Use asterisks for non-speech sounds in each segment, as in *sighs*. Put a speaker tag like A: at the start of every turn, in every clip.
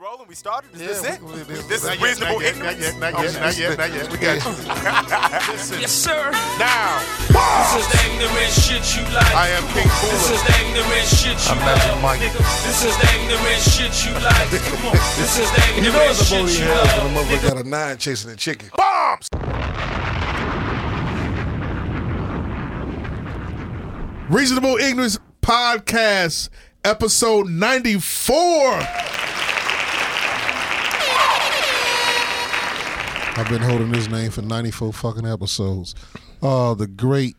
A: rolling. We started. Is this
B: Yeah,
A: it?
B: we- we- we-
A: this
B: not
A: is
B: yet,
A: reasonable
B: not yet, not
A: ignorance.
B: yet, not yet, not yet, not yet. We got you.
A: *laughs*
C: Yes, sir.
B: Now,
C: This is the ignorant shit you like.
B: I am King
C: This
B: Cooler.
C: is the ignorant shit you
B: I'm
C: like.
B: Magic Mike.
C: nigga. This is the ignorant shit you like. Come
D: *laughs*
C: on. This is the
D: You
C: ignorant
D: know it's a
C: shit
D: booty
C: you
D: hell
C: love.
D: when a motherfucker got a nine chasing a chicken.
B: Bombs!
E: Reasonable Ignorance Podcast, episode 94.
D: I've been holding this name for 94 fucking episodes. Uh, the great,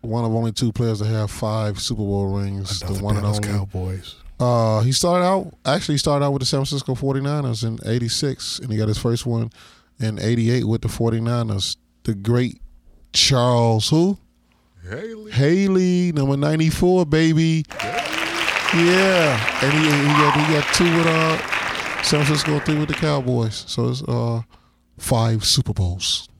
D: one of only two players to have five Super Bowl rings, the one and
E: Dallas
D: only.
E: Cowboys.
D: Uh, he started out, actually he started out with the San Francisco 49ers in 86, and he got his first one in 88 with the 49ers. The great Charles, who?
E: Haley.
D: Haley, number 94, baby. Yeah. And he, he, got, he got two with uh, San Francisco, three with the Cowboys. So it's uh, five Super Bowls.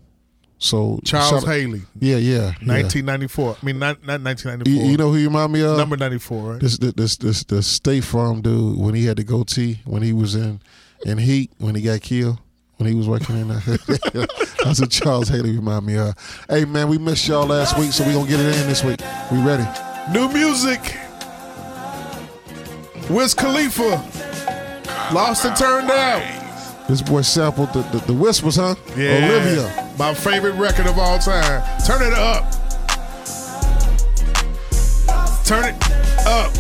D: So
E: Charles
D: shout-
E: Haley,
D: Yeah, yeah. yeah.
E: 1994. I mean, not, not
D: You,
E: 1994.
D: you know who you remind me of?
E: number 94, right?
D: This this this this the State Farm dude when he had the goatee when he was in in Heat when he got killed when he was working in the *laughs* that's what Charles Haley remind me of. Hey man, we missed y'all last week, so we gonna get it in this week. We ready?
E: New music. Wiz Khalifa. Lost and turned out.
D: This boy sampled the the, the whispers, huh? Olivia.
E: My favorite record of all time. Turn it up. Turn it up.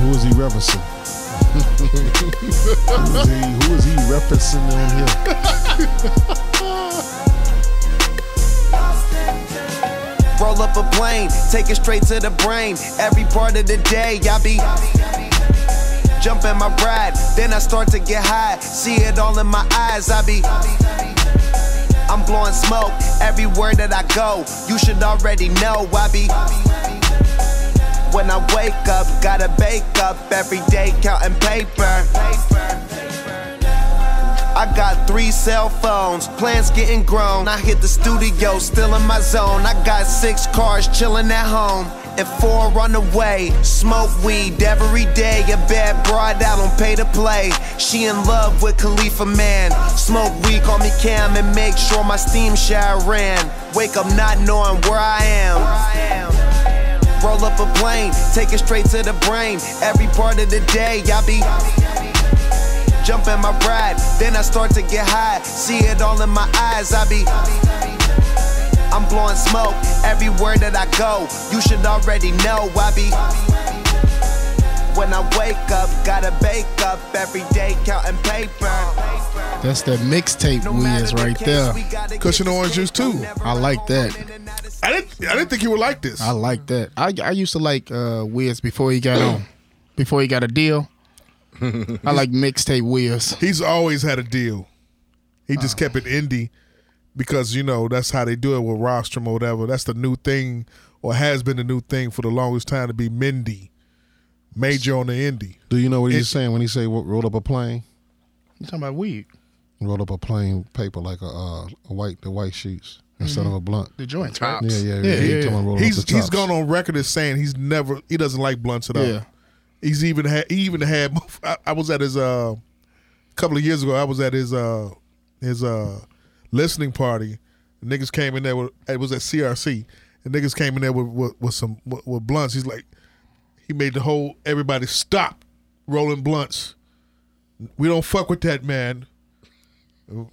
D: Who is he referencing? *laughs* who, is he, who is he referencing on here?
F: Roll up a plane, take it straight to the brain. Every part of the day, I be jumping my ride. Then I start to get high, see it all in my eyes. I be. I'm blowing smoke everywhere that I go. You should already know I be. When I wake up, gotta bake up every day, counting paper. I got three cell phones, plans getting grown. I hit the studio, still in my zone. I got six cars chilling at home, and four on the way. Smoke weed every day. A bad broad out on pay to play. She in love with Khalifa man. Smoke weed, call me Cam, and make sure my steam shower ran. Wake up not knowing where I am. Roll up a plane, take it straight to the brain. Every part of the day, I be jump in my ride. Then I start to get high, see it all in my eyes. I be, I'm blowing smoke everywhere that I go. You should already know I be. When I wake up, gotta bake up every day, counting paper.
G: That's that mixtape whiz right there.
E: Cushion orange juice, too.
G: I like that.
E: I didn't, I didn't think you would like this.
G: I like that. I, I used to like uh, Wiz before he got on, before he got a deal. I like mixtape Wiz.
E: He's always had a deal. He just
D: Uh-huh.
E: kept it indie because you know that's how they do it with Rostrum or whatever. That's the new thing, or has been the new thing for the longest time to be Mindy, major on the indie.
D: Do you know what he's
E: It-
D: saying when he say what rolled up a plane?
G: You talking about weed?
D: Rolled up a plain paper like a, uh, a white the white sheets instead
E: Mm-hmm.
D: of a blunt.
G: The joints, right?
D: Yeah, yeah, yeah.
G: Yeah,
D: he
G: yeah,
D: talking
G: yeah.
D: about rolling
E: He's
D: up the
E: he's
D: tops.
E: gone on record as saying he's never he doesn't like blunts at all.
G: Yeah.
E: He's even had he even had I, I was at his uh a couple of years ago I was at his uh his uh listening party. Niggas came in there with it was at CRC and niggas came in there with with, with some with, with blunts. He's like he made the whole everybody stop rolling blunts. We don't fuck with that man.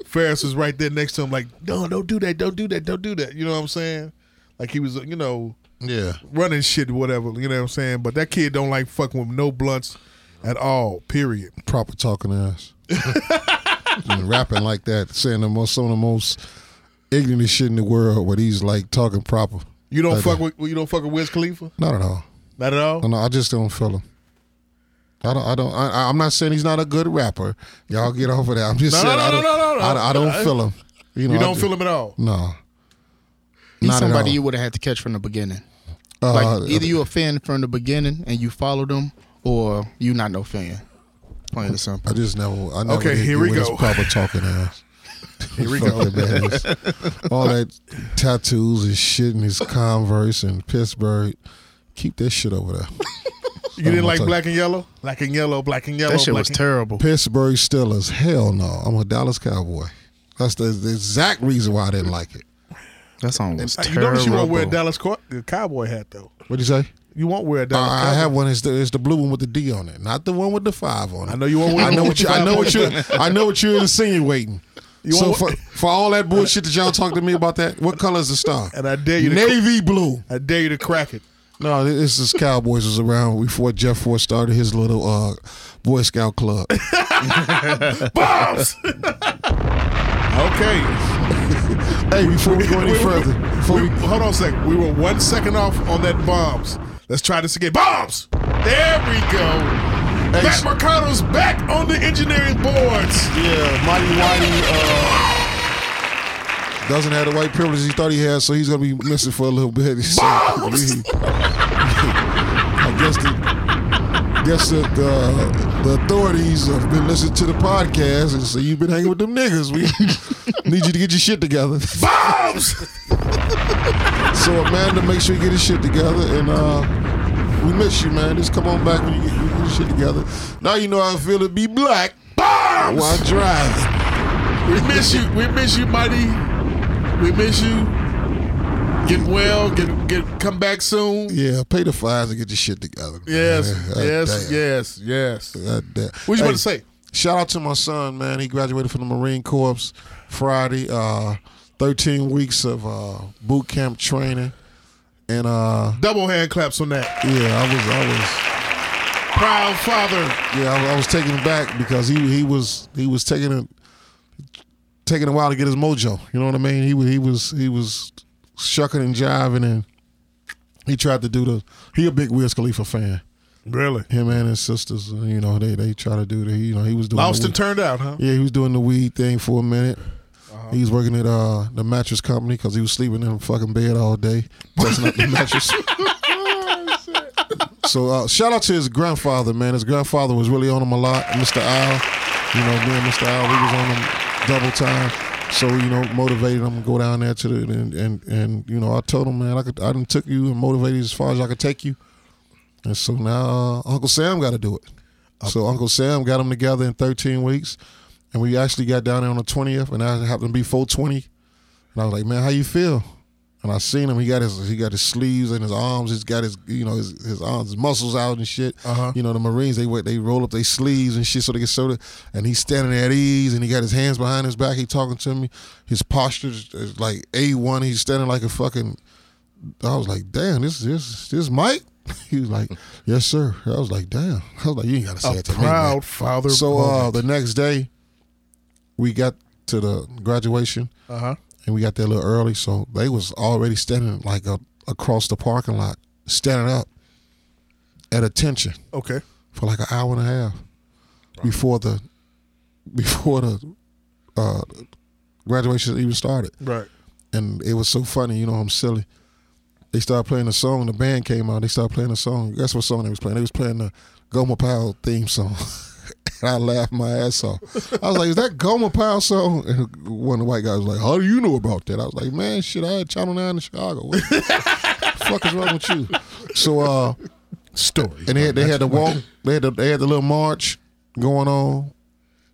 E: Ferris is right there next to him, like, no, don't do that, don't do that, don't do that. You know what I'm saying? Like he was, you know,
D: Yeah.
E: running shit, whatever. You know what I'm saying? But that kid don't like fucking with no blunts at all. Period.
D: proper
E: *laughs*
D: talking ass. and rapping like that, saying the most some of the most ignorant shit in the world where he's like talking proper.
E: You don't
D: Like
E: fuck
D: that.
E: with you don't fuck with Wiz Khalifa,
D: Not at all.
E: not at all.
D: No, no, I just don't feel him. I don't. I don't. I, I'm not saying he's not a good rapper. Y'all get off of that. I'm just
E: No, no,
D: saying
E: no,
D: I don't.
E: no, no, no, no.
D: I, I don't feel him. You, know,
E: You
D: I
E: don't
D: ju-
E: feel him at all.
D: No.
G: He's
D: Not at
G: somebody
D: all.
G: you would have had to catch from the beginning.
D: Uh,
G: Like either you a fan from the beginning and you followed them, or you not no fan. Plain and simple.
D: I just never. I never
E: Okay,
D: did
E: here
D: get
E: we
D: with
E: go.
D: his Proper talking
E: *laughs*
D: ass. Here we go. All that tattoos and shit and his Converse and Pittsburgh. Keep that shit over there.
E: You didn't like
D: I'll
E: black and yellow? Black and yellow, black and yellow.
G: That shit
E: black
G: was
E: and-
G: terrible.
D: Pittsburgh Steelers. Hell no. I'm a Dallas Cowboy. That's the, the exact reason why I didn't like it.
G: That song was
E: You notice you won't wear a
G: terrible.
E: Dallas Cow- cowboy hat though.
D: What'd you say?
E: You won't wear a Dallas.
D: I, I
E: cowboy.
D: have one. It's the, it's the blue one with the D on it, not the one with the five on it.
E: I know you won't wear.
D: I know what you. I know what you. I know what you're *laughs* insinuating. so
E: won't-
D: for, for all that bullshit that y'all talk to me about that, what color is the star?
E: And I dare you to-
D: navy blue.
E: I dare you to crack it.
D: No, this is Cowboys was around before Jeff Ford started his little uh, Boy Scout *laughs* club.
E: Bombs. okay.
D: *laughs* hey, before *laughs* we go any
E: Wait, wait,
D: further, before
E: We,
D: we
E: hold on a sec. We were one second off on that bombs. Let's try this again. Bombs. There we go. Matt Mercado's back on the engineering boards.
D: yeah, Mighty Whitey uh, doesn't have the white privilege he thought he had, so he's gonna be missing for a little bit. *laughs* So,
E: Bombs!
D: I guess the guess that the, the authorities have been listening to the podcast and so you've been hanging with them niggas. We need you to get your shit together.
E: Bombs.
D: *laughs* So Amanda, make sure you get your shit together, and uh, we miss you, man. Just come on back when you get, you get your shit together. Now you know how I feel to be black
E: Bombs.
D: while driving.
E: We miss you. We miss you, Mighty. We miss you. Get well. Get get. Come back soon.
D: Yeah, pay the fines and get your shit together.
E: Yes.
D: man. God
E: Yes.
D: damn.
E: Yes. Yes.
D: God damn.
E: What you
D: Hey,
E: about to say?
D: Shout out to my son, man. He graduated from the Marine Corps Friday. Uh, Thirteen weeks of uh, boot camp training, and uh,
E: Double hand claps on that.
D: yeah, I was, I was.
E: Proud father.
D: Yeah, I, I was taken aback because he he was he was taking a taking a while to get his mojo. You know what I mean? He wa- he was he was shucking and jiving and he tried to do the he a big Wiz Khalifa fan.
E: Really.
D: Him and his sisters, uh, you know, they they try to do the you know he was doing the
E: Lost and
D: weed-
E: turned out, huh?
D: Yeah, he was doing the weed thing for a minute. He was working at uh, the mattress company because he was sleeping in a fucking bed all day, testing out the mattress. so uh, shout out to his grandfather, man. His grandfather was really on him a lot, Mr. Al. You know, me and Mr. Al, we was on him double time. So you know, motivated him to go down there to the and and, and you know, I told him, man, I could, I done took you and motivated you as far as I could take you. And so now uh, Uncle Sam got to do it. Uh, So Uncle Sam got them together in 13 weeks, and we actually got down there on the 20th, and that happened to be 420. And I was like, man, how you feel? And I seen him. He got his he got his sleeves and his arms. He's got his you know his, his arms, his muscles out and shit.
E: Uh-huh.
D: You know the Marines they wear- they roll up their sleeves and shit so they can show the. And he's standing at ease and he got his hands behind his back. He talking to me. His posture is- is like a one. He's standing like a fucking I was like, damn, this this this Mike. *laughs* He was like, yes, sir. I was like, damn. I was like, you ain't gotta say
E: A
D: it to me. man."
E: proud father.
D: So uh,
E: moment.
D: the next day, we got to the graduation,
E: Uh-huh.
D: and we got there a little early. So they was already standing like a, across the parking lot, standing up at attention
E: Okay.
D: for like an hour and a half before the before the uh, graduation even started
E: Right.
D: and it was so funny. You know, I'm silly. They started playing a song. The band came out. They started playing a song. Guess what song they was playing? They was playing the Goma Powell theme song. *laughs* and I laughed my ass off. I was like, "Is that Goma Powell song?" And one of the white guys was like, "How do you know about that?" I was like, "Man, shit, I had Channel Nine in Chicago. What the *laughs* fuck is wrong with you?" So, uh,
E: Story.
D: and they had, they had the walk. They had the, they had the little march going on,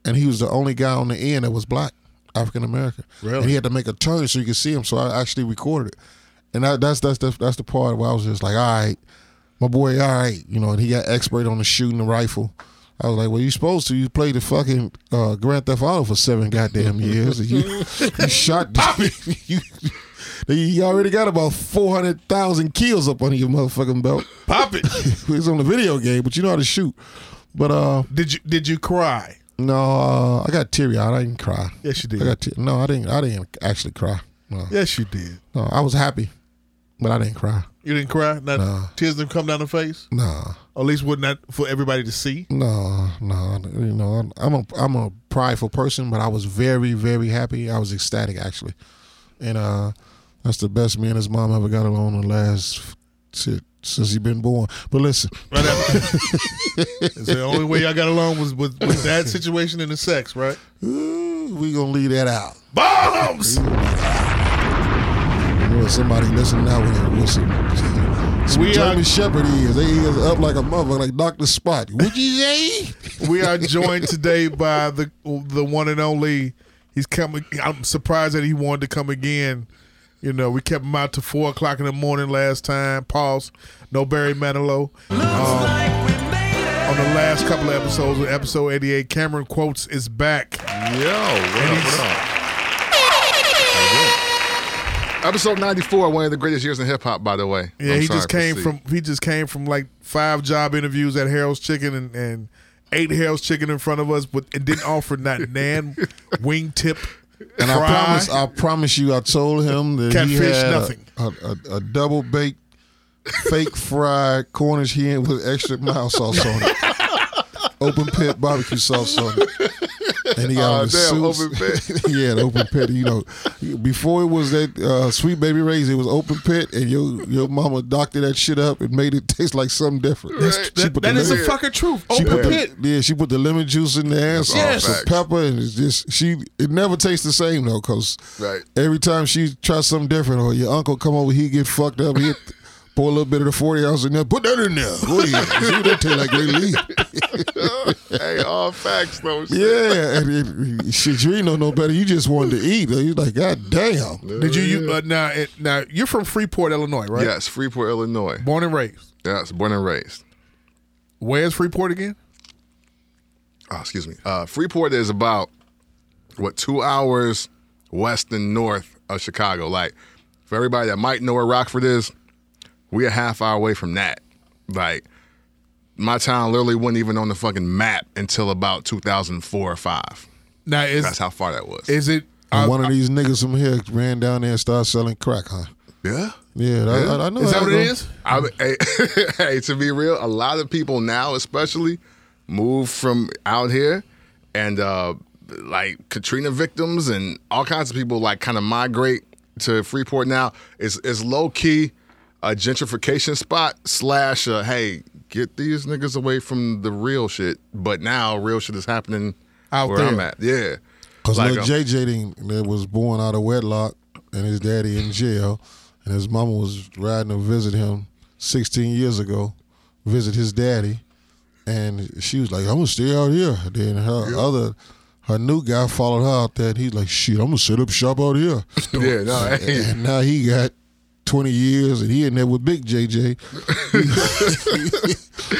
D: and he was the only guy on the end that was black, African American.
E: Really?
D: And he had to make a turn so you could see him. So I actually recorded it, and that, that's that's the, that's the part where I was just like, all right, my boy, all right, you know. And he got expert on the shooting the rifle. I was like, well, you supposed to. You played the fucking uh, Grand Theft Auto for seven goddamn years. and you,
E: *laughs*
D: you shot. *laughs* you, you already got about four hundred thousand kills up under your motherfucking belt.
E: Pop
D: *laughs*
E: it.
D: It's on the video game, but you know how to shoot. But uh,
E: Did you did you cry?
D: no, uh, I got teary eyed. I didn't cry.
E: Yes, you
D: I
E: did.
D: got te- no, I didn't. I didn't actually cry. No,
E: yes, you did.
D: no, I was happy, but I didn't cry.
E: You didn't cry. Not
D: Nah.
E: tears didn't come down the face.
D: Nah,
E: Or at least wouldn't that for everybody to see.
D: no, no. You know, I'm a I'm a prideful person, but I was very very happy. I was ecstatic actually, and uh, that's the best me and his mom ever got along in the last shit since he been born. But listen,
E: Right
D: *laughs*
E: after. It's the only way y'all got along was with, with that situation and the sex, right?
D: ooh, we gonna leave that out.
E: Bombs!
D: You know, somebody listening out with a whistle. Some
E: We
D: German
E: are-
D: Shepherd he is. They is up like a mother, like Doctor Spot. Would you say?
E: We are joined today by the the one and only. He's coming. I'm surprised that he wanted to come again. You know, we kept him out to four o'clock in the morning last time. Pause. No Barry Manilow. Um, on the last couple of episodes, with episode 88, Cameron quotes is back.
A: Yo, what up, what up? Episode 94, one of the greatest years in hip hop, by the way.
E: Yeah,
A: I'm
E: he
A: sorry,
E: just came
A: proceed.
E: from he just came from like five job interviews at Harold's Chicken and, and ate Harold's Chicken in front of us, but it didn't offer not nan *laughs* wingtip.
D: And
E: fry.
D: I promise, I promise you, I told him that he
E: Catfish,
D: had a-
E: nothing.
D: A, a, a double baked, fake fried Cornish hen with extra mild sauce on it, open pit barbecue sauce on it. And he got
A: Aw,
D: on the
A: damn,
D: suits.
A: open pit.
D: *laughs* yeah, the open pit. You know, before it was that uh, sweet baby rays, it was open pit, and your your mama doctored that shit up and made it *laughs* taste like something different.
A: Right.
D: She
E: That-
D: put
E: that
D: the
E: is the
D: lemon-
E: fucking truth.
D: she
E: Open
D: put
E: pit.
D: The, yeah, she put the lemon juice in there and some,
A: Yes.
D: some
A: Facts.
D: pepper, and it's just she. It never tastes the same though, cause
A: Right.
D: every time she tries something different, or your uncle come over, he get fucked up, he pour a little bit of the forty ounce in there, put that in there. Boy, see what that taste like Great Leaf.
A: hey, *laughs* all facts, though. shit.
D: Yeah, and it, shit, you ain't know no better. You just wanted to eat. You like, god damn.
E: Did you, you uh, now it, now you're from Freeport, Illinois, right?
A: Yes, Freeport, Illinois.
E: Born and raised.
A: Yes, born and raised.
E: Where's Freeport again?
A: Oh, excuse me. Uh, Freeport is about, what, two hours west and north of Chicago. Like, for everybody that might know where Rockford is, we a half hour away from that. Like, my town literally wasn't even on the fucking map until about 2004 or 5.
E: Now is
A: That's how far that was.
E: is it?
D: And
E: Uh,
D: one of these niggas from here ran down there and started selling crack, huh?
A: yeah.
D: Yeah, I- I, I know.
E: is that
D: how
E: what it
D: go.
E: is?
A: I, hey, *laughs* hey, to be real, a lot of people now, especially, move from out here, and uh, like Katrina victims and all kinds of people like kind of migrate to Freeport now. It's it's low key a gentrification spot slash uh, hey get these niggas away from the real shit. But now real shit is happening
E: Out
A: where
E: there.
A: I'm at. Yeah,
D: Because
A: Like,
D: little
A: um,
D: JJ didn't- that was born out of wedlock, and his daddy in jail, and his mama was riding to visit him 16 years ago, visit his daddy, and she was like, "I'm gonna stay out here." Then her other, her new guy followed her out there, and he's like, "Shit, I'm gonna set up shop out here."
A: yeah,
D: *laughs*
A: no, hey,
D: and now he got 20 years, and he in there with Big JJ.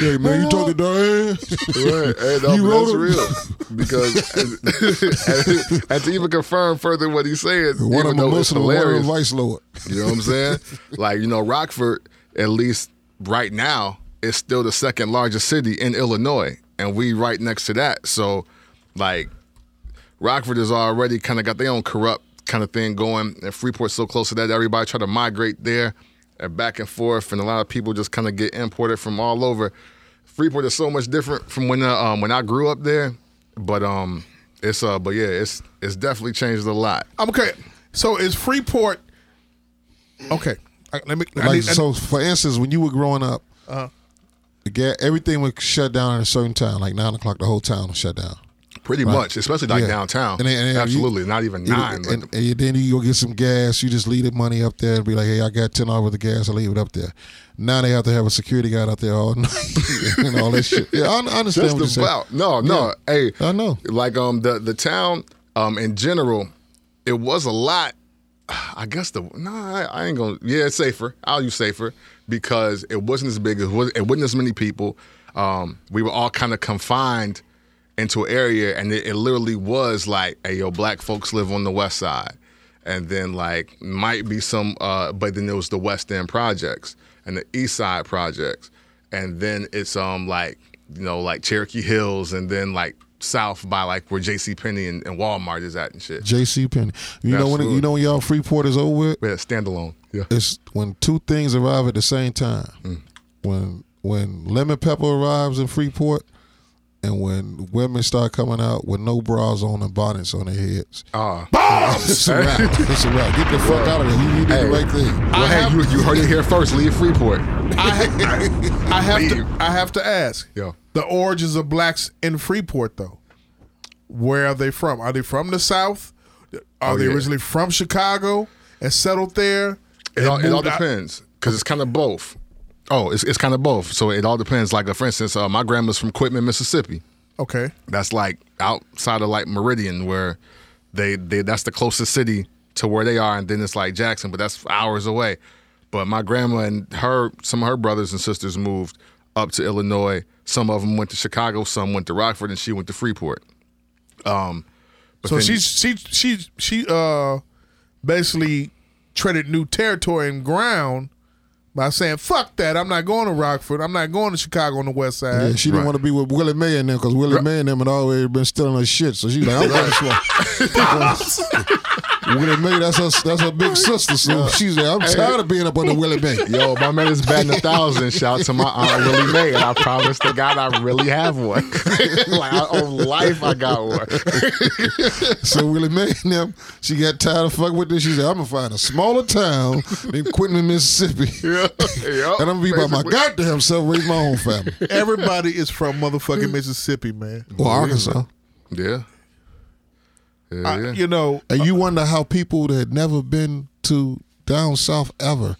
D: *laughs* hey man, you talking to *laughs*
A: Right. And, um,
D: You wrote
A: that's
D: him?
A: real. *laughs* Because and, and to even confirm further what he's saying,
D: One of
A: even
D: them a
A: though it's
D: Muslim, one of them a
A: hilarious.
D: vice lord.
A: You know what I'm saying? like, you know, Rockford, at least right now, is still the second largest city in Illinois. And we right next to that. So, like, Rockford is already kind of got their own corrupt kind of thing going. And Freeport's so close to that, everybody try to migrate there and back and forth. And a lot of people just kind of get imported from all over. Freeport is so much different from when uh, um, when I grew up there. But um it's uh but yeah, it's it's definitely changed a lot.
E: I'm okay. So is Freeport? Okay, I- let me. I
D: Like
E: need- I-
D: so, for instance, when you were growing up,
E: Uh-huh.
D: the ga- everything was shut down at a certain time, like nine o'clock. The whole town was shut down.
A: Pretty much, especially like
D: Yeah.
A: downtown.
D: And then- and then you-
A: Absolutely, not even nine.
D: and,
A: but
D: and- and then you go get some gas. You just leave the money up there and be like, "Hey, I got ten dollars worth of gas. I leave it up there." Now they have to have a security guard out there all *laughs* night and all that shit. Yeah, I, I understand
A: just
D: what you're saying.
A: about. No, no. Hey,
D: I know.
A: Like um, the the town um in general, it was a lot. I guess the no, I, I ain't gonna. Yeah, it's safer. I'll use safer because it wasn't as big. It wasn't, it wasn't as many people. Um, we were all kind of confined into an area, and it, it literally was like, hey, yo, black folks live on the west side, and then like might be some, uh, but then there was the West End projects and the East Side projects, and then it's um like you know like Cherokee Hills, and then like south by like where J.C. Penney and, and Walmart is at and shit.
D: J.C. Penney. You know when it- you
A: Absolutely.
D: know when y'all Freeport is over with.
A: We had standalone. Yeah.
D: It's when two things arrive
A: Mm.
D: at the same time. When when lemon pepper arrives in Freeport, and when women start coming out with no bras on and bonnets on their heads,
A: Ah.
D: *laughs* it's a wrap. It's a wrap. Get the fuck out of there. You, you did
A: Hey.
D: the right thing.
A: Well, hey, you, you heard it here first. Leave Freeport.
E: I,
A: *laughs*
E: ha- I have to.
A: Leave.
E: I have to ask.
A: Yeah.
E: The origins of blacks in Freeport, though, where are they from? Are they from the South? Are
A: Oh,
E: they
A: yeah.
E: originally from Chicago and settled there?
A: It all, it all
E: moved out-
A: depends because it's kind of both. Oh, it's, it's kind of both. So it all depends. Like, uh, for instance, uh, my grandma's from Quitman, Mississippi.
E: Okay.
A: That's like outside of like Meridian, where they, they that's the closest city to where they are, and then it's like Jackson, but that's hours away. But my grandma and her some of her brothers and sisters moved up to Illinois. Some of them went to Chicago, some went to Rockford, and she went to Freeport. Um, but
E: So
A: then-
E: she she she she uh basically treaded new territory and ground by saying fuck that I'm not going to Rockford I'm not going to Chicago on the West Side.
D: Yeah, she didn't want to be with Willie Mae and them because Willie Mae and them had already been stealing her shit. So she's like, I'm going to
A: *laughs*
D: Willie Mae, that's her, that's her big sister. So she's like, I'm tired of being up under Willie Mae.
A: Yo, my man is batting a thousand. Shout out to my aunt Willie Mae, and I promise to God I really have one. *laughs* like I, on life, I got one. *laughs*
D: So Willie Mae and them, she got tired of fucking with this. She said, I'm going to find a smaller town than Quitman, Mississippi. And I'm going to be by my goddamn self, raise my own family.
E: Everybody is from motherfucking Mississippi, man.
D: Or Arkansas.
A: Yeah. Yeah,
D: Oh,
E: I-
A: yeah.
E: you know,
D: And you wonder how people that had never been to down south ever,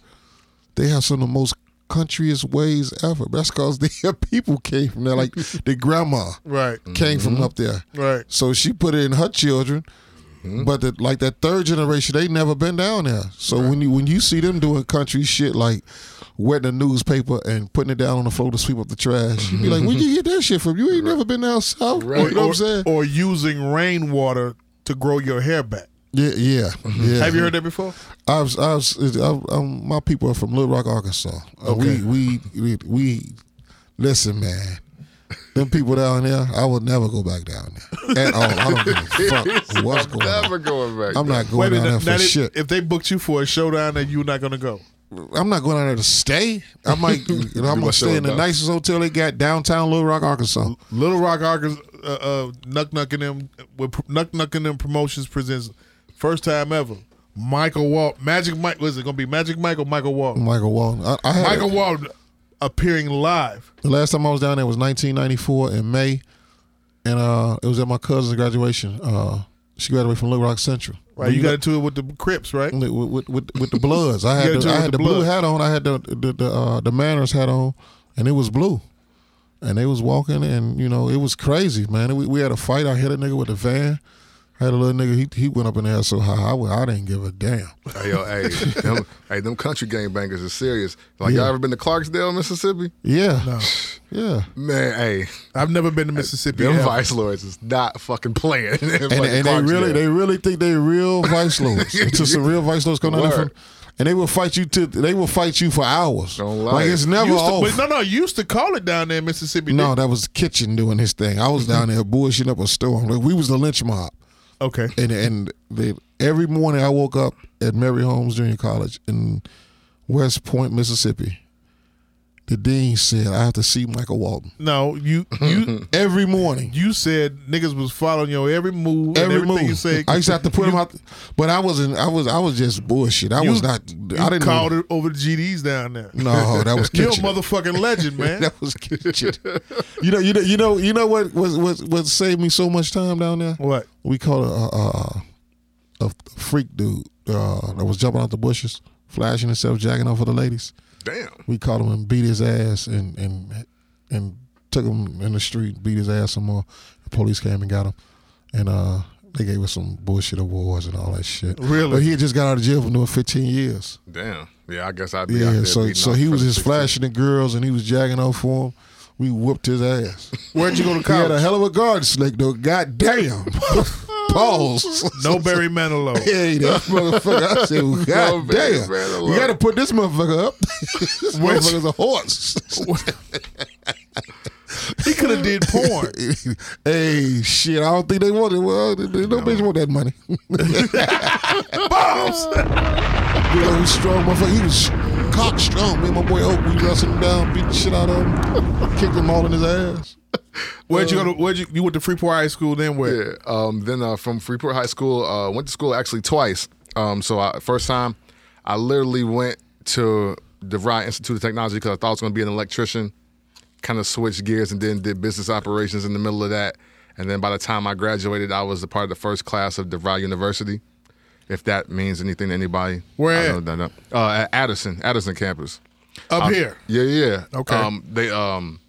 D: they have some of the most countryest ways ever. That's because their *laughs* people came from there. Like their grandma
E: right,
D: came from up there.
E: right.
D: So she put it in her children.
E: Mm-hmm.
D: But the, like that third generation, they never been down there. So when you when you see them doing country shit like wetting a newspaper and putting it down on the floor to sweep up the trash, you be like, where you get that shit from? You ain't never been down south. You know what I'm saying?
E: Or using rainwater to grow your hair back.
D: yeah, yeah, yeah.
E: Mm-hmm. Have you heard that before?
D: I was, I was, I, I, um, my people are from Little Rock, Arkansas. Uh,
E: Okay.
D: we, we, we, we, listen, man. Them people down there, I will never go back down there at all. I don't give a
E: *laughs*
D: fuck what's going
A: Never
D: on.
A: going back.
D: I'm not going down there for
E: now they-
D: shit.
E: If they booked you for a showdown, that you're not gonna go.
D: I'm not going down there to stay. *laughs* I might, you know, I'm gonna
A: must
D: stay in the
A: show up.
D: nicest hotel they got downtown Little Rock, Arkansas.
E: Little Rock Arkansas, uh, uh, Nuck Nuck and them with pr- Nuck Nuck and them promotions presents first time ever. Michael Walt, Magic Mike. Was it gonna be Magic Mike or Michael Walt?
D: Michael Walton. I, I had
E: Michael Walt appearing live.
D: The last time I was down there was 1994 in May, and uh, it was at my cousin's graduation. Uh, she graduated from Little Rock Central.
E: Right, you got into it with the Crips, right?
D: with, with, with, with the bloods. I
E: Yeah,
D: had the,
E: Joe,
D: I
E: with
D: had
E: the
D: the blue
E: Bloods.
D: hat on. I had the the the, uh, the manners hat on, and it was blue. And they was walking, and you know it was crazy, man. We, we had a fight. I hit a nigga with a van. I had a little nigga. He, he went up in there so high. I, wa- I didn't give a damn.
A: Hey, yo, hey, them, hey, them country gangbangers are serious. Like, y'all ever been to Clarksdale, Mississippi?
D: Yeah, yeah.
A: Man, hey,
E: I've never been to Mississippi.
A: them
E: ever.
A: vice lords is not fucking playing. *laughs* in
D: And,
A: fucking
D: and they really
A: Clarksdale.
D: they really think they real vice
E: *laughs*
D: lords. Until some real vice lords come down there,
A: Word.
D: from, and they will fight you to they will fight you for hours.
A: Don't lie.
D: like it's
E: You
D: never
E: used to-
D: over.
E: but no, no, you used to call it down there in Mississippi.
D: No,
E: didn't
D: that was kitchen doing his thing. I
E: Mm-hmm.
D: was down there bullshitting up a storm. Like we was the lynch mob,
E: you? okay.
D: and and they, every morning I woke up at Mary Holmes Junior College in West Point, Mississippi. The dean said, "I have to see Michael Walton
E: No, you
D: *laughs*
E: you
D: every morning."
E: you said niggas was following your every move,
D: Every
E: and everything
D: move.
E: you said.
D: I used to have to put him out, but I wasn't. I was. I was just bullshit. I
E: You-
D: was not.
E: You
D: I didn't.
E: called
D: know,
E: it over the GDs down there.
D: *laughs* No,
E: *laughs*
D: that was
E: You're a
D: kitchen.
E: motherfucking legend,
D: *laughs*
E: man.
D: that was kitchen. you know. You know. You know. You know what was what what saved me so much time down there?
E: what?
D: we caught a a, a, a freak dude uh, that was jumping out the bushes, flashing himself, jacking off of the ladies.
A: Damn.
D: We caught him and beat his ass and and and took him in the street, beat his ass some more. The police came and got him, and uh, they gave us some bullshit awards and all that shit.
E: Really?
D: But he had just got out of jail for doing 15 years.
A: Damn. Yeah, I guess I'd be out
D: Yeah.
A: there
D: So
A: beating
D: so
A: off
D: he
A: for
D: was
A: the
D: just
A: 16.
D: flashing the girls and he was jacking off for him. We whooped his
A: *laughs*
D: ass.
E: Where'd you go to
D: He had a
E: college?
D: hell of a garden snake though. God
A: *laughs*
D: damn. Pause.
E: *laughs* No Barry Manilow. *laughs*
D: Hey, that motherfucker. I said, well, God
A: man,
D: damn.
A: man, I love
D: you got to
A: it.
D: put this motherfucker up. *laughs* this motherfucker's a horse.
E: *laughs* he could have did porn.
D: *laughs* hey, shit, I don't think they want it. Well, they, they, no, bitch want
E: *laughs*
D: that money. you
E: Bombs.
D: know, he's strong motherfucker. He was cock strong. Me and my boy Oak, we wrestled him down, beat the shit out of him, kicked him all in his ass.
E: Where'd you go to? Where'd you? You went to Freeport High School, then where?
A: Yeah. Um, then uh, from Freeport High School, uh, went to school actually twice. Um, so I, first time, I literally went to DeVry Institute of Technology because I thought I was going to be an electrician. Kind of switched gears and then did business operations in the middle of that. And then by the time I graduated, I was a part of the first class of DeVry University. If that means anything to anybody,
E: Where
A: I
E: at?
A: don't know. Uh, at Addison, Addison campus.
E: Up here.
A: Yeah, yeah.
E: Okay.
A: Um, they um,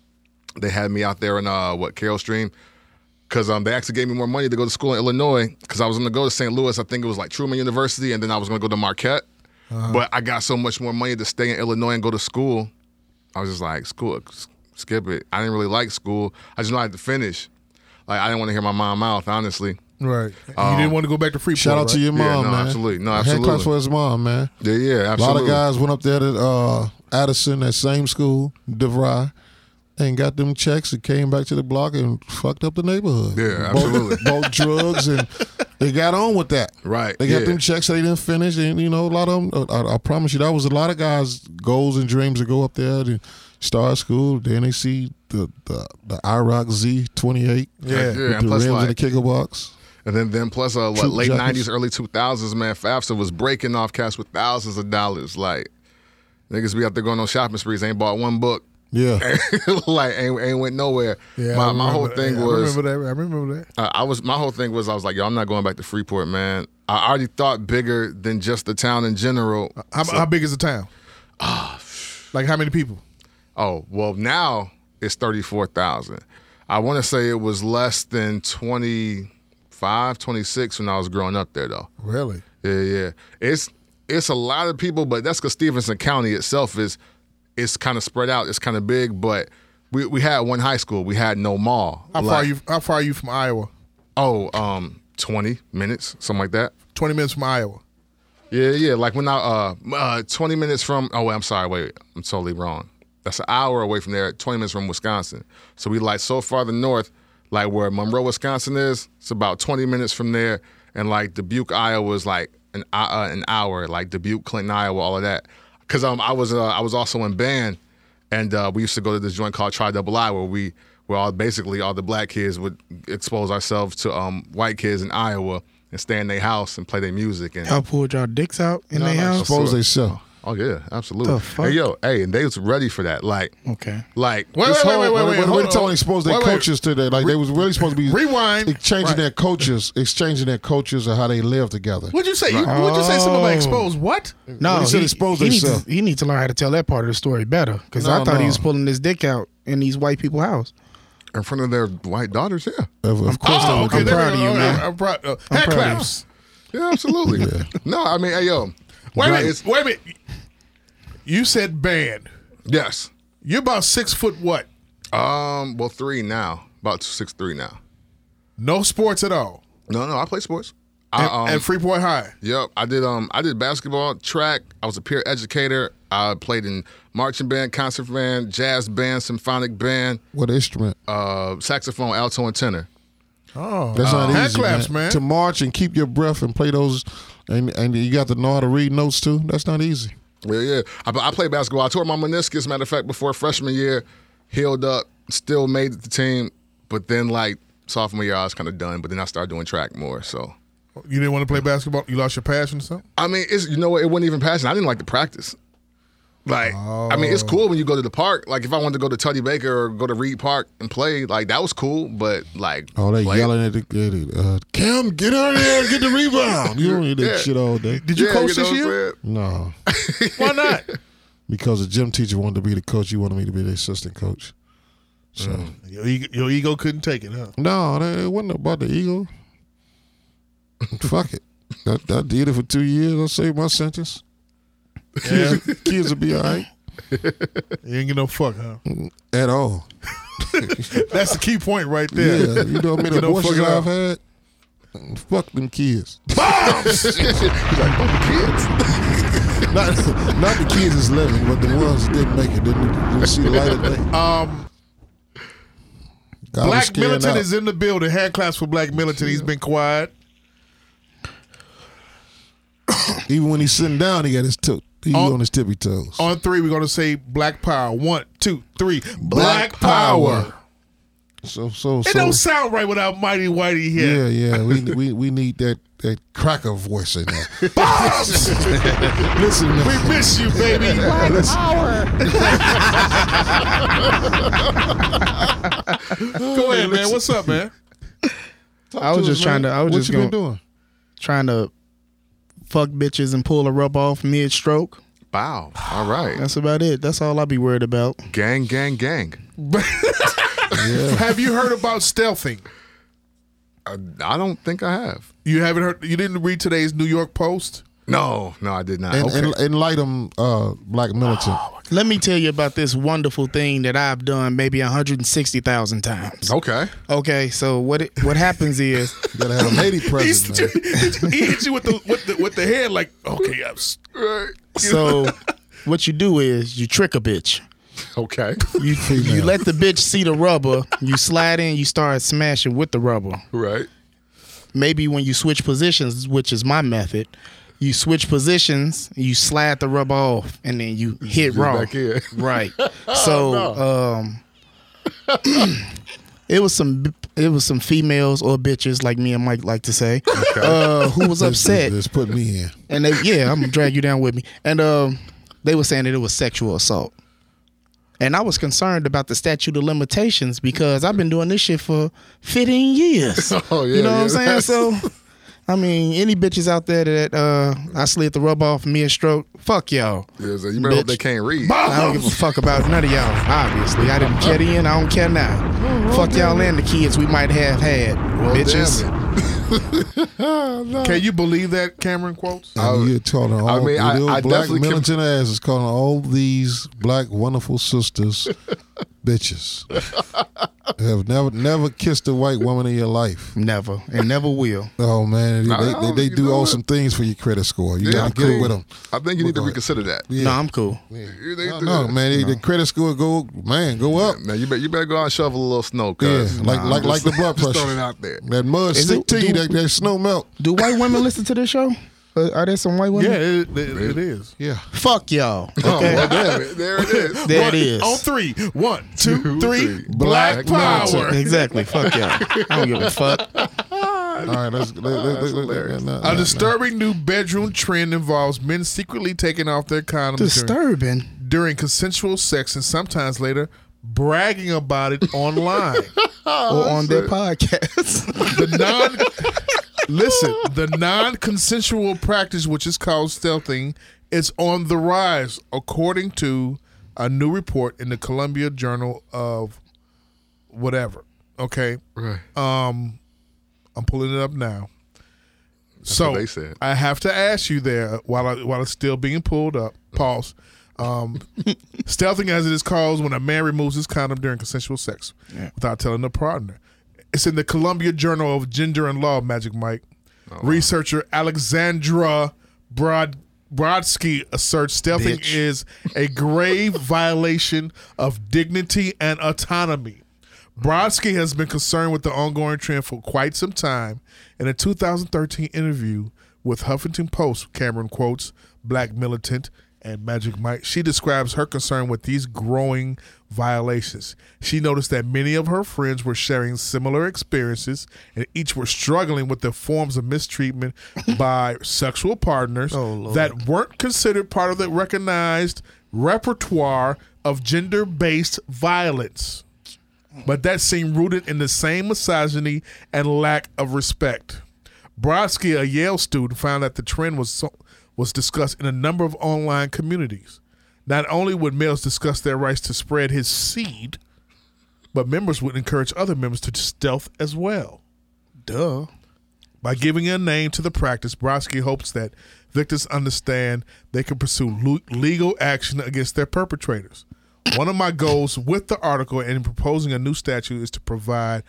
A: they had me out there in uh, what Carroll Stream, because um, they actually gave me more money to go to school in Illinois because I was going to go to St. Louis. I think it was like Truman University, and then I was going to go to Marquette.
D: Uh-huh.
A: But I got so much more money to stay in Illinois and go to school. I was just like, school, s- skip it. I didn't really like school. I just know I had to finish. Like I didn't want to hear my mom out, honestly.
E: Right. you didn't want to go back to Freeport.
D: Shout out to
E: right?
D: your mom,
A: Um, Yeah, no,
D: man.
A: absolutely. No,
D: Hand claps
A: absolutely.
D: for his mom, man.
A: Yeah,
D: A
A: yeah,
D: lot
A: absolutely.
D: of guys went up there to uh, Addison, that same school, DeVry, and got them checks and came back to the block and fucked up the neighborhood.
A: Yeah,
D: Bought- *laughs*
A: absolutely.
D: Bought, drugs and they got on with that.
A: Right,
D: They got
A: yeah.
D: them checks they didn't finish. And, you know, a lot of them, I, I promise you, that was a lot of guys' goals and dreams to go up there to start school. Then they see the, the, the IROC Z28.
E: Yeah.
D: with
A: Yeah,
D: the
A: and
D: rims
A: plus,
D: and the
A: like-
D: kicker box.
A: And then, then plus, uh, what,
D: Troop
A: late
D: jackets.
A: '90s, early 2000s, man, FAFSA was breaking off cash with thousands of dollars. Like niggas be out there going on shopping sprees, ain't bought one book,
D: Yeah.
A: *laughs* like ain't, ain't went nowhere.
E: Yeah, I
A: my my whole
E: remember-
A: thing
E: yeah,
A: was,
E: I remember that. I remember that.
A: uh, I was my whole thing was, I was like, yo, I'm not going back to Freeport, man. I already thought bigger than just the town in general.
E: How, how big is the town? Ah, like how many people?
A: Oh well, now it's thirty four thousand. I want to say it was less than 25, 26 when I was growing up there, though.
E: Really?
A: Yeah, yeah. It's it's a lot of people, but that's because Stevenson County itself is it's kind of spread out. It's kind of big, but we, we had one high school. We had no mall.
E: How far
A: Like,
E: are you? How far are you from Iowa?
A: Oh, um, twenty minutes, something like that.
E: Twenty minutes from Iowa.
A: Yeah, yeah. Like when I uh, uh twenty minutes from. Oh, wait, I'm sorry. Wait, I'm totally wrong. That's an hour away from there. Twenty minutes from Wisconsin. So we like so farther north, like where Monroe, Wisconsin is. It's about twenty minutes from there, and like Dubuque, Iowa is like an hou- uh, an hour. Like Dubuque, Clinton, Iowa, all of that. Because um, I was uh, I was also in band, and uh, we used to go to this joint called Tri Double I, where we where all basically all the black kids would expose ourselves to um white kids in Iowa and stay in their house and play their music and
G: Y'all pulled y'all dicks out in their house.
D: Suppose they sell.
A: Oh yeah, absolutely.
G: The fuck?
A: Hey yo, hey, and they was ready for that. Like,
G: Okay.
A: like
E: Wait,
A: this
E: wait,
A: whole-
E: wait, wait, wait,
D: But
E: hold
D: we're
E: on.
D: telling exposed their
E: Wait, wait.
D: coaches today. Like they was really supposed to be
E: Rewind.
D: exchanging
E: Right.
D: their coaches, exchanging their coaches and how they live together.
E: What'd you say? You, What'd you say? Something about
G: Oh.
E: exposed? What?
G: No,
D: He said expose
G: he, needs
D: himself.
G: to, he needs to learn how to tell that part of the story better. Because I
D: No,
G: thought
D: no.
G: he was pulling his dick out in these white people house.
A: in front of their white daughters. Yeah,
D: Of, of course,
E: Oh,
D: they
E: okay.
D: would
E: there
D: do.
E: we
G: proud of
E: go.
G: you,
E: Okay,
G: man.
E: I'm proud. Uh, hand
G: proud of you.
E: claps.
A: yeah, absolutely. No, I mean, hey yo,
E: Wait a
A: Right,
E: minute.
A: it's-
E: Wait a minute. You said band.
A: yes.
E: You're about six foot what?
A: Um, well, three now, about six three now.
E: No sports at all.
A: No, no, I play sports. I,
E: At,
A: um,
E: at Freeport High.
A: Yep, I did. Um, I did basketball, track. I was a peer educator. I played in marching band, concert band, jazz band, symphonic band,
D: What instrument?
A: uh, saxophone, alto, and tenor.
D: That's not
E: uh, hand
D: easy,
E: claps,
D: man.
E: man.
D: To march and keep your breath and play those, and and you got to know how to read notes too. That's not easy.
A: Yeah, yeah. I, I played basketball. I tore my meniscus, matter of fact, before freshman year. Healed up, still made the team. But then, like, sophomore year, I was kind of done. But then I started doing track more. So,
E: You didn't want to play basketball. You lost your passion or something.
A: I mean, it's you know what? It wasn't even passion. I didn't like to practice. Like, I mean, it's cool when you go to the park. Like, if I wanted to go to Tuddy Baker or go to Reed Park and play, like, that was cool. But, like,
D: Oh, they
A: play-
D: yelling at the, at the uh, Cam, get out of there and get the rebound. You don't need that
A: Yeah.
D: shit all day.
E: Did you
A: Yeah,
E: coach
A: know
E: this
A: what I'm
E: year?
A: saying?
D: No,
E: *laughs* Why not?
D: because the gym teacher wanted to be the coach. You wanted me to be the assistant coach. So
E: your, ego, your ego couldn't take it, huh?
D: No, that, it wasn't about
E: *laughs*
D: the ego. Fuck it. I, I did it for two years. I saved my sentence.
E: Yeah.
D: Kids will be all right
E: *laughs* you ain't get no fuck, huh?
D: at all.
E: That's the key point right
D: Yeah,
E: there. *laughs*
D: you know how many
E: You don't fuck
D: abortions
E: it up.
D: I've had? Fuck
E: *laughs*
D: them kids. not, not the kids that's living, but the ones that didn't make it. Didn't, didn't see the light of day.
E: *laughs* Um,
D: God was
E: Black
D: scared
E: Militant
D: out.
E: is in the building. Hand claps for Black Militant. He's been quiet.
D: Even when he's sitting down, he got his toe. He's
E: On-
D: on, his tippy toes.
E: On three, we're gonna say Black Power. One, two, three.
D: Black power. So so
E: It
D: so.
E: don't sound right without Mighty Whitey *laughs* here.
D: yeah, yeah.
A: *laughs*
D: We, we we need that that cracker voice in there.
E: Bombs!
D: Listen, man.
E: we miss you, baby. Go ahead, man. What's up, man?
D: Talk
G: I was
D: to us,
G: just trying
D: man.
G: to- I was
D: what
G: just
D: you been
G: gonna-
D: doing?
G: Trying to fuck bitches and pull a rub off mid stroke.
A: Wow. All right.
G: That's about it. That's all I be worried about.
A: Gang,
E: *laughs*
A: gang, gang.
E: Have you heard about stealthing?
A: I, I don't think I have.
E: You haven't heard. You didn't read today's New York Post.
A: No, no, I did not.
D: And,
A: *laughs* okay. Oh.
D: and, and light 'em, uh, black militant.
G: Let me tell you about this wonderful thing that I've done maybe 160,000 times.
A: okay.
G: Okay, so what it, what
D: *laughs*
G: happens is
D: Gotta have a
A: *laughs*
D: lady
E: He's,
D: present. man.
E: he hit you with the with the with the head like, okay, I'm s-
D: *laughs*
G: so what you do is you trick a bitch.
A: Okay.
G: You you let the bitch see the rubber, you slide in, you start smashing with the rubber.
A: right.
G: Maybe when you switch positions, which is my method, you switch positions, you slide the rubber off, and then you hit raw.
A: back in.
G: *laughs* Right. So um *clears throat* It was some b- it was some females or bitches like me and Mike like to say uh, who was
D: This-
G: upset
D: This put me in.
G: and they yeah I'm gonna drag you down with me and um they were saying that it was sexual assault and I was concerned about the statute of limitations because I've been doing this shit for 15 years
A: *laughs* Oh, yeah,
G: you know what I'm saying
A: yeah,
G: so
A: *laughs*
G: I mean any bitches out there that uh, I slid the rub off mid stroke fuck y'all
A: Yeah, so you better hope
G: Bitch.
A: they can't read.
G: I don't give a fuck about none of y'all. Obviously, I didn't care then. I don't care now. fuck y'all and the kids we might have had, bitches.
A: Damn it.
E: Can you believe that Cameron quotes?
D: I mean, you're calling all
A: I mean, I-
D: little
A: I
D: black
A: definitely can-
D: militant asses calling all these black wonderful
A: *laughs*
D: sisters bitches. Have never never kissed a white woman in your life.
G: Never and never will.
D: Oh man, they,
A: Nah,
D: they, they,
A: you
D: do
A: know
D: owe
A: what?
D: some things for your credit score. You
A: Yeah,
D: gotta get it with them.
A: I think you need to
D: Look,
A: reconsider that.
G: No, I'm cool.
A: You need
D: No,
A: to-
D: no, man, they- the credit score go man go up.
A: Now you better you better go out and shovel a little snow,
D: Yeah,
A: cuz.
D: like
A: Nah,
D: like
A: I'm
D: like
A: just-
D: the blood
A: *laughs* just
D: pressure.
A: throwing it out there.
D: That mud
G: Is
D: stick
G: it-
D: to you.
G: do-
D: That, that snow melt.
G: Do white *laughs* women listen to this show? Uh, are there some white women?
E: Yeah, it, it, it is.
D: Yeah.
G: Fuck y'all.
A: Oh, well, damn it. There
G: *laughs*
A: it is.
G: There
E: One-
G: it is.
E: On three. One, two, three. Black,
D: Black
E: power.
D: Mountain.
G: Exactly. Fuck y'all. I
E: *laughs*
G: don't give a fuck.
D: All right, let's.
G: *laughs*
D: Let, let, let, let, let, let,
E: A
D: let,
E: disturbing new bedroom trend involves men secretly taking off their condoms during,
G: Disturbing.
E: during consensual sex and sometimes later bragging about it online. Oh,
G: or on their podcast. *laughs*
E: the non listen, the non-consensual practice, which is called stealthing, is on the rise, according to a new report in the Columbia Journal of whatever. Okay,
A: Right.
E: I'm pulling it up now. so
A: what they said.
E: I have to ask you there while I, while it's still being pulled up. Pause.
A: *laughs*
E: Um, stealthing, as it is called, when a man removes his condom during consensual sex without telling the partner. It's in the Columbia Journal of Gender and Law. Magic Mike
A: Oh,
E: researcher Alexandra Brod. Brodsky asserts stealthing
G: Bitch.
E: is a
A: *laughs*
E: grave violation of dignity and autonomy. Brodsky has been concerned with the ongoing trend for quite some time. In a 2013 interview with Huffington Post, Cameron quotes Black Militant and Magic Mike. She describes her concern with these growing violations. She noticed that many of her friends were sharing similar experiences and each were struggling with the forms of mistreatment by sexual partners that weren't considered part of the recognized repertoire of gender based violence but that seemed rooted in the same misogyny and lack of respect. Brodsky, a Yale student, found that the trend was so, was discussed in a number of online communities. Not only would males discuss their rights to spread his seed, but members would encourage other members to stealth as well. Duh. By giving a name to the practice, Brodsky hopes that victims understand they can pursue le- legal action against their perpetrators. One of my goals with the article and in proposing a new statute is to provide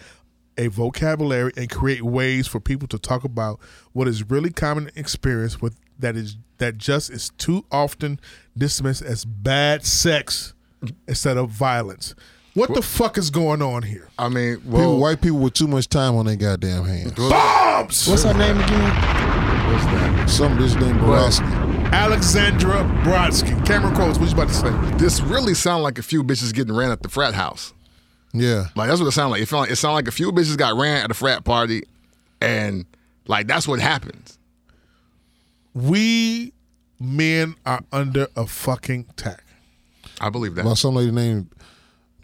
E: a vocabulary and create ways for people to talk about what is really common experience with that is that just is too often dismissed as bad sex instead of violence. What, the fuck is going on here?
A: I mean,
D: people,
A: well,
D: white people with too much time on their goddamn hands.
E: Bombs!
G: What's her name again?
D: Some of this name Barosky.
E: Alexandra Brodsky. Cameron Coates, what you about to say?
A: this really sound like a few bitches getting ran at the frat house.
D: Yeah.
A: Like that's what it sounded like. It sounded like, it sound like a few bitches got ran at a frat party, and like that's what happens.
E: We men are under a fucking attack.
A: I believe that.
D: By some lady named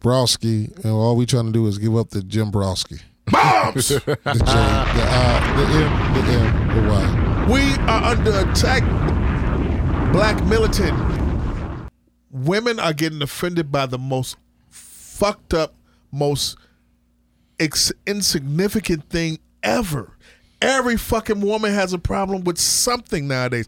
D: Browski, and all we trying to do is give up the Jim Browski.
E: Bombs.
D: The J, the I, the M, the M, the Y.
E: We are under attack, black militant. Women are getting offended by the most fucked up, most ex- insignificant thing ever. Every fucking woman has a problem with something nowadays.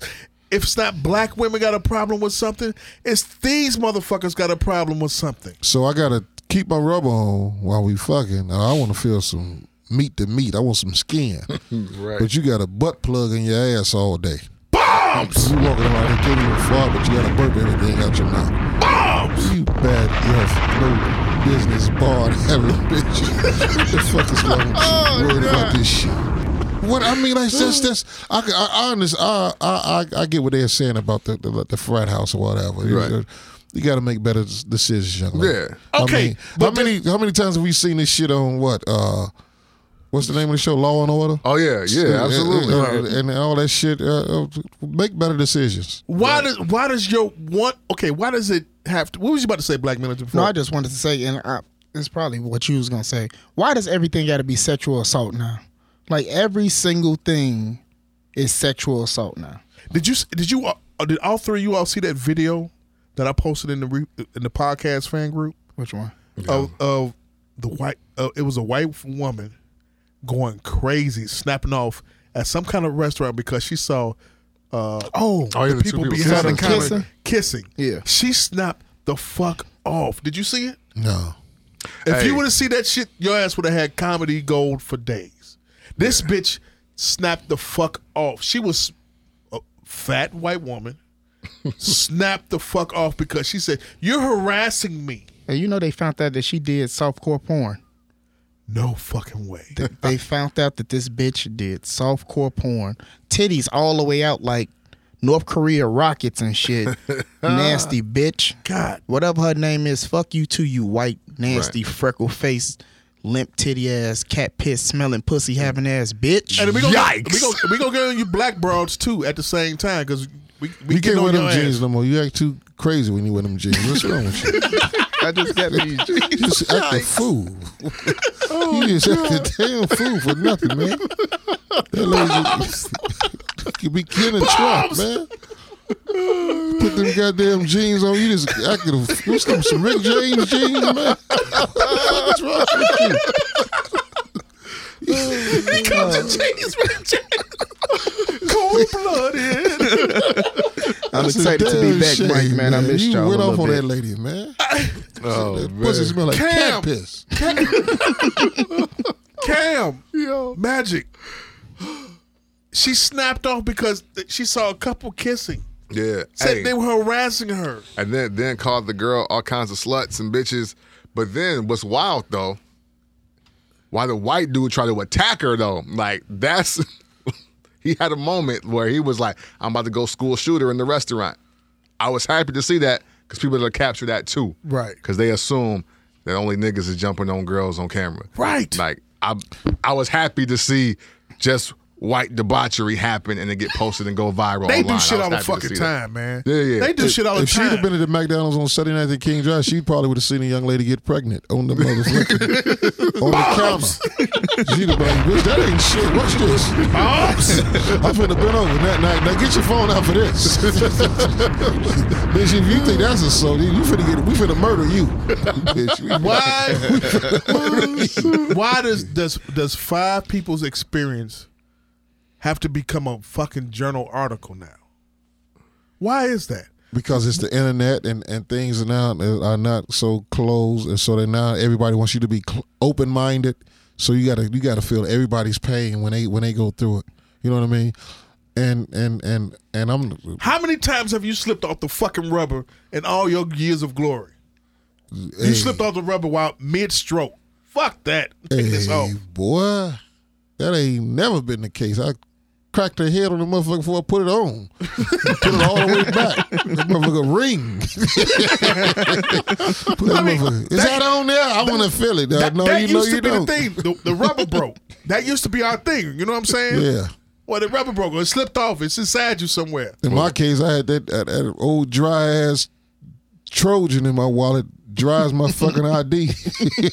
E: If it's not black women got a problem with something, it's these motherfuckers got a problem with something.
D: So I gotta keep my rubber on while we fucking. I want to feel some meat to meat. I want some
G: *laughs*
D: skin.
A: Right.
D: But you got a butt plug in your ass all day. Bombs! You walking around here can't even fart, but you got to burp everything out your mouth. Bombs! You bad left, no business barn having a bitch. what the fuck is wrong with you? worried about this shit? What I mean, like that's that's I I, I, honest, I, I I I get what they're saying about the the, the frat house or whatever. You-
A: Right.
D: You got to make better decisions, young lady.
A: Yeah.
D: I
E: Okay,
D: mean,
E: but
D: how many how many times have we seen this shit on what? Uh, what's the name of the show? Law and Order.
A: Oh yeah, yeah, absolutely. Oh,
D: And, and- and all that shit. Uh, uh, make better decisions.
E: Why does why does your want okay? Why does it have to? What was you about to say, black militant?
G: No,
E: before?
G: I just wanted to say, and I, it's probably what you was gonna say. Why does everything got to be sexual assault now? Like every single thing is sexual assault now.
E: Did you did you uh, did all three of you all see that video that I posted in the re, in the podcast fan group
G: Which one?
E: of of the white uh, it was a white woman going crazy snapping off at some kind of restaurant because she saw uh
G: Oh,
A: Oh, yeah, the two
E: people
A: people
E: behind her
A: sitting
E: counter
G: kissing?
E: kissing.
G: Yeah.
E: She snapped the fuck off. Did you see it?
D: No.
E: If
A: Hey.
E: you would have seen that shit, your ass would have had comedy gold for days. This bitch snapped the fuck off. She was a fat white
A: *laughs*
E: woman. snapped the fuck off because she said, "You're harassing me."
G: and you know they found out that she did softcore porn.
E: No fucking way.
G: Th- they found out that this bitch did softcore porn, titties all the way out like North Korea rockets and shit. nasty bitch.
E: God.
G: Whatever her name is, fuck you too, you white, nasty, freckle faced, limp titty ass, cat piss smelling pussy having ass bitch.
E: And we gonna
A: Yikes.
E: we gonna we gonna get on you black broads too at the same time because we we,
D: You
E: getting
D: can't wear
E: on
D: them
E: your
D: jeans
E: ass.
D: no more. You act too crazy when you wear them jeans. What's wrong with you?
G: *laughs* I just got these. Oh,
D: You just act a fool. you
G: *laughs*
D: just act a damn fool for nothing, man. That lady *laughs* you be killing Trump, man. Put them goddamn jeans on. You just acting a fool. What's them some Rick James jeans, man? What's wrong with you?
E: Cold
A: *laughs*
E: blooded.
G: I'm
D: That's a
G: excited to be
D: damn
G: back,
D: shame,
G: Mike, man. I missed
D: you
G: y'all.
D: went
G: a
D: off
G: little
D: on
G: bit.
D: that lady, man.
A: Oh, man.
D: Pussy smell like
E: Cam.
D: cat piss.
E: Cam, magic. She snapped off because th- she saw a couple kissing.
A: Yeah.
E: Said
A: Hey.
E: they were harassing her.
A: and then then called the girl all kinds of sluts and bitches. But then what's wild though, why the white dude tried to attack her though? Like that's *laughs* he had a moment where he was like, "I'm about to go school shooter in the restaurant." I was happy to see that because people that capture that too,
E: Right.
A: Because they assume that only niggas is jumping on girls on camera,
E: Right.
A: *laughs* Like I, I was happy to see just white debauchery happen and then get posted and go viral.
E: They
A: online.
E: do shit
A: I was
E: all the
A: happy to
E: fucking
A: see that.
E: time, man.
A: Yeah, yeah.
E: They do shit all the
D: if she'd
E: time.
D: have been at the McDonald's on Saturday night at King Drive, she probably would have seen a young lady get pregnant on the motherfucker
E: *laughs*
D: on the counter. She'd have been like, "Bitch, that ain't shit. Watch this. I'm finna bend over. Now, now, now get your phone out for this, *laughs* bitch. If you think that's assault, you finna get. We finna murder you, bitch. We- *laughs*
E: why? why does does does five people's experience have to become a fucking journal article now? Why is that?
D: Because it's the internet and, and things are now are not so closed, and so they now everybody wants you to be cl- open minded. So you gotta you gotta feel everybody's pain when they when they go through it. You know what I mean? And and and and I'm
E: How many times have you slipped off the fucking rubber in all your years of glory? You slipped off the rubber while mid stroke. Fuck that. Take this off.
D: hey, boy, that ain't never been the case. I cracked her head on the motherfucker before I put it on. *laughs* put it all the way back. That motherfucker ring. *laughs* put that motherfucker. Is that, on there? I want to feel it. dog.
E: That,
D: no,
E: that
D: you
E: used
D: know
E: to
D: you
E: be
D: don't.
E: the thing. The, the
D: *laughs*
E: rubber broke. That used to be our thing. You know what I'm saying?
D: Yeah.
E: Well, the rubber broke. It slipped off. It's inside you somewhere.
D: In my case, I had that, that, that old dry ass Trojan in my wallet. Dry as my
E: *laughs*
D: fucking *laughs* ID. you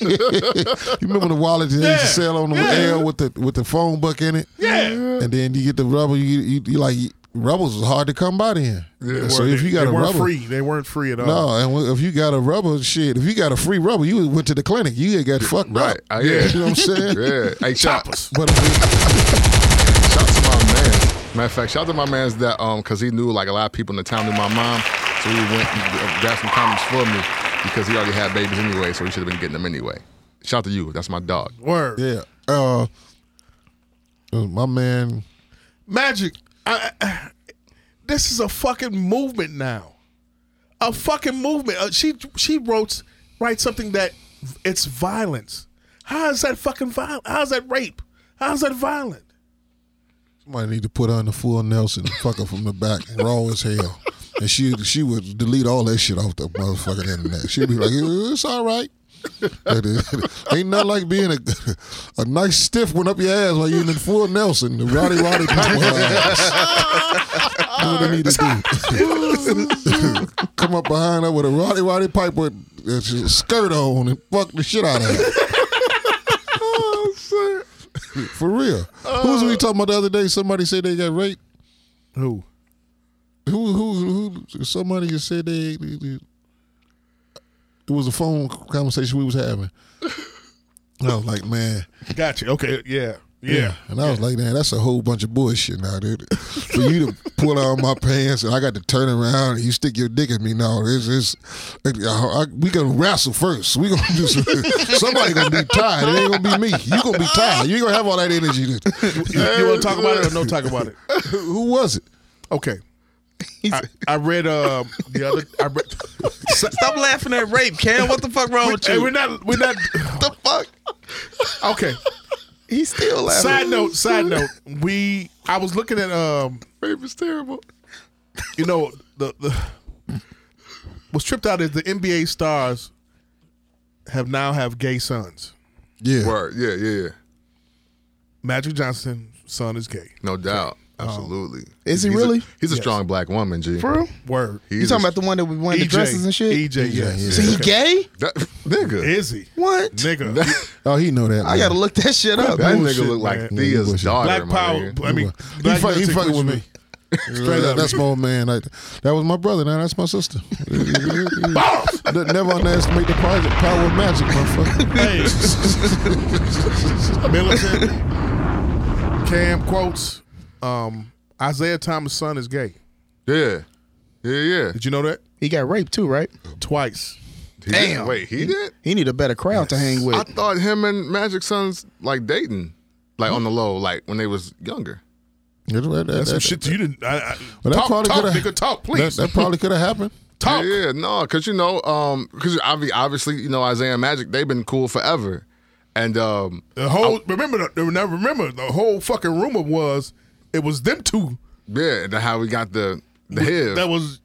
D: remember the wallet that they
E: Yeah.
D: used to sell on the
E: Yeah.
D: air with the with the phone book in it?
E: Yeah.
D: And then you get the rubber. You you, you like rubbers was hard to come by then. so if you got
E: they
D: a
E: weren't
D: rubber,
E: free. uh, They weren't free at all.
D: no, and if you got a rubber, shit, if you got a free rubber, you went to the clinic. You had got fucked
A: Right.
D: up.
A: I hear
D: You know what I'm saying?
E: *laughs*
A: Yeah. Hey, shout,
D: But uh, I
A: shout to my man. Matter of fact, shout to my man's that um because he knew like a lot of people in the town knew my mom, so he went and got some condoms for me because he already had babies anyway, so he should have been getting them anyway. Shout to you. That's my dog.
E: Word.
D: mean, yeah. Uh, uh, my man,
E: Magic. I, I, this is a fucking movement now. A fucking movement. Uh, she she wrote write something that it's violence. How is that fucking violent? How is that rape? How is that violent?
D: somebody need to put her in the full Nelson, and fuck her from the back, *laughs* raw as hell. And she she would delete all that shit off the motherfucking internet. She'd be like, "Uh, it's all right. It is- *laughs* Ain't nothing like being a a nice stiff one up your ass while you in the full Nelson, the Roddy Roddy Piper ass. That's what they need to do. *laughs* Come up behind her with a Roddy Roddy Piper uh, skirt on and fuck the shit out of her. For real. who was we talking about the other day? Somebody said they got raped.
E: Who?
D: Who who who? Somebody just said they. they- they- it was a phone conversation we was having. And I was like, man.
E: Gotcha. Okay. Yeah. Yeah.
D: And I was like, man, that's a whole bunch of bullshit now, dude. For you to pull out my pants and I got to turn around and you stick your dick at me now, it's, it's I, I, we gonna wrestle first. We gonna do some, somebody gonna be tired. It ain't gonna be me. You gonna be tired. You ain't gonna have all that energy. To,
E: You, you want to talk about it or no talk about it?
D: who was it?
E: Okay. I, I read um, the other. I read,
H: Stop laughing at rape, Cam. What the fuck wrong with
E: hey,
H: you?
E: we're not. We're not.
H: the fuck?
E: Okay.
H: He's still
E: *laughs*
H: laughing.
E: Side note. Side note. We. I was looking at um.
A: Rape is terrible.
E: You know the the. What's tripped out is the NBA stars have now have gay sons.
D: Yeah.
A: Word. Yeah. Yeah. Yeah.
E: Magic Johnson's son is gay.
A: No doubt. Absolutely.
G: Um, Is he
A: He's a-
G: really?
A: he's a strong black woman, G.
G: For real?
E: Word. E
A: He's
G: You talking
A: a-
G: about the one that was wearing the
E: EJ,
G: dresses and shit?
E: EJ, yes.
D: E yeah.
G: So he gay?
A: that, *laughs* nigga.
E: Is he?
G: What?
E: Nigga.
D: Oh, he know that.
G: I
D: man.
G: gotta look that shit up.
A: that
E: bullshit,
A: nigga look like
E: man.
A: Thea's
D: bullshit.
A: daughter.
E: Black
A: my
E: power.
A: nigga.
E: I
G: *laughs*
E: mean,
D: he,
E: black
D: fuck, he
E: music
D: fucking
E: was
D: with me. Straight up, that's my old man. Like, that was my brother. Now that's my sister. *laughs* Ne- Never underestimate the power power of
E: *laughs*
D: magic, motherfucker.
E: Hey. *laughs* Militant. Cam quotes um, Isaiah Thomas' son is gay.
A: Yeah. Yeah. Yeah.
E: Did you know that?
G: He got raped too, right?
E: Twice.
A: He
G: Damn.
A: Did, wait, he did?
G: He need a better crowd to hang with.
A: I thought him and Magic Sons like dating, like on the low, like when they was younger.
D: That's
E: That's some shit you didn't. I, I,
D: Well, that
E: talk,
D: probably
E: talk,
D: coulda-
E: nigga, talk, please.
D: That, that probably could have happened.
E: talk.
A: Yeah, no, because you know, um, because obviously, you know, Isaiah and Magic, they've been cool forever, and um,
E: The whole remember the, the- now remember the whole fucking rumor was it was them two
A: yeah, and how we got the the head.
E: that was.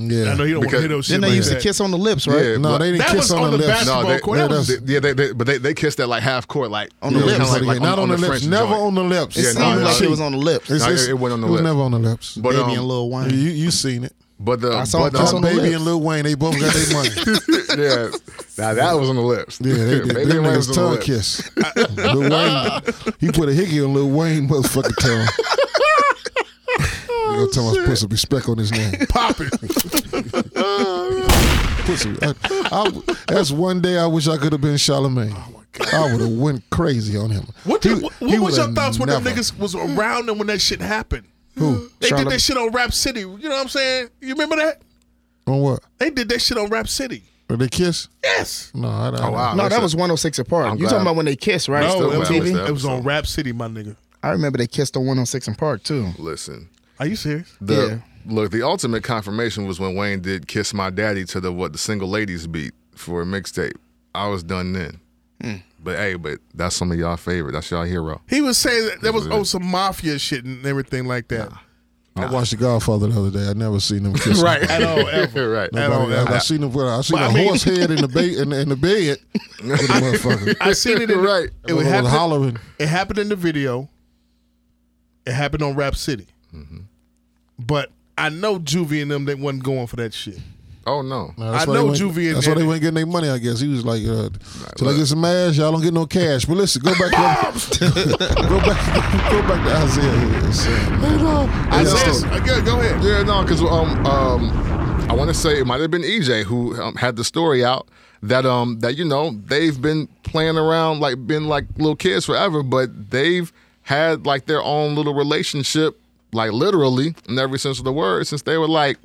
D: Yeah.
E: I know you don't want to
A: Because-
E: hear those shit.
G: then they
E: like
G: used to
E: that.
G: kiss on the lips, right?
A: Yeah.
D: no, they didn't
E: That was
D: kiss on,
E: on
D: the
E: the
D: lips.
E: basketball
A: they,
E: court. That
A: they-
E: was-
A: they- yeah, they, they, but they, they kissed that like half court, like
G: On the
A: you know,
G: lips.
A: kinda like, like,
D: not on, the lips,
A: French
D: never
A: joint.
D: on the lips.
G: It
A: Yeah,
G: seemed
A: no, no,
G: like
A: no.
G: it was on the lips.
D: It's-
A: No,
D: it's-
A: it wasn't on the
D: it was
A: lips.
D: never on the lips.
A: But
G: Baby
A: um,
G: and Lil
D: you
G: Wayne.
D: you seen it?
A: but the
G: I saw him
A: but,
G: kiss
A: um,
G: on the
D: Baby
G: lips.
D: and Lil Wayne, they both got their money.
A: *laughs* yeah, now that was on the lips.
E: *laughs*
A: *laughs*
D: Yeah, they did.
A: Baby
D: Them
A: Wayne was
D: niggas tongue
A: on the lips.
D: kiss. Lil Wayne, he put a hickey on Lil Wayne motherfucking tongue. You know, Thomas put some respect on his name.
E: *laughs* popping.
D: *laughs* Put some, I, I- that's one day I wish I could have been Charlemagne. I would have went crazy on him.
E: Oh What,
D: He-
E: did, what,
D: he
E: what was your
D: would've
E: thoughts when them
D: never-
E: niggas was around them when that shit happened?
D: Who?
E: They did
G: Charlotte-
E: that shit on Rap City. You know what I'm saying? You remember that?
D: On what?
E: They did that shit on Rap City.
D: Did they kiss?
E: Yes.
D: No, I don't.
A: Oh wow,
G: No, that
A: that's
G: was 106 apart.
A: I'm
G: you
A: glad-
G: talking about when they kissed, right?
A: still
E: No, it
A: glad
E: was,
A: I
E: on,
A: missed that
E: it was on
A: episode.
E: Rap City, my nigga.
G: I remember they kissed on 106 in Park too.
A: a- listen.
E: Are you serious?
A: The look, the ultimate confirmation was when Wayne did "Kiss My Daddy" to the what the single ladies beat for a mixtape. I was done then.
E: Hmm.
A: But hey, but that's some of y'all favorite. That's y'all hero.
E: He was saying that there was
A: Yeah.
E: oh some mafia shit and everything like that.
D: I watched The Godfather the other day. I never seen them
A: *laughs*
D: kiss.
E: At all, ever.
A: right.
E: At all,
D: I,
E: ever.
D: I seen them. I seen
E: But
D: a
E: I mean-
D: horse head in the ba- in, the- in the bed. With the motherfucker.
E: *laughs* I seen it in
A: Right.
E: It was
D: Motherfucker was
E: happening.
D: hollering.
E: It happened in the video. It happened on Rap City. Mm-hmm. But I know Juvie and them they wasn't going for that shit.
A: Oh no.
D: Nah, that's
E: I
D: why they
E: know
D: went-
E: Juvie in
D: That's why
E: there.
D: they weren't getting their money. I guess he was like, uh, "Till I
A: look.
D: get some ass, y'all don't get no cash." But listen, go back,
E: *laughs*
D: to, *laughs* go back, go back to Isaiah. Here, son.
E: uh, Isaiah's- okay, go ahead.
A: Yeah, no, because um um I want to say it might have been EJ who um, had the story out that um that you know they've been playing around like been like little kids forever, but they've had like their own little relationship like literally in every sense of the word since they were like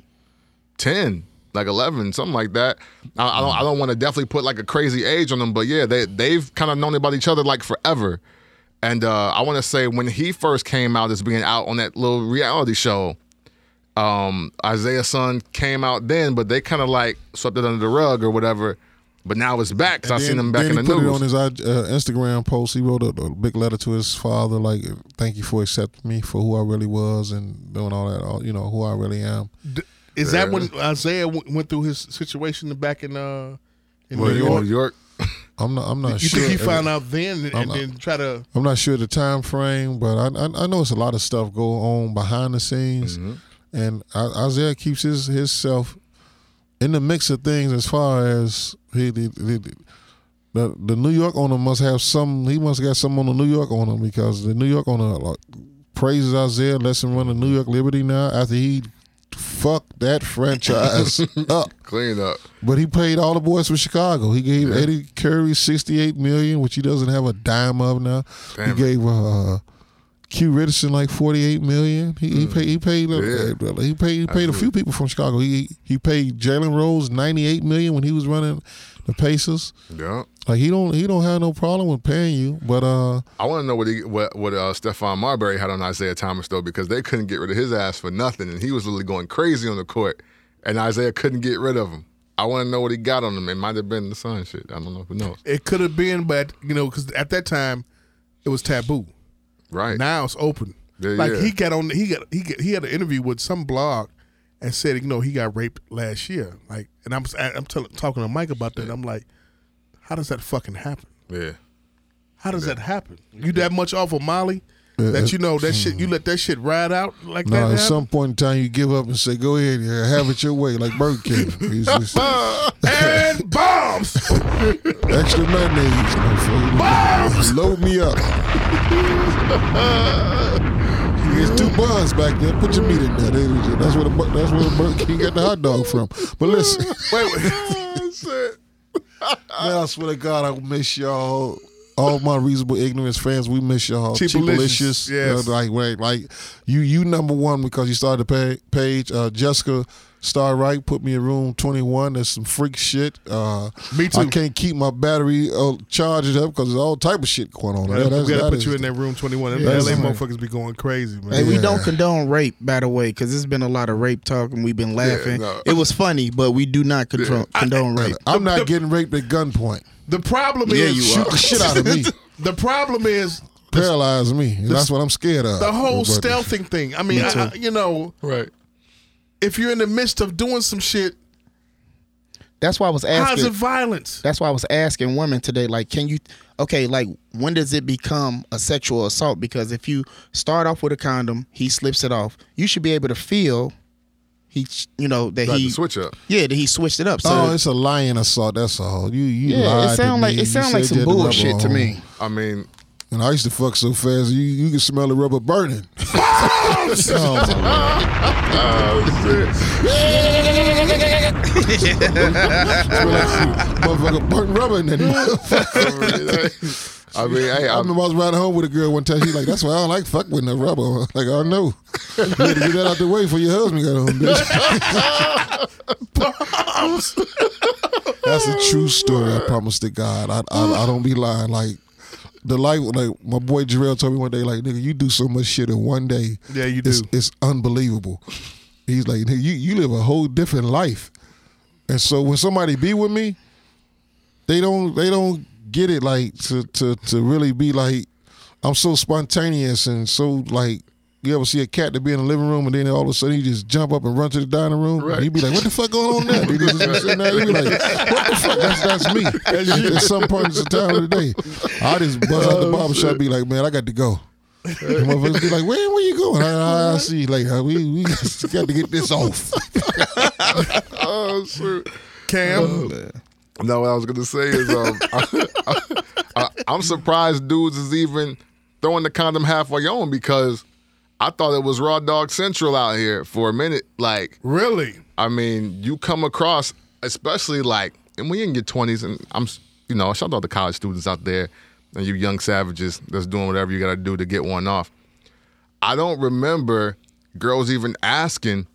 A: ten. Like eleven, something like that. I, I don't. I don't want to definitely put like a crazy age on them, but yeah, they they've kind of known about each other like forever. And uh, I want to say when he first came out as being out on that little reality show, um, Isaiah's son came out then, but they kind of like swept it under the rug or whatever. But now it's back because I seen him back
D: then
A: in the
D: he put
A: news.
D: it on his uh, Instagram post. He wrote a, a big letter to his father, like, "Thank you for accepting me for who I really was and doing all that. All you know, who I really am."
E: D- Is that when Isaiah w- went through his situation back in uh in
A: Well,
E: New
A: you-
E: York?
A: New York.
D: I'm not. I'm not
E: You
D: sure.
E: think he found out then and,
D: I'm
E: and
D: not-
E: then try to
D: I'm not sure the time frame, but I I, I know it's a lot of stuff go on behind the scenes, and I, Isaiah keeps his his self in the mix of things as far as he. he, he the, the New York owner must have some. He must got some on the New York owner because the New York owner like, praises Isaiah. Lets him run the New York Liberty now after he fucked that franchise up.
A: Clean up.
D: But he paid all the boys from Chicago. He gave Eddie Curry sixty-eight million, which he doesn't have a dime of now.
A: Damn it.
D: he gave uh, Q Richardson like forty-eight million. He, he paid. He paid.
A: Hmm. Yeah.
D: uh, he paid. He paid a few people from Chicago. He he paid Jalen Rose ninety-eight million when he was running the Pacers.
A: Yeah.
D: Like he don't he don't have no problem with paying you. But uh,
A: I want to know what he, what what uh, Stefan Marbury had on Isaiah Thomas though, because they couldn't get rid of his ass for nothing, and he was literally going crazy on the court, and Isaiah couldn't get rid of him. I want to know what he got on him. It might have been the sun shit. I don't know who knows.
E: it could have been, but you know, because at that time it was taboo.
A: Right.
E: Now it's open.
A: Yeah,
E: like
A: yeah.
E: he got on, he got he got, he had an interview with some blog and said, you know, he got raped last year. Like, and I'm I'm tell, talking to Mike about that. I'm like, how does that fucking happen?
A: yeah.
E: How does that happen? You that much off of Molly that you know that shit? You let that shit ride out like
D: no,
E: that?
D: at
E: happen?
D: some point in time you give up and say, "Go ahead, yeah, have it your way," like Burger King. He's
A: *laughs*
D: just
E: and bombs,
D: extra
A: *laughs*
D: mayonnaise. motherfucker.
E: bombs.
D: Load
E: *laughs*
D: me up. There's two buns back there. Put your meat in there. They- That's where the bur- that's where the Burger King got the hot dog from. But listen,
E: *laughs* Wait, wait.
D: *laughs* man, I swear to God, I miss y'all. All my reasonable ignorance fans, we miss y'all.
E: Cheapalicious,
D: Cheapalicious, you know,
E: yes.
D: like wait, like you you number one because you started the pa- page. Uh, Jessica Star Wright put me in room twenty one. There's some freak shit. Uh,
E: Me too.
D: I can't keep my battery uh, charged up because there's all type of shit going on.
E: We gotta,
D: That's-
E: we gotta
D: that
E: put
D: is-
E: you in that room twenty one.
D: Yeah,
E: LA
D: that's right.
E: motherfuckers be going crazy, man.
G: Hey, we
D: Yeah.
G: don't condone rape, by the way, because there's been a lot of rape talk and we've been laughing.
A: no.
G: It was funny, but we do not contro- condone rape.
D: I'm not getting raped at gunpoint.
E: The problem is
D: Shoot the shit out
E: *laughs*
D: of me.
E: The problem is
D: Paralyze me. That's what I'm scared of.
E: the whole
D: But-
E: stealthing thing. I mean, I, I- you know,
A: Right.
E: if you're in the midst of doing some shit,
G: That's why I was asking.
E: how's it violence?
G: That's why I was asking women today, like, can you, okay, like, when does it become a sexual assault? Because if you start off with a condom, he slips it off. You should be able to feel he, you know, that
A: Like
G: he
A: the switch up.
G: Yeah, that he switched it up. So
D: Oh, it's a lion assault. That's all. You you
G: yeah,
D: lied
G: it
D: to
G: sound like
D: me. You
G: it sound like
D: said
G: some
D: you had the rubber
G: bullshit to
D: on.
G: me.
A: I mean,
D: And I used to fuck so fast, you you could smell the rubber burning. *laughs* Oh, my God. Smell like some motherfucker burnt rubber in that motherfucker.
A: *laughs* I mean, hey,
D: I
A: I'm,
D: remember I was riding home with a girl one time. She like, that's why I don't like fuck with no rubber. on." Like, I know. You had to get that out the way before your husband got home, bitch. That's a true story. I promise to God, I I, I don't be lying. Like the life, like my boy Jarrell told me one day, like nigga, you do so much shit in one day.
E: Yeah, you
D: It's,
E: do.
D: it's unbelievable. He's like, nigga, you you live a whole different life, and so when somebody be with me, they don't they don't get it like to to to really be like I'm so spontaneous and so like you ever see a cat that be in the living room and then all of a sudden he just jump up and run to the dining room?
A: Right.
D: He'd be like, "What the fuck going on
E: *laughs*
D: there?" He just be sitting there, he be like, "What the fuck?" That's, that's
A: *laughs*
D: me. at, at some point in the time of the day, I just buzz out the barbershop, be like, "Man, I got to go." And motherfuckers be like, "Where where you going?" I, I, I see you later. We we *laughs* just got to get this off.
A: Oh, shoot.
E: Cam,
A: No, what I was gonna say is, um, *laughs* I, am surprised dudes is even throwing the condom halfway on because I thought it was raw dog central out here for a minute. Like,
E: really?
A: I mean, you come across, especially like, and when you're in your 20s, and I'm, s- you know, shout out to college students out there and you young savages that's doing whatever you gotta do to get one off. I don't remember girls even asking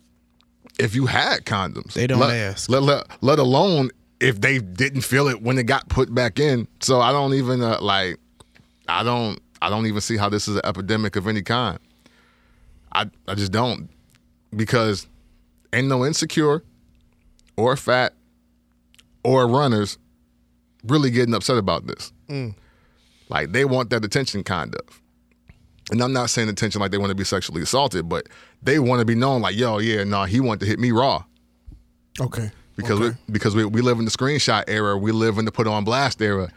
A: if you had condoms.
G: They don't
A: let,
G: ask.
A: Let, let, let alone if they didn't feel it when it got put back in. So I don't even uh, like. I don't. I don't even see how this is an epidemic of any kind. I I just don't because ain't no insecure or fat or runners really getting upset about this. Like they want that attention, kind of. And I'm not saying attention like they want to be sexually assaulted, but they want to be known like, yo, yeah, nah, he wanted to hit me raw
E: Okay.
A: because we because we, we live in the screenshot era, we live in the put on blast era,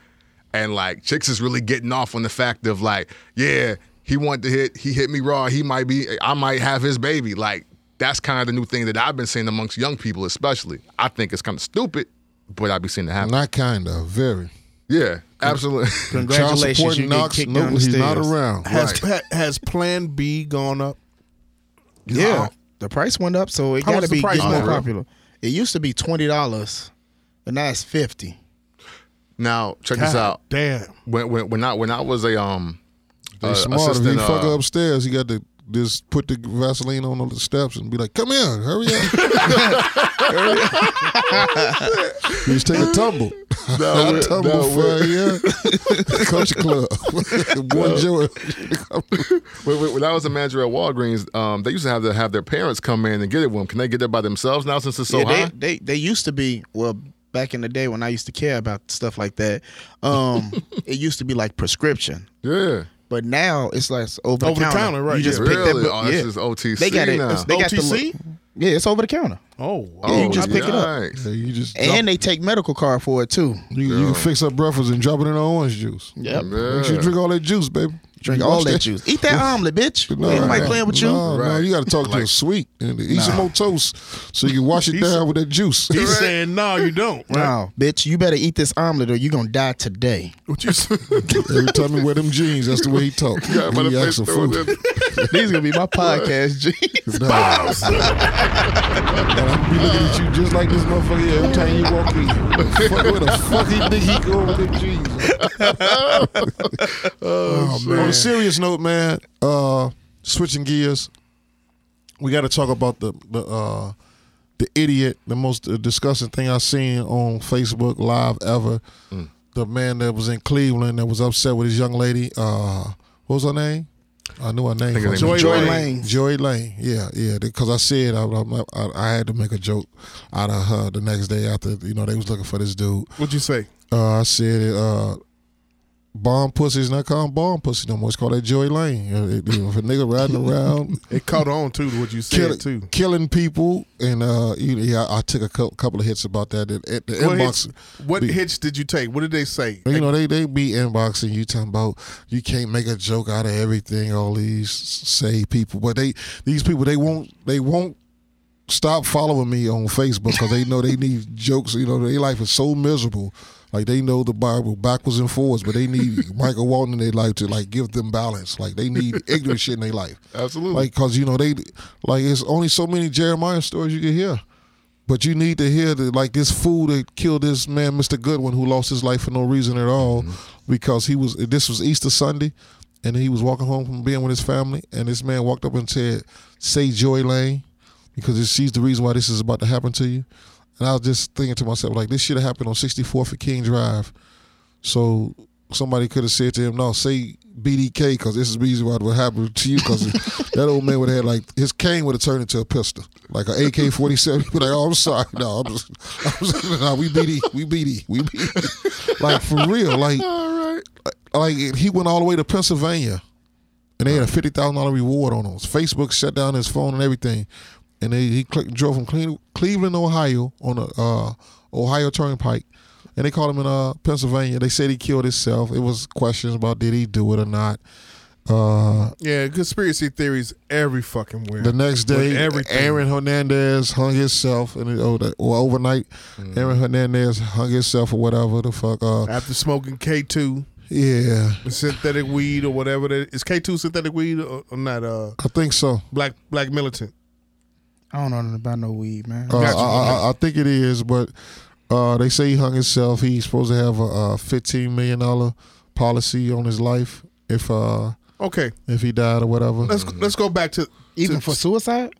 A: and like chicks is really getting off on the fact of like, yeah, he wanted to hit, he hit me raw, he might be, I might have his baby. Like that's kind of the new thing that I've been seeing amongst young people, especially. I think it's kind of stupid, but I be seeing it happen.
D: Not kind of, very.
A: yeah, absolutely. *laughs*
G: Congratulations,
D: Child support
G: you get
D: knocks.
G: kicked
D: Nope,
G: down the
D: he's not
G: stairs.
D: around.
E: Has ha- has Plan B gone up?
G: Yeah, the price went up, so it
E: How
G: got
E: much
G: to
E: the
G: be
E: price
G: getting more
E: went up?
G: popular. It used to be twenty dollars, but now it's fifty.
A: now check this
E: God
A: out.
E: Ah, Damn.
A: When when when I when I was a um,
D: They
A: uh,
D: smart. If he
A: assistant,
D: fuck
A: uh,
D: upstairs, he got to just put the Vaseline on all the steps and be like, "Come here, hurry
A: *laughs*
D: up." you just take a tumble. *laughs*
A: No,
D: I tumble
A: no,
D: for yeah. *laughs* Culture
A: *laughs*
D: club. Boy Joey.
A: When, when- when I was a manager at Walgreens, um, they used to have to have their parents come in and get it with them. Can they get it by themselves now since it's so
G: yeah, they,
A: high?
G: they they used to be well back in the day when I used to care about stuff like that. Um, it used to be like prescription,
A: yeah.
G: but now it's like over,
E: Over the counter, right,
G: You just
E: yeah.
G: pick that
A: Really?
G: book.
A: Oh,
G: yeah.
A: this is OTC
G: they got it.
A: now.
G: It's- They got the
E: OTC?
G: look- yeah, it's over the counter,
E: Oh,
A: oh,
G: you just pick it up.
A: yikes.
D: Yeah, you just drop-
G: and they take medical card for it too.
D: you, you can fix up breakfast and drop it in the orange juice.
G: Yep,
D: Make sure you
A: Yeah.
D: drink all that juice, baby.
G: drink
D: You
G: all
D: lost *laughs*
G: that juice. Eat that omelet, bitch.
D: No,
G: Ain't nobody
D: no,
G: playing with you.
D: No, no,
A: Right.
D: you got to talk to a sweet and eat some more toast so you can wash it
E: He's-
D: down with that juice.
E: He's saying no, you don't. Right?
G: No, bitch, you better eat this omelet or you gonna die today.
E: *laughs* What you *laughs* say?
D: Every time he wear them jeans, that's the way he talk.
A: Yeah, by the
D: he acts
A: face
D: a
A: throwing
D: fool.
A: them-
G: *laughs* These gonna be my podcast *laughs* jeans.
D: Nah. and I be looking at you just like this motherfucker here every time you walk in. Fuck, where the fuck he think he go with them jeans?
A: Oh,
D: On a serious note, man, uh, switching gears, we got to talk about the the uh, the idiot, the most disgusting thing I've seen on Facebook Live ever.
A: Mm.
D: The man that was in Cleveland that was upset with his young lady. Uh, what was her name? I knew her name.
A: think her
D: from-
A: name was Joy Joy Lane.
G: Lane.
D: Joy Lane. Yeah, yeah. Because I said I, I, I had to make a joke out of her the next day after you know they was looking for this dude.
E: What'd you say?
D: Uh, I said uh, bomb pussy is not called bomb pussy no more. It's called that Joy Lane. You know, it- you know, if a
E: *laughs*
D: nigga riding around
E: It caught on too to what you said
D: killing,
E: too.
D: killing people, and uh, you know, yeah, I took a cou- couple of hits about that. At, at the
E: What,
D: inbox,
E: hits, what
D: be-
E: hits did you take? What did they say?
D: you know, they they be inboxing you talking about you can't make a joke out of everything. All these say people, but they these people they won't they won't stop following me on Facebook because they know they need jokes. You know, their life is so miserable. Like they know the Bible backwards and forwards, but they need *laughs* Michael Walton in their life to like give them balance. Like they need ignorant shit in their life.
A: Absolutely.
D: Like cause you know they like it's only so many Jeremiah stories you can hear. But you need to hear that, like this fool that killed this man, Mr. Goodwin, who lost his life for no reason at all, because he was. This was Easter Sunday, and he was walking home from being with his family, and this man walked up and said, "Say Joy Lane," because it sees the reason why this is about to happen to you. And I was just thinking to myself, like this should have happened on 64th and King Drive. So somebody could have said to him, "No, say BDK because this is the reason why what happened to you because *laughs* that old man would have had like his cane would have turned into a pistol, like an AK forty seven. He'd be like, "Oh, I'm sorry, no, I'm just, *laughs* I'm just no, we BD, we BD, we BD." Like for real, like like he went all the way to Pennsylvania, and they had a fifty thousand dollar reward on him. Facebook shut down his phone and everything, and they, he cl- drove from Cle- Cleveland, Ohio, on a uh, Ohio Turnpike, and they caught him in uh, Pennsylvania. They said he killed himself. It was questions about did he do it or not. Uh,
E: Yeah, conspiracy theories every fucking where.
D: the next
E: With
D: day,
E: everything.
D: Aaron Hernandez hung himself, and it, oh, that, well, overnight, Aaron Hernandez hung himself or whatever the fuck. Uh,
E: after smoking K two
D: yeah,
E: synthetic weed or whatever that is K two synthetic weed or, or not? Uh,
D: I think so.
E: black black militant.
G: I don't know nothing about no weed, man.
D: Uh,
E: Gotcha.
D: I, I, I think it is, but uh, they say he hung himself. He's supposed to have a, uh fifteen million dollar policy on his life if uh,
E: Okay,
D: if he died or whatever.
E: let's let's go back to
G: Mm-hmm. Even
E: to-
G: for suicide?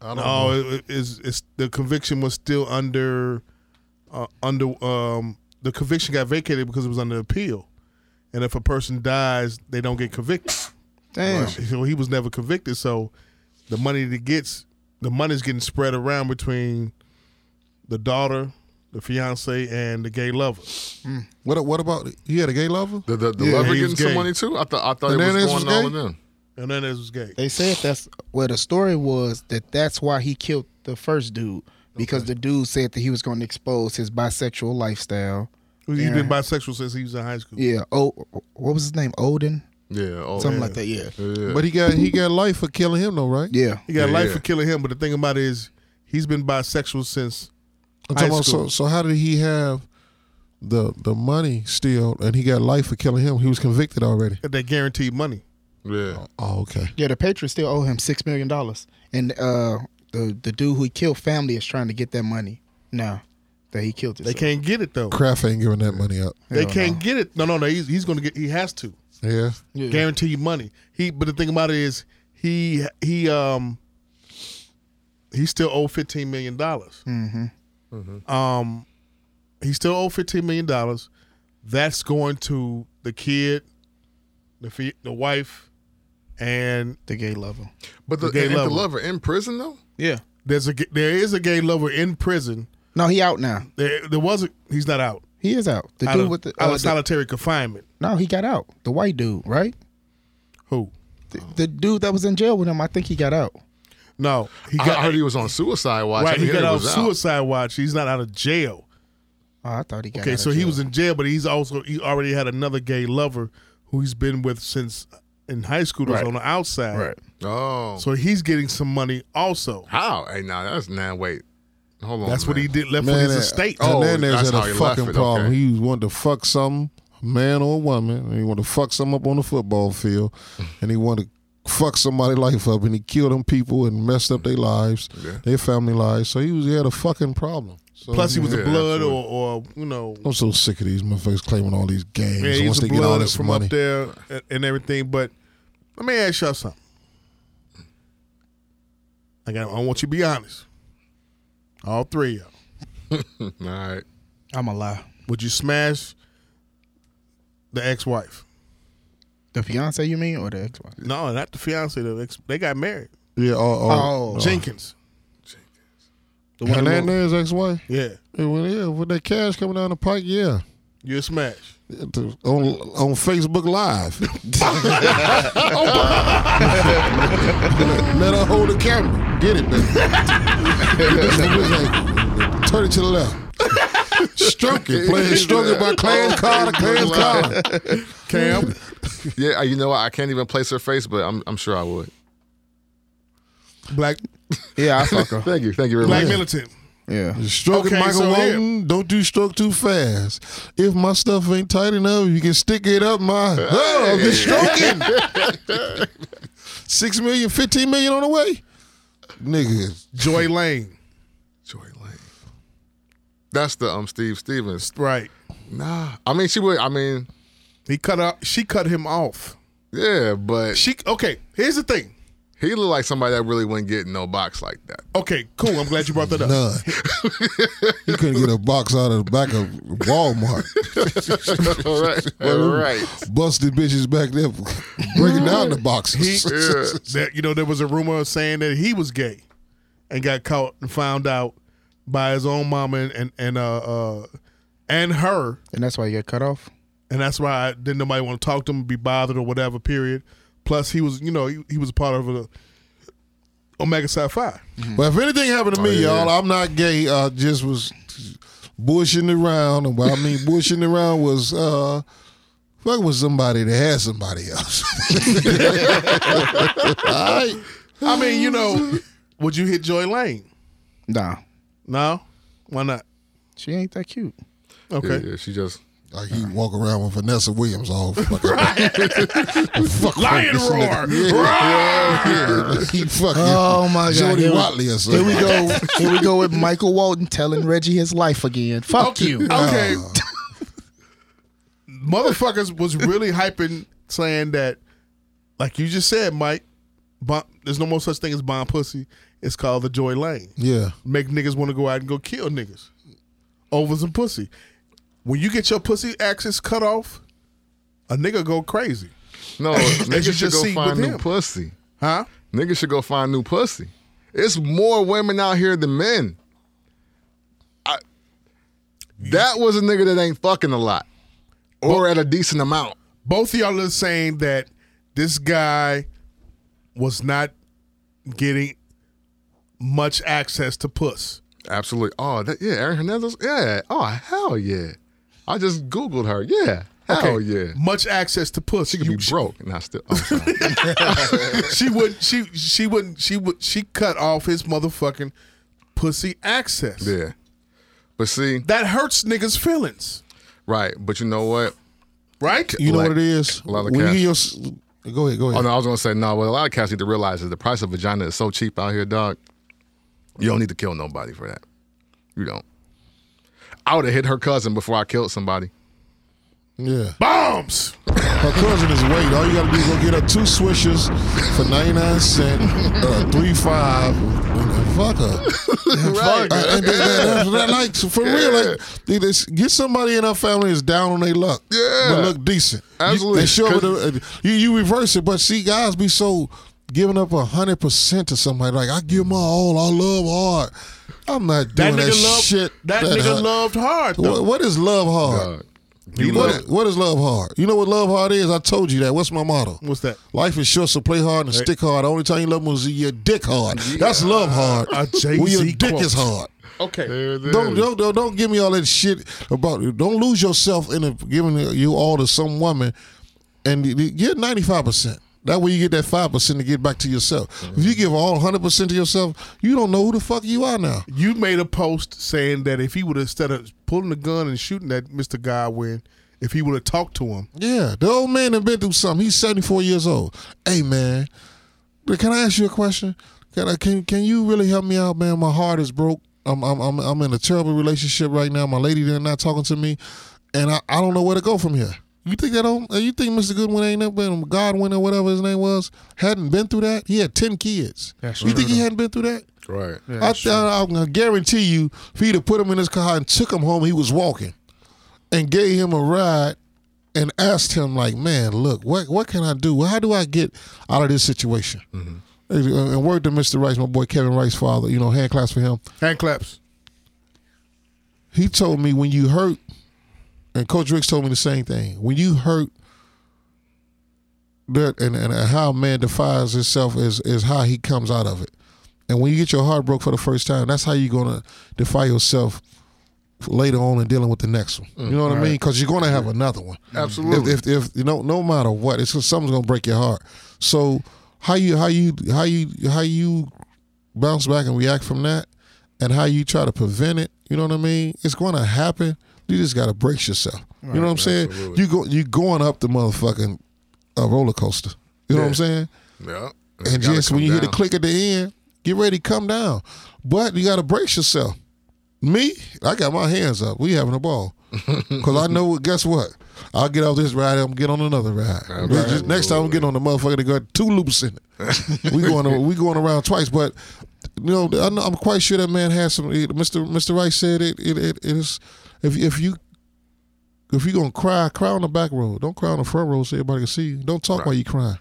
A: I don't
E: No, it, it's, it's the conviction was still under uh, under um, the conviction got vacated because it was under appeal, and if a person dies, they don't get convicted.
G: Damn.
E: *laughs* So he was never convicted. So the money that he gets, the money's getting spread around between the daughter, the fiance, and the gay lover.
D: What what about he had a gay lover?
A: The the, the
E: Yeah,
A: lover
E: he
A: getting
E: was
A: some
E: gay.
A: money too. I thought I thought
D: And
A: it
D: then
A: was
D: this was
A: going on
D: gay?
A: with them.
E: And then it was gay.
G: They said that's well. The story was that that's why he killed the first dude because the dude said that he was going to expose his bisexual lifestyle.
E: He's
G: Yeah.
E: been bisexual since he was in high school.
G: Yeah. Oh, what was his name? Odin.
A: Yeah, oh,
G: Something
A: yeah.
G: like that. Yeah.
A: Yeah.
D: But he got he got life for killing him though, right?
G: Yeah.
E: He got life
A: Yeah.
E: for killing him, but the thing about it is he's been bisexual since
D: I'm talking
E: High
D: about, so
E: school.
D: so how did he have the the money still and he got life for killing him? He was convicted already.
E: that guaranteed money.
A: yeah.
D: Oh okay.
G: Yeah. The Patriots still owe him six million dollars, and uh, the the dude who he killed family is trying to get that money now that he killed
E: They
G: himself.
E: can't get it though.
D: Kraft ain't giving that money up.
E: They can't get it. No, no, no. He's, he's going to get. He has to
D: Yeah.
G: Yeah.
E: guaranteed money. He, but the thing about it is, he he um he still owed fifteen million dollars. Mm-hmm. Um, he still owed fifteen million dollars. That's going to the kid, the fi- the wife, and
G: The gay lover.
A: But the,
E: The gay
A: ain't the
E: lover.
A: lover in prison though.
H: Yeah.
E: there's a g- there is a gay lover in prison.
G: No, he out now.
E: There, there was a, he's not out.
G: He is out. The
E: Out
G: dude
E: of,
G: with the,
E: out
G: uh,
E: of
G: the-
E: solitary confinement.
G: no, he got out. The white dude, right?
E: Who?
G: The, the dude that was in jail with him, I think he got out.
E: No, he
A: I heard he was on suicide watch. I
E: Right, he
A: didn't
E: got
A: hear
E: off
A: was
E: suicide watch. He's not out of jail.
G: Oh, I thought he got out.
E: Okay,
G: of
E: so he
G: jail.
E: was in jail, but he's also he already had another gay lover who he's been with since uh, in high school. That's
G: Right.
E: on the outside.
G: right.
A: Oh,
E: So he's getting some money also.
A: how? Hey, now that's now wait. Hold on.
E: That's what
A: man.
E: he did left for
D: Man,
E: his
D: that-
E: estate.
A: oh,
D: Hernandez
A: that's
D: had a
A: how he left
D: fucking
A: it,
D: problem.
A: okay.
D: He wanted to fuck some man or woman, and he wanted to fuck some up on the football
A: *laughs*
D: field, and he wanted to fuck somebody life up, and he killed them people and messed up their lives, their family lives. So he was he had a fucking problem. So,
E: Plus, he was
A: Yeah,
E: a blood or, or you know,
D: I'm so sick of these motherfuckers claiming all these games
E: yeah,
D: once
E: he's a
D: they get all
E: blood
D: this
E: from
D: money.
E: up there and, and everything. But let me ask y'all something. I got. I want you to be honest. All three of y'all.
A: *laughs* All right.
G: I'm a lie.
E: Would you smash the ex-wife?
G: The fiance, you mean, or the ex wife?
E: No, not the fiance. The ex- they got married.
D: Yeah, oh,
G: Oh.
E: Jenkins.
D: oh. Hernandez ex-wife.
E: Yeah,
D: Yeah, well, yeah, with that cash coming down the pike, yeah.
E: you a smash.
D: on on Facebook Live. *laughs* Let her hold the camera. Get it, baby. *laughs* This nigga like, Turn it to the left. Stroke it. Playing stroke it by Clarence Carter. Clarence Carter.
E: Cam,
A: Yeah, uh, you know what? I can't even place her face, but I'm I'm sure I would.
E: black
G: Yeah, I fuck her.
A: Thank you, thank you very
E: black
A: much.
E: militant.
G: *laughs* Yeah.
D: Stroke
E: Okay,
D: it, Michael
E: so yeah.
D: Walton. Don't do stroke too fast. If my stuff ain't tight enough, you can stick it up my. Oh, I've been stroking. *laughs* Six million, 15 million on the way. Nigga, *laughs*
E: Joy Lane.
A: Joy Lane. That's the um Steve Stevens.
E: Right.
A: Nah, I mean she would. I mean,
E: He cut out. She cut him off.
A: yeah, but
E: She okay. Here's the thing.
A: He looked like somebody that really wouldn't get no box like that.
E: Okay, cool. I'm glad you brought that up.
D: None. he couldn't get a box out of the back of Walmart.
E: *laughs*
A: All right, all right.
D: Busted bitches back there, *laughs* breaking down the boxes.
A: Yeah.
E: That, you know, there was a rumor saying that he was gay, and got caught and found out by his own mama and and, and uh, uh and her,
G: And that's why you got cut off.
E: and that's why I didn't nobody want to talk to him, be bothered or whatever. Period. Plus, he was you know he, he was a part of a Omega Psi Phi.
D: But if anything happened to me, y'all, I'm not gay. I just was bushing around, and what I mean bushing around was uh, fuck with somebody that had somebody else. *laughs* All right.
E: I mean, you know, would you hit Joy Lane?
G: Nah,
E: No, why not?
G: she ain't that cute.
E: Okay.
A: Yeah, yeah, she just
D: Like he walk around with Vanessa Williams *laughs* all fucking fuck
E: Lion
D: this
E: roar.
D: nigga. Yeah, yeah. He fucking
G: Oh, my God.
D: Jody
G: Here we-
D: Watley or
G: Here
D: something.
G: we go. *laughs* Here we go with Michael Walton telling Reggie his life again. Fuck you.
E: Okay.
D: Uh,
E: Motherfuckers was
A: *laughs*
E: really hyping, saying that, like you just said, Mike, bon, there's no more such thing as bomb pussy. It's called the Joy Lane.
D: Yeah.
E: Make niggas want to go out and go kill niggas over some pussy. When you get your pussy access cut off, a nigga go crazy. *laughs*
A: no.
E: you
A: Niggas should
E: just
A: go
E: see
A: find
E: with
A: new
E: him.
A: pussy.
E: Huh?
A: Niggas should go find new pussy. It's more women out here than men. I, that was a nigga that ain't fucking a lot,
E: Oh.
A: or at a decent amount.
E: both of y'all are saying that this guy was not getting much access to puss.
A: Absolutely. Oh, that, yeah, Aaron Hernandez. Yeah. Oh, hell yeah. I just googled her. Yeah. Hell yeah.
E: Much access to puss. She
A: You be broke, and I still. I'm sorry.
E: *laughs* she wouldn't. She she wouldn't. She would. She cut off his motherfucking pussy access.
A: yeah. But see,
E: That hurts niggas' feelings,
A: right. But you know what?
E: right?
D: You know
A: Like,
D: what it is?
A: a lot of
D: when you
A: cash.
D: get your s- go ahead, go
A: Oh
D: ahead.
A: no, I was gonna say no. What a lot of cats need to realize is the price of vagina is so cheap out here, dog. You don't need to kill nobody for that. You don't. I would have hit her cousin before I killed somebody.
D: Yeah.
E: Bombs.
D: Her cousin is wait. All you gotta do is go get her two swishers for ninety nine cent, uh, three five, and then fuck her.
A: *laughs* Right.
D: Uh, and then, then after that, like so for real, like they- they s- get somebody in her family that's down on their luck,
A: Yeah.
D: but look decent.
A: Absolutely.
D: they show her the, uh, you you reverse it, but see, guys be so giving up hundred percent to somebody. Like I give my all, I love hard. I'm not
E: That
D: doing that,
E: nigga loved.
D: shit.
E: that, nigga
D: hard.
E: loved hard. Though.
D: What, what is love hard?
A: Dog.
D: What- what is love hard? You know what love hard is? I told you that. What's my motto?
E: What's that?
D: Life is short, so play hard and stick hard. The only time you love them is your dick hard. That's love hard.
E: A Jay-Z
D: when your dick
E: quote.
D: is hard.
E: Okay.
A: There it is.
D: Don't, don't don't don't give me all that shit about. Don't lose yourself in a, giving you all to some woman, and you- you get ninety five percent. That way you get that five percent to get back to yourself. If you give all hundred percent to yourself, you don't know who the fuck you are now.
E: You made a post saying that if he would have instead of pulling the gun and shooting at Mr. Godwin, if he would have talked to him,
D: Yeah, the old man has been through something. He's seventy four years old. Hey man, but can I ask you a question? Can I, can can you really help me out, man? My heart is broke. I'm I'm I'm, I'm in a terrible relationship right now. My lady there not talking to me, and I, I don't know where to go from here. You think that don't? You think Mr. Goodwin ain't never been Godwin or whatever his name was hadn't been through that? He had ten kids. you think he hadn't been through that?
A: Right.
D: I, I, I can guarantee you, if he'd have put him in his car and took him home, he was walking, and gave him a ride, and asked him like, "Man, look, what what can I do? How do I get out of this situation?" And and word to Mr. Rice, my boy Kevin Rice, father, you know, hand claps for him.
E: hand claps.
D: He told me when you hurt, and Coach Ricks told me the same thing. When you hurt, that and, and how a man defines himself is is how he comes out of it. And when you get your heart broke for the first time, that's how you're gonna defy yourself later on in dealing with the next one. You know what I mean? Because you're gonna have another one.
A: Absolutely.
D: If, if, if you know, no matter what, it's just, something's gonna break your heart. So how you how you how you how you bounce back and react from that, and how you try to prevent it. You know what I mean? It's gonna happen. You just gotta brace yourself. you know what I'm saying? You go you going up the motherfucking uh, roller coaster. You know what I'm saying?
A: Yeah.
D: and
A: Gotta
D: just
A: come
D: when you hear
A: down.
D: the click at the end, get ready, come
A: *laughs*
D: down. But you got to brace yourself. Me, I got my hands up. We having a ball. Cause I know. Guess what? I'll get off this ride. I'm get on another ride. We just- next time I'm getting on the motherfucker that got two loops in
A: *laughs*
D: it. we going we going around twice, but you know I know- I'm quite sure that man has some. it- Mr. Mr. Rice said it. It, it, it is if if you if you gonna cry, cry on the back road. Don't cry on the front road so everybody can see you. Don't talk while you crying.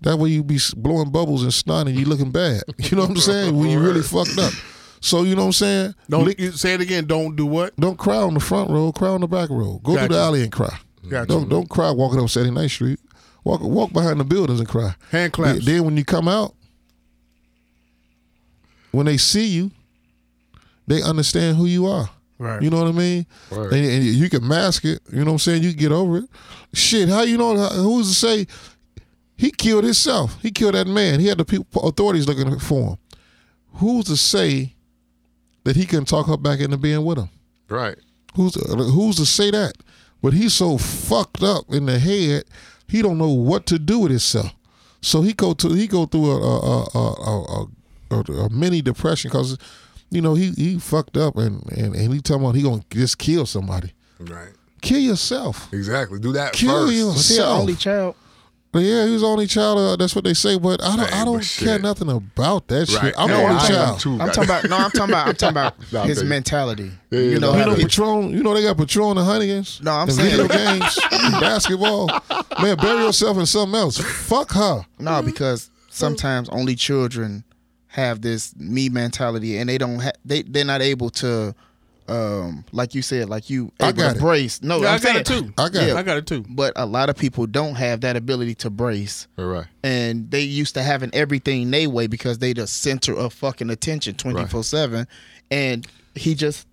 D: That way you be s- blowing bubbles and snotting. You looking bad. *laughs* You know what I'm saying? When you really fucked up. So you know what I'm saying?
E: Don't you say it again. Don't do what?
D: Don't cry on the front road. Cry on the back road. Go
E: Gotcha.
D: through the alley and cry.
E: Gotcha.
D: Don't don't cry walking up 79th Street. Walk walk behind the buildings and cry.
E: Hand claps.
D: Then, then when you come out, when they see you, they understand who you are.
E: Right.
D: You know what I mean?
A: Word.
D: And, and you can mask it. You know what I'm saying? You can get over it. Shit, how you know? Who's to say he killed himself? He killed that man. He had the people, authorities looking for him. Who's to say that he couldn't talk her back into being with him?
A: Right.
D: Who's who's to say that? But he's so fucked up in the head, he don't know what to do with himself. So he go to he go through a a a, a, a, a, a mini depression because you know he he fucked up and and, and he tell me he gonna just kill somebody.
A: Right.
D: Kill yourself.
A: Exactly. Do that
D: Kill
A: first.
D: yourself.
G: Was he an only child?
D: Yeah, he was only child. Uh, that's what they say. But I don't
A: Hey,
D: I
A: but
D: don't
A: shit.
D: care nothing about that
A: Right.
D: shit. I'm
A: Hey,
D: only
A: I am
D: child.
A: too,
G: I'm
A: God.
G: talking about no. I'm talking about. I'm talking about
A: Nah, I
G: his
A: feel you.
G: mentality.
A: Yeah,
G: you
A: yeah,
G: know,
A: nah,
D: You know
G: it-
D: Patron. You know they got Patron and Huntingans.
G: No, I'm
D: and
G: saying-
D: video
G: *laughs*
D: games, and basketball. Man, bury yourself in something else. Fuck her.
G: No, because sometimes only children have this me mentality, and they don't. Ha- they they're not able to, um, like you said, like you
D: I
G: able
D: got
G: to
D: it.
G: brace. No,
E: Yeah,
G: I'm
E: I got it
G: saying-
E: too.
D: I got
G: Yeah.
E: I got it too.
G: But a lot of people don't have that ability to brace,
A: Right.
G: and they used to having everything they way because they the center of fucking attention twenty four seven, and he just.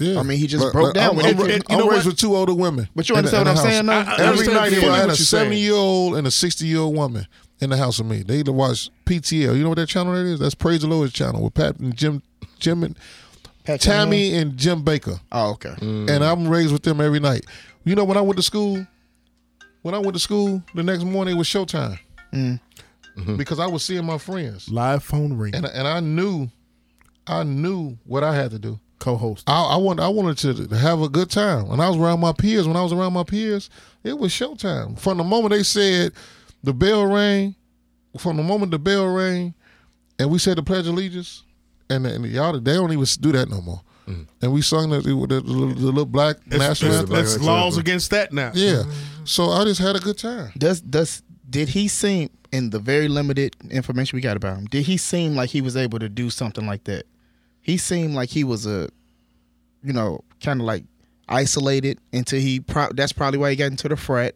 D: Yeah.
G: I mean, he just broke down
D: I'm,
G: when
D: I'm,
G: he-
D: I'm,
E: and you know
D: raised
E: what?
D: with two older women.
G: But you
D: in the-
G: understand
D: in
G: what I'm
D: the house.
G: saying?
E: I-
G: though?
E: I
D: Every
E: understand
D: night
E: what
D: if
E: you're
D: I had a
E: saying.
D: 70 year old and a 60 year old woman in the house with me. They to watch PTL. You know what that channel that is? That's Praise the Lord's channel with Pat and Jim, Jim and
G: Pat
D: Tammy
E: Mm-hmm.
D: and Jim Baker.
G: Oh, okay.
D: and I'm raised with them every night. You know, when I went to school, when I went to school, the next morning it was showtime because I was seeing my friends,
E: Live phone ring.
D: and and I knew, I knew what I had to do.
E: Co-host.
D: I, I wanted I wanted to have a good time. When I was around my peers, when I was around my peers, it was showtime. From the moment they said the bell rang, from the moment the bell rang, and we said the pledge of allegiance, and, and y'all they don't even do that no more. And we sung the, the, the, little black
E: That's,
D: national anthem.
E: that's laws against that now.
D: Yeah. So I just had a good time.
G: Does does did he seem in the very limited information we got about him? Did he seem like he was able to do something like that? He seemed like he was a, you know, kind of like isolated until he. Pro- that's probably why he got into the frat.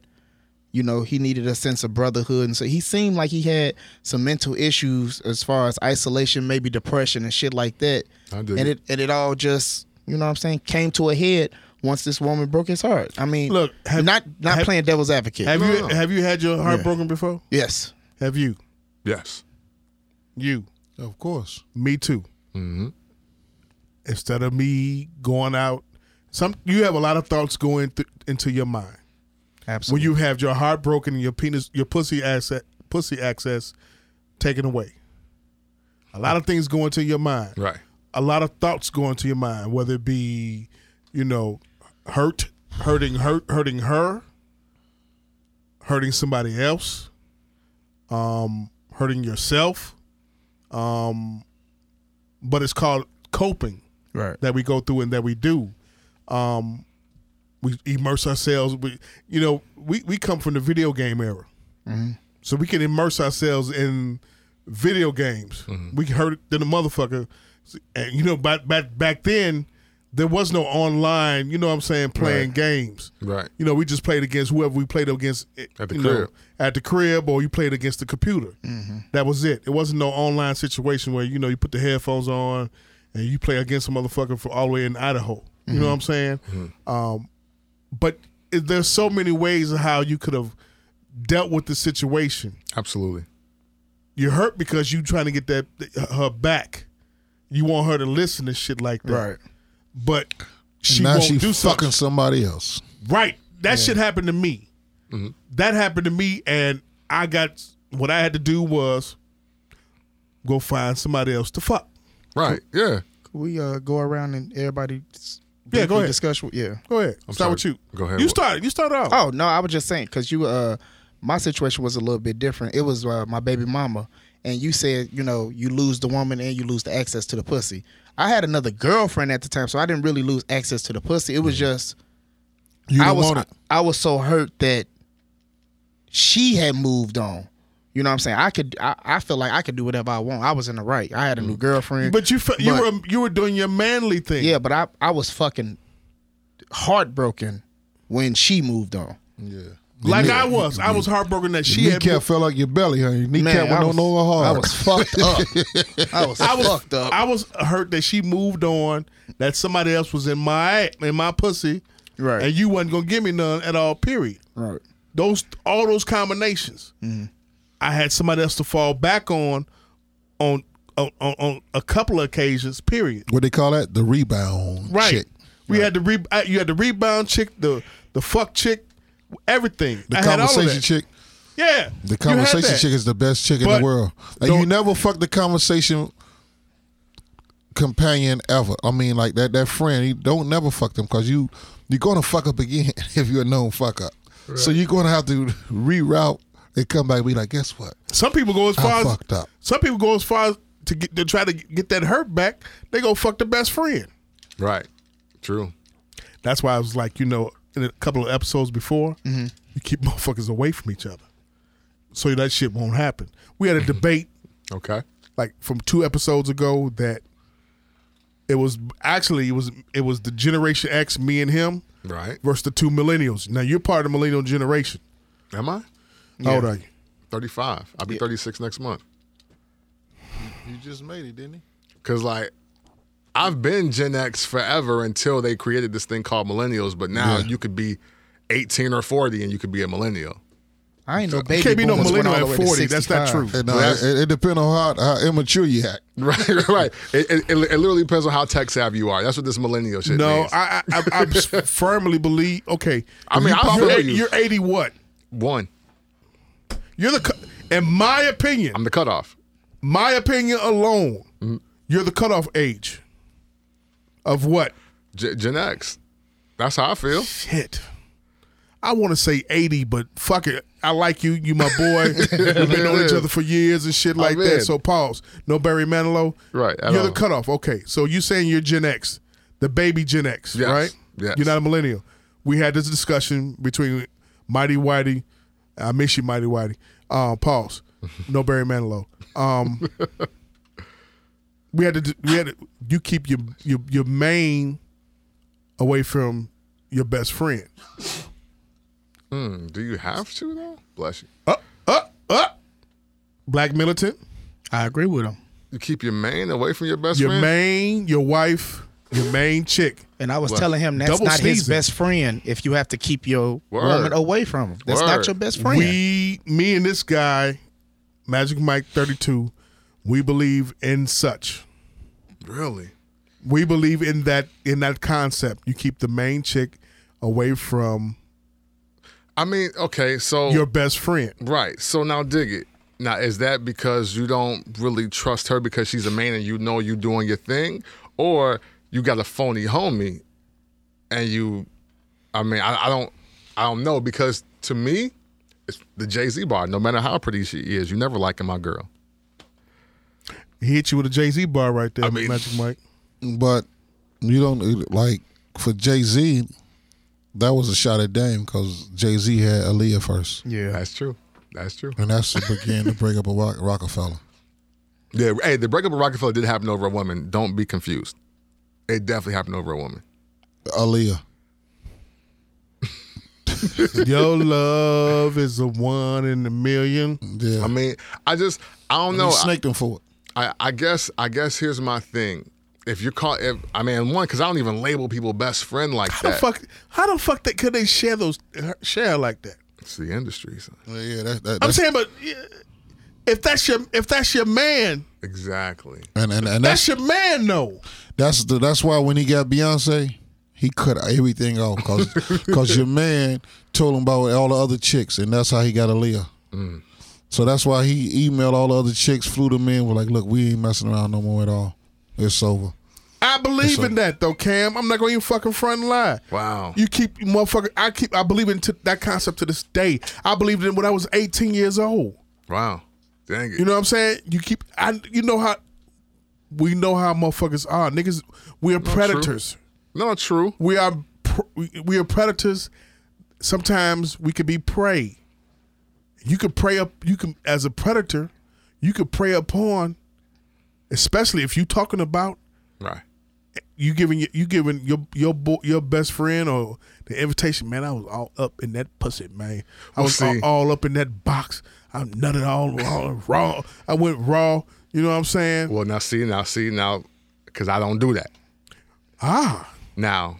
G: You know, he needed a sense of brotherhood, and so he seemed like he had some mental issues as far as isolation, maybe depression and shit like that.
A: I dig
G: and
A: it.
G: it and it all just, you know, what I'm saying, came to a head once this woman broke his heart. I mean,
E: Look, have-
G: not not
E: have-
G: playing devil's advocate.
E: Have you have you had your heart
G: Yeah.
E: broken before?
G: yes.
E: Have you?
A: Yes.
E: You.
D: Of course.
E: Me too. Mm-hmm. Instead of me going out, some you have a lot of thoughts going th- into your mind
G: Absolutely.
E: when you have your heart broken and your penis, your pussy access, pussy access taken away. A lot of things go into your mind.
A: Right.
E: A lot of thoughts go into your mind, whether it be, you know, hurt, hurting, hurt, hurting her, hurting somebody else, um, hurting yourself. Um, but it's called coping
G: Right.
E: that we go through and that we do. Um, we immerse ourselves. We, you know, we, we come from the video game era, so we can immerse ourselves in video games. We heard it than a motherfucker, and you know, back back back then, there was no online. You know, what I'm saying playing games.
A: Right.
E: You know, we just played against whoever we played against eh,
A: At the
E: you know,
A: crib.
E: at the crib, or you played against the computer. That was it. It wasn't no online situation where you know you put the headphones on and you play against a motherfucker from all the way in Idaho. You know what I'm saying?
A: Mm-hmm.
E: Um, but it, there's so many ways of how you could have dealt with the situation.
A: Absolutely.
E: You're hurt because you trying to get that her back. You want her to listen to shit like that, right? But she
D: now
E: won't
D: she
E: do
D: fucking
E: something.
D: somebody else.
E: Right. That shit happened to me.
A: Mm-hmm.
E: That happened to me, and I got what I had to do was go find somebody else to fuck.
A: Right. Yeah.
G: we uh, go around and everybody s-
E: Yeah, go
G: briefly
E: ahead.
G: Discuss. what- Yeah.
E: Go ahead. start
A: sorry.
E: with you.
A: Go ahead.
E: You
A: What-
E: started. You started out.
G: Oh no, I was just saying because you, uh, my situation was a little bit different. It was uh, my baby mama, and you said you know you lose the woman and you lose the access to the pussy. I had another girlfriend at the time, so I didn't really lose access to the pussy. It was just
D: You
G: I
D: didn't
G: was
D: want it.
G: I was so hurt that she had moved on. You know what I'm saying? I could I, I feel like I could do whatever I want. I was in the right. I had a new girlfriend.
E: But you fe- you
G: But-
E: were you were doing your manly thing.
G: yeah, but I I was fucking heartbroken when she moved on.
E: like I was. I was heartbroken that she
D: Your
E: had.
D: kneecap
E: moved-
D: fell out your belly, huh? Your kneecap
G: I
D: went
G: was-
D: on over hard.
G: I was fucked up. I was,
E: I was
G: fucked up.
E: I was hurt that she moved on. That somebody else was in my in my pussy.
G: Right.
E: And you wasn't gonna give me none at all. Period.
G: right.
E: Those all those combinations.
D: Mm-hmm.
E: I had somebody else to fall back on, on on on, on a couple of occasions. Period.
D: what they call that? The rebound.
E: Right.
D: Shit.
E: We had the re- I- you had the rebound chick, the the fuck chick, everything.
D: The
E: I had all of
D: conversation
E: that.
D: chick.
E: Yeah.
D: The conversation chick is the best chick in
E: But
D: the world. Like
E: don't-
D: you never fuck the conversation companion ever. I mean, like that that friend. You don't never fuck them because you you're gonna fuck up again *laughs* if you're a known fuck up. So you're gonna have to reroute and come back and be like, guess what?
E: Some people go as
D: I
E: far as
D: fucked up.
E: Some people go as far as to get to try to get that hurt back. They go fuck the best friend.
A: Right. True.
E: That's why I was like, you know, in a couple of episodes before,
A: Mm-hmm.
E: you keep *laughs* motherfuckers away from each other, so that shit won't happen. We
A: Mm-hmm.
E: had a debate
A: Okay.
E: like from two episodes ago that it was actually it was it was the Generation X, me and him,
A: Right.
E: versus the two millennials. Now you're part of the millennial generation.
A: Am I?
E: How old are you?
A: 35. I'll be 36 next month.
D: You just made it, didn't he?
A: Cause like I've been Gen X forever until they created this thing called millennials, but now you could be 18 or 40 and you could be a millennial. *laughs*
G: I ain't no baby.
E: Can't be no
G: boomers when
E: millennial
G: I
E: at
G: went to
E: forty. That's not
G: 65.
E: true.
D: And, uh, it, it depends on how, how immature you act.
A: Right, right, right. It, it, it literally depends on how tech savvy you are. That's what this millennial shit
E: No,
A: means.
E: I I, I, I
A: *laughs*
E: firmly believe. Okay,
A: I mean,
E: You
A: I
E: probably-
A: feel
E: you're,
A: you.
E: eighty. What?
A: One,
E: You're the. cu- In my opinion,
A: I'm the cutoff.
E: my opinion alone, you're the cutoff age. Of what?
A: G- Gen X. That's how I feel.
E: Shit. I want to say eighty, but fuck it. I like you. You my
A: *laughs*
E: boy. We've been on each other for years and shit like
A: in.
E: that. So pause. No Barry Manilow.
A: Right, at
E: You're
A: all.
E: the cutoff. Okay. So you saying you're Gen X, the baby Gen X,
A: Yes,
E: right?
A: yes.
E: You're not a millennial. We had this discussion between Mighty Whitey. I miss you, Mighty Whitey. Uh,
A: *laughs*
E: pause. No Barry Manilow. Um, we had to. d- We had to. You keep your your your main away from your best friend.
A: Hmm, do you have to though? Bless you.
E: Uh, black militant,
G: I agree with him.
A: You keep your main away from your best
E: your
A: friend.
E: main, your wife, your main chick.
G: And I was telling him that's
E: double
G: not his
E: sneezing.
G: best friend if you have to keep your
A: Word.
G: woman away from him. That's
A: Word.
G: not your best friend.
E: We, me and this guy, Magic Mike 32, we believe in such.
A: Really?
E: We believe in that in that concept. You keep the main chick away from
A: I mean, okay, so
E: your best friend.
A: Right. So now dig it. Now is that because you don't really trust her because she's a man and you know you doing your thing, or you got a phony homie, and you, I mean, I, I don't, I don't know because to me, it's the Jay Z bar. No matter how pretty she is, you never liking my girl.
E: He hit you with a Jay Z bar right there,
A: I mean-
E: Magic Mike.
D: But you don't like for Jay Z. That was a shot at Dame because Jay Z had Aaliyah first,
G: yeah.
A: That's true. That's true.
D: and that's the beginning to break up a Rock, Rockefeller.
A: Yeah. Hey, the breakup of Rockefeller did happen over a woman. Don't be confused. It definitely happened over a woman.
D: Aaliyah.
E: Your love is a one in a million.
D: Yeah,
A: I mean, I just, I don't know.
D: you
A: Oh, I-
D: snaked him for it.
A: I, I guess I guess here's my thing. If you're caught, if, I mean, one because I don't even label people best friend like
E: How
A: that.
E: the fuck? How the fuck that could they share those share like that?
A: It's the industry. son.
D: Yeah, yeah, that, that,
E: I'm
D: that's,
E: saying, but yeah, if that's your if that's your man,
A: Exactly.
D: and and, and
E: that's
D: that's
E: your man, though.
D: that's the, that's why when he got Beyonce, he cut everything off *laughs* because your man told him about all the other chicks, and that's how he got Aaliyah. Mm. So that's why he emailed all the other chicks, flew them in, were like, "Look, we ain't messing around no more at all. It's over."
E: I I believe in that though, Cam. I'm not gonna even fucking front and lie.
A: Wow.
E: You keep you motherfucker. I keep. I believe in t- that concept to this day. I believed in it when I was 18 years old.
A: Wow. Dang it.
E: You know what I'm saying? You keep. I. You know how. We know how motherfuckers are. Niggas. We are predators.
A: no, true.
E: We are. Pr- we- we are predators. Sometimes we could be prey. You could prey up. You can as a predator. You could prey upon. Especially if you talking about
A: Right.
E: you giving your- you giving your your bo- your best friend or the invitation, man. I was all up in that pussy, man. I was
A: Well, see-
E: all, all up in that box. I'm nutted all raw, raw. I went raw. You know what I'm saying?
A: Well, now see, now see, now, because I don't do that.
E: ah,
A: Now,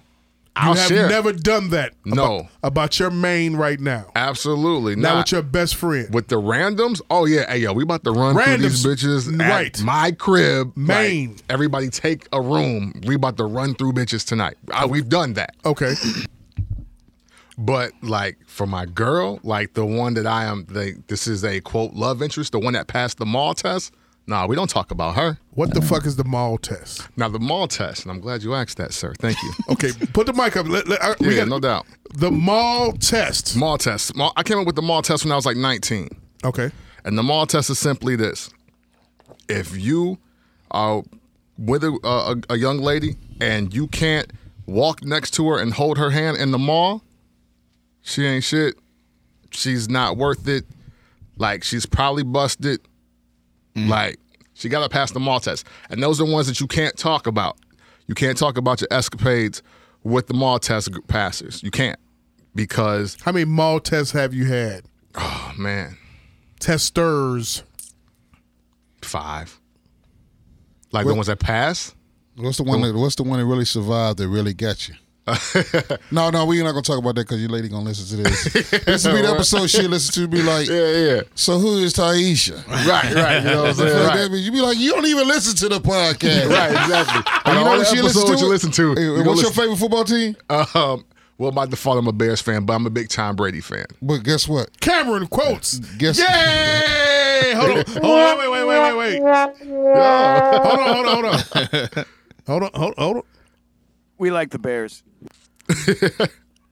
E: you
A: I'll
E: have
A: share.
E: never done that.
A: No.
E: about, about your main right now.
A: absolutely
E: Now
A: not.
E: with your best friend,
A: With the randoms, oh yeah, hey yo, we about to run through these
E: Randoms,
A: bitches at
E: right.
A: my crib,
E: Maine.
A: Like, everybody take a room. We about to run through bitches tonight. Ah, we've done that,
E: okay,
A: but like for my girl, like the one that I am, like this is a quote love interest, the one that passed the mall test. Nah, we don't talk about her.
E: what the fuck is the mall test?
A: Now the mall test, and I'm glad you asked that, sir.
E: *laughs*
A: Thank you.
E: Okay, put the mic up. Let- let- I- we
A: yeah,
E: got
A: no doubt.
E: the mall test.
A: Mall test. Mall, I came up with the mall test when I was like 19.
E: Okay,
A: And the mall test is simply this: if you are with a, a, a young lady and you can't walk next to her and hold her hand in the mall, she ain't shit. She's not worth it. Like she's probably busted. Like she got to pass the mall test, and those are ones that you can't talk about. You can't talk about your escapades with the mall test g- passers. You can't because
E: how many mall tests have you had?
A: oh man.
E: Testers.
A: Five. Like the ones that pass?
D: What's the one that What's the one that really survived that really got you? *laughs* no, no, we're not gonna talk about that because your lady gonna listen to this. *laughs* this will be the episode she listen to. Be like,
A: yeah.
D: so who is Taisha?
A: Right, right. You know what I'm saying?
D: Like,
A: right.
D: that mean- You be like, you don't even listen to the *laughs* podcast.
A: Right, exactly. And
D: You
A: you
D: know
A: know
D: what she listen to?
A: you listen to.
D: Hey,
A: you
D: what's
A: gonna
D: your
A: listen-
D: favorite football team?
A: *laughs* Um, well, by default, I'm a Bears fan, but I'm a big Tom Brady fan.
D: but guess what?
E: Cameron quotes.
D: Guess
E: Yay! Hold
A: *laughs*
E: on. Hold on. Wait, wait, wait, wait, wait. Hold on, hold on, *laughs* hold on. Hold on, hold on, hold on.
I: We like the Bears.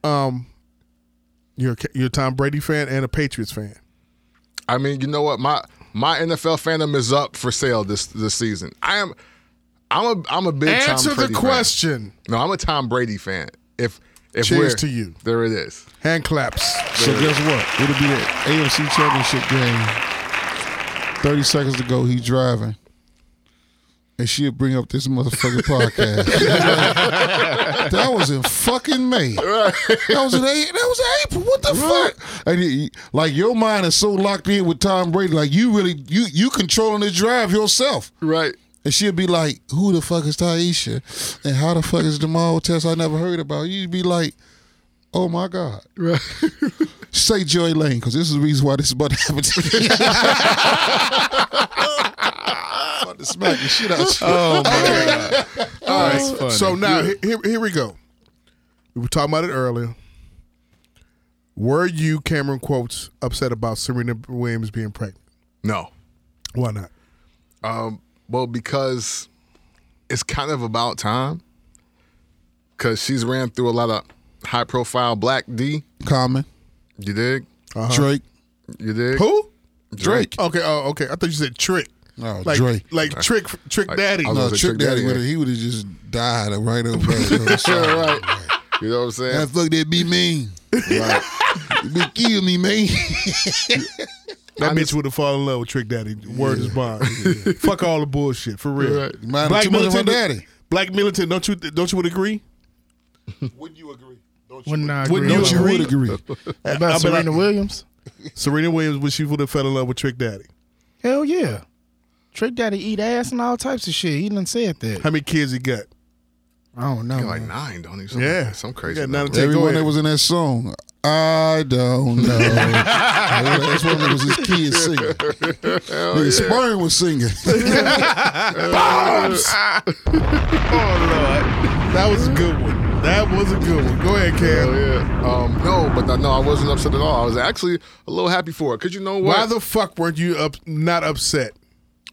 E: You're a, Ca- you're a Tom Brady fan and a Patriots fan.
A: I mean, you know what? My my NFL fandom is up for sale this this season. I am I'm a I'm a big
E: Answer
A: Tom Brady
E: the question.
A: Fan. No, I'm a Tom Brady fan. If if
E: Cheers
A: we're-
E: to you.
A: There it is.
E: Hand claps.
D: So guess what? It'll be the AFC Championship game. Thirty seconds to go. He driving, and she'll bring up this motherfucking *laughs* podcast. that was in fucking May. That was in A- that was April. What the fuck? And he- like your mind is so locked in with Tom Brady, like you really you you controlling the drive yourself.
A: Right.
D: And she'll be like, "Who the fuck is Taisha? And how the fuck is Jamal Test? I never heard about." You'd be like, "Oh my god!" Right. *laughs* Say Joy Lane, because this is the reason why this is about to happen to me. *laughs* I'm about to smack the shit out.
A: Uh,
D: of
H: Oh my god.
E: All right.
H: funny.
E: So now he- here, here we go. We were talking about it earlier. Were you Cameron quotes upset about Serena Williams being pregnant?
A: No.
E: Why not?
A: Well, because it's kind of about time. Because she's ran through a lot of high profile black D.
D: you. Common,
A: You dig?
D: Drake.
A: You dig?
E: Who?
A: Drake.
E: Okay. Oh, okay. I thought you said Trick.
D: No,
E: Like
D: Drake.
E: Like Trick, Trick
A: Like,
E: Daddy.
A: I Oh, was
D: No,
A: gonna say
D: uh, Trick
A: Trick
D: Daddy
A: Daddy,
D: would have.
A: yeah.
D: He would have just died right over.
A: *laughs*
D: there.
A: Yeah, right. You know what I'm saying?
D: That fuck that be mean. Like, be kill me, man.
E: That bitch would have fallen in love with Trick Daddy. Word is *laughs* bond. Fuck all the bullshit for real.
A: Right.
D: Mind too much of her daddy.
E: Black militant. Don't you don't you would agree?
H: Wouldn't I
E: Wouldn't
H: agree
E: you
H: with
E: agree?
D: Would agree.
E: I
H: about
E: bet I-
H: Serena Williams?
E: *laughs* Serena Williams, would she would have fell in love with Trick Daddy?
G: Hell yeah. Trick Daddy eat ass and all types of shit. He done said that.
E: How many kids he got?
G: I don't know.
A: He like nine, don't he? Some,
E: Yeah.
A: Some crazy.
E: Yeah,
A: number.
E: nine to ten. go
D: Everyone
E: ahead.
D: that was in that song, I don't know. That's one that was his kids singing. Nigga, Sperm was singing.
E: *laughs* Oh, That was a good one. That was a good one. Go ahead,
A: Hell
E: Cam.
A: yeah. Um, no, but I- no, I wasn't upset at all. I was actually a little happy for it. Cause you know what?
E: Why the fuck weren't you up? Not upset?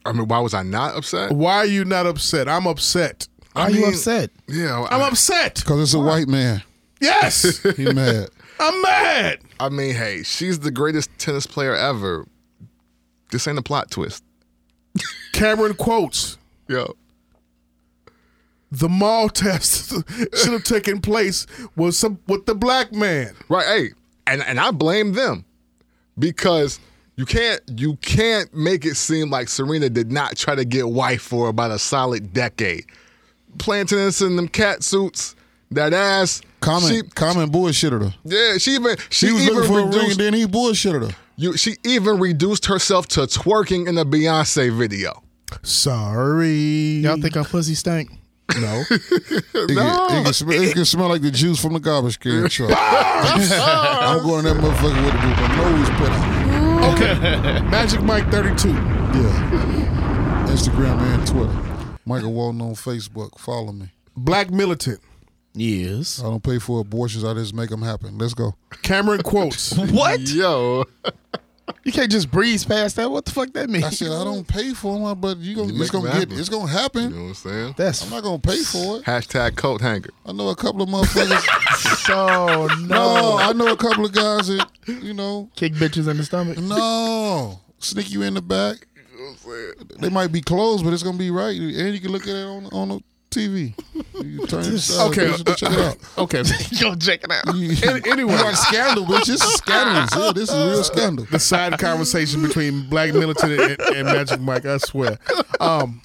A: I mean, why was I not upset?
E: Why are you not upset? I'm upset.
A: I
G: Why are you
A: mean,
G: upset?
A: Yeah,
E: I'm
A: I-
E: upset.
D: Because it's a white man.
E: *laughs* Yes,
D: He mad.
E: I'm mad.
A: I mean, hey, she's the greatest tennis player ever. This ain't a plot twist.
E: Cameron quotes
A: Yo.
E: the mall *laughs* test should have taken place with some with the black man.
A: Right, hey. And and I blame them. Because you can't you can't make it seem like Serena did not try to get wife for about a solid decade. Playing tennis in them cat suits, that ass.
D: Common,
A: She,
D: common bullshitter her.
A: yeah, she even she,
D: He was
A: even
D: looking for a ring
A: reduced
D: and then he bullshitted her.
A: you, she even reduced herself to twerking in a Beyonce video.
E: Sorry,
G: Y'all think our pussy stank? No.
D: It, can, it, can smell, it can smell like the juice from the garbage can truck. I'm going to that motherfucker with, with my nose put out.
E: Magic Mike 32.
D: Yeah. Instagram and Twitter. Michael Walton on Facebook. Follow me.
E: Black militant.
G: yes.
D: I don't pay for abortions. I just make them happen. Let's go.
E: Cameron *laughs* quotes.
G: What?
A: Yo,
G: You can't just breeze past that. What the fuck that means?
D: I said I don't pay for them, but you gonna
A: You
D: it's
A: make 'em
D: gonna get
A: happen.
D: it's gonna
A: you know
D: happen.
A: what I'm saying?
G: That's
D: I'm not gonna pay for it.
A: Hashtag coat hanger.
D: I know a couple of
A: *laughs*
D: motherfuckers.
G: so
D: no, I know a couple of guys that you know.
G: Kick bitches in the stomach.
D: No, sneak you in the back. They might be closed, but it's gonna be right, and you can look at it on on the TV. You turn it aside,
E: Okay,
D: bitch, check it
A: *laughs*
D: out.
E: Okay.
G: Yo, check it out.
D: anyway, you like scandal, bitch. This is scandalous. Yeah, this is real scandal.
A: *laughs*
E: The side conversation between Black Militant and, and Magic Mike, I swear. Um,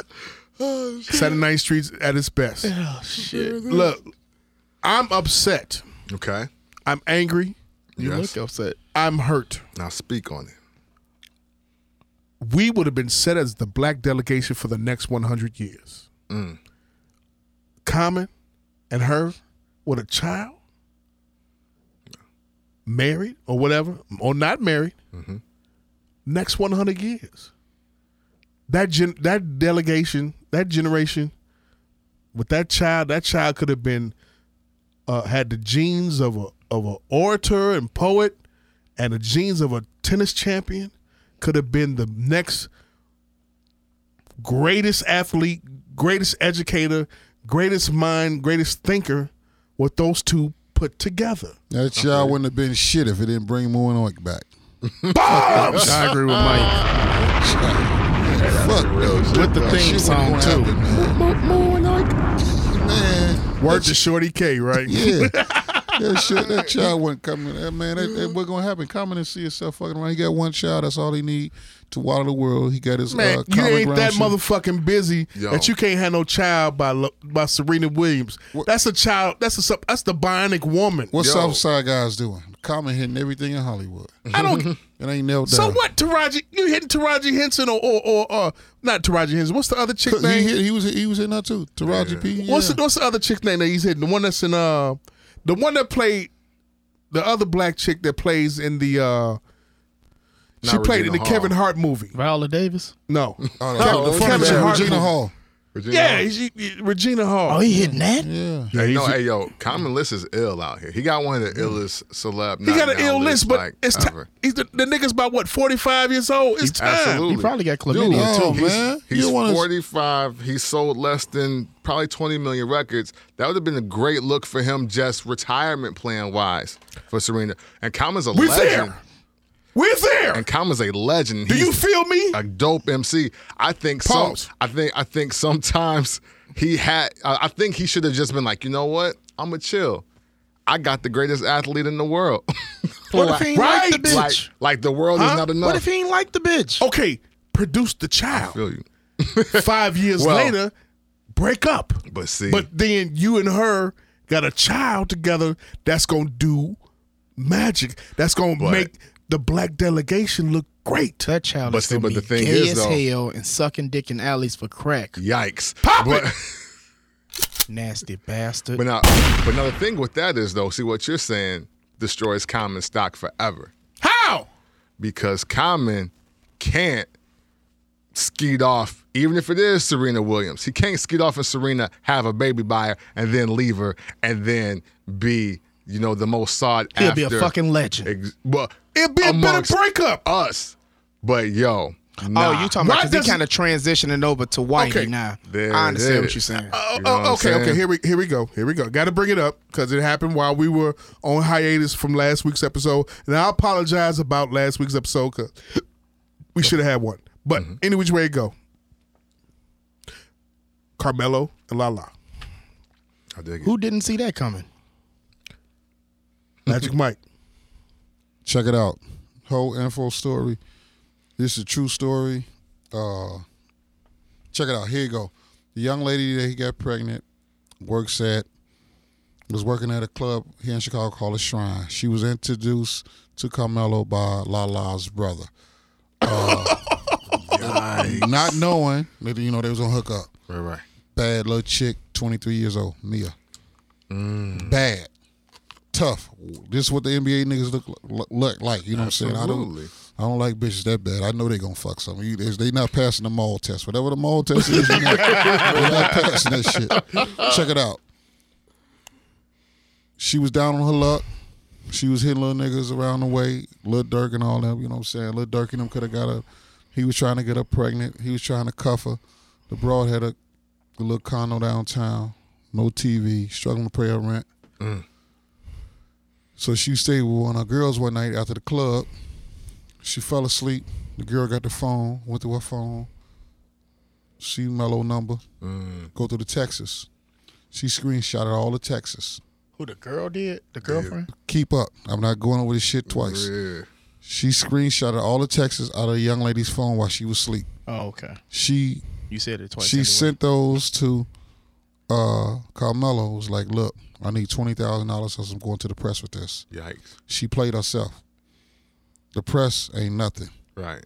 E: Saturday Night Streets at its best. Oh, shit. Look, I'm upset.
A: Okay.
E: I'm angry.
A: You yes.
G: Look upset.
E: I'm hurt.
A: Now speak on it.
E: We would have been set as the black delegation for the next 100 years. Common and her with a child, married or whatever, or not married, next 100 years. That gen- that delegation, that generation, with that child, that child could have been uh, had the genes of a of a orator and poet, and the genes of a tennis champion. Could have been the next greatest athlete, greatest educator, greatest mind, greatest thinker. What those two put together.
D: That child wouldn't have been shit if it didn't bring Moonwalk back.
E: I agree with Mike.
D: Fuck
E: With the theme song too.
D: man.
E: Word to Shorty K, right? *laughs*
D: Yeah. That shit, that child wasn't coming. That man, that, that wasn't gonna happen. Coming and see himself fucking around. He got one child. That's all he need to water the world. He got his
E: Man,
D: uh,
E: you
D: common
E: ain't
D: ground
E: that
D: shit.
E: motherfucking busy
A: Yo.
E: that you can't have no child by Lo- by Serena Williams. That's a child. That's a sup- that's the bionic woman.
D: What
A: Yo.
D: Southside guys doing? Common hitting everything in Hollywood. It
E: I don't.
D: ain't nailed down.
E: so what? Taraji, you hitting Taraji Henson or or, or uh, not Taraji Henson? What's the other chick
D: He,
E: name?
D: hit, he was he was hitting that too. Taraji P. Yeah.
E: What's the, what's the other chick name that he's hitting? The one that's in uh, the one that played the other black chick that plays in the uh, she
A: Not
E: played in
A: Regina
E: the
A: Hall.
E: Kevin Hart movie.
G: Viola Davis.
E: No,
D: Oh,
E: Kevin-
D: no,
E: the front of
D: Regina-
E: the Hart
D: Regina
E: movie.
D: Hall.
A: Regina
E: Yeah,
A: Hall.
E: he- he- Regina Hall.
G: Oh, he hitting that?
D: Yeah.
A: Hey, no, hey, yo, Common List is ill out here. He got one of the illest celeb.
E: He got an ill list, but it's ti- he's the, the nigga's about what forty five years old. It's time.
A: Absolutely.
G: He probably got
A: Dude,
G: chlamydia,
D: too.
A: he's,
D: Oh, man. You
A: He's
D: don't wanna-
A: 45. He sold less than probably 20 million records. That would have been a great look for him, just retirement plan wise, for Serena. And Common's a
E: We're
A: legend.
E: there. We're there.
A: And Common's a legend.
E: Do you
A: He's
E: feel me?
A: a dope MC. I think some,
E: Pause.
A: I think I think sometimes he had. uh, I I think he should have just been like, you know what? I'm going to chill. I got the greatest athlete in the world. *laughs*
G: What if he ain't
E: Right.
G: like the bitch?
A: like, like the world is
E: Huh?
A: not enough.
G: what if he ain't like the bitch?
E: Okay, produce the
A: I
E: child.
A: feel you.
E: Five years
A: Well-
E: later, break up.
A: But see,
E: But then you and her got a child together that's gonna do magic. That's gonna make the black delegation look great.
G: That child
A: But
G: is
A: see,
G: gonna
A: but the
G: be
A: thing
G: gay
A: is,
G: as
A: though-
G: hell and sucking dick in alleys for crack.
A: yikes.
E: Pop
A: but,
E: it.
G: Nasty bastard.
A: But now, but now the thing with that is though, see what you're saying destroys common stock forever
E: How?
A: because common can't skeet off. Even if it is Serena Williams, he can't skeet off and Serena have a baby by her and then leave her and then be you know the most sought
G: He'll
A: after.
G: be a fucking legend.
A: Ex- well,
E: It'd be a
A: amongst
E: better breakup.
A: us. But yo, Nah.
G: Oh, you talking
E: Why
G: about because
E: does-
G: he kind of transitioning over to whitey
E: Okay.
G: now.
A: There
G: I
A: it
G: understand
A: is.
G: what you're saying.
E: Oh,
A: You know what I'm
E: oh, okay, okay.
A: saying?
E: Here we here we go. Here we go. Got to bring it up because it happened while we were on hiatus from last week's episode, and I apologize about last week's episode because we should have had one. But
A: Mm-hmm.
E: any which way it go, Carmelo and Lala,
A: I dig it.
G: Who didn't see that coming?
A: *laughs*
E: Magic Mike.
D: Check it out. Whole info story. This is a true story. Uh, check it out. Here you go. The young lady that he got pregnant works at was working at a club here in Chicago called the Shrine. She was introduced to Carmelo by Lala's brother.
A: *laughs*
D: Uh, not knowing that you know they was gonna hook up.
A: Right, right.
D: Bad little chick, 23 years old, Mia.
A: Mm.
D: Bad. Tough. This is what the NBA niggas look, look, look like. You know what I'm saying? I
A: Absolutely.
D: don't, I don't like bitches that bad. I know they gonna fuck something. You, they not passing the mall test. Whatever the mall test is, they not, they not passing that shit. Check it out. She was down on her luck. She was hitting little niggas around the way, Lil Durk and all them. You know what I'm saying? Lil Durk and them could have got her. He was trying to get her pregnant. He was trying to cuff her. The broad had a the little condo downtown, no TV, struggling to pay her rent. So she stayed with one of her girls one night after the club. She fell asleep. The girl got the phone, went to her phone. She mellow number.
G: Mm.
D: Go through the Texas. She screenshotted all the Texas.
G: Who the girl did? The girlfriend?
D: Keep up. I'm not going over this shit twice.
A: Yeah.
D: She screenshotted all the Texas out of the young lady's phone while she was asleep.
G: Oh, okay.
D: She
G: You said it twice.
D: she
G: anyway.
D: sent those to uh, Carmelo. Was like, look, I need twenty thousand dollars, or I'm going to the press with this.
A: Yikes.
D: She played herself. The press ain't nothing.
A: Right.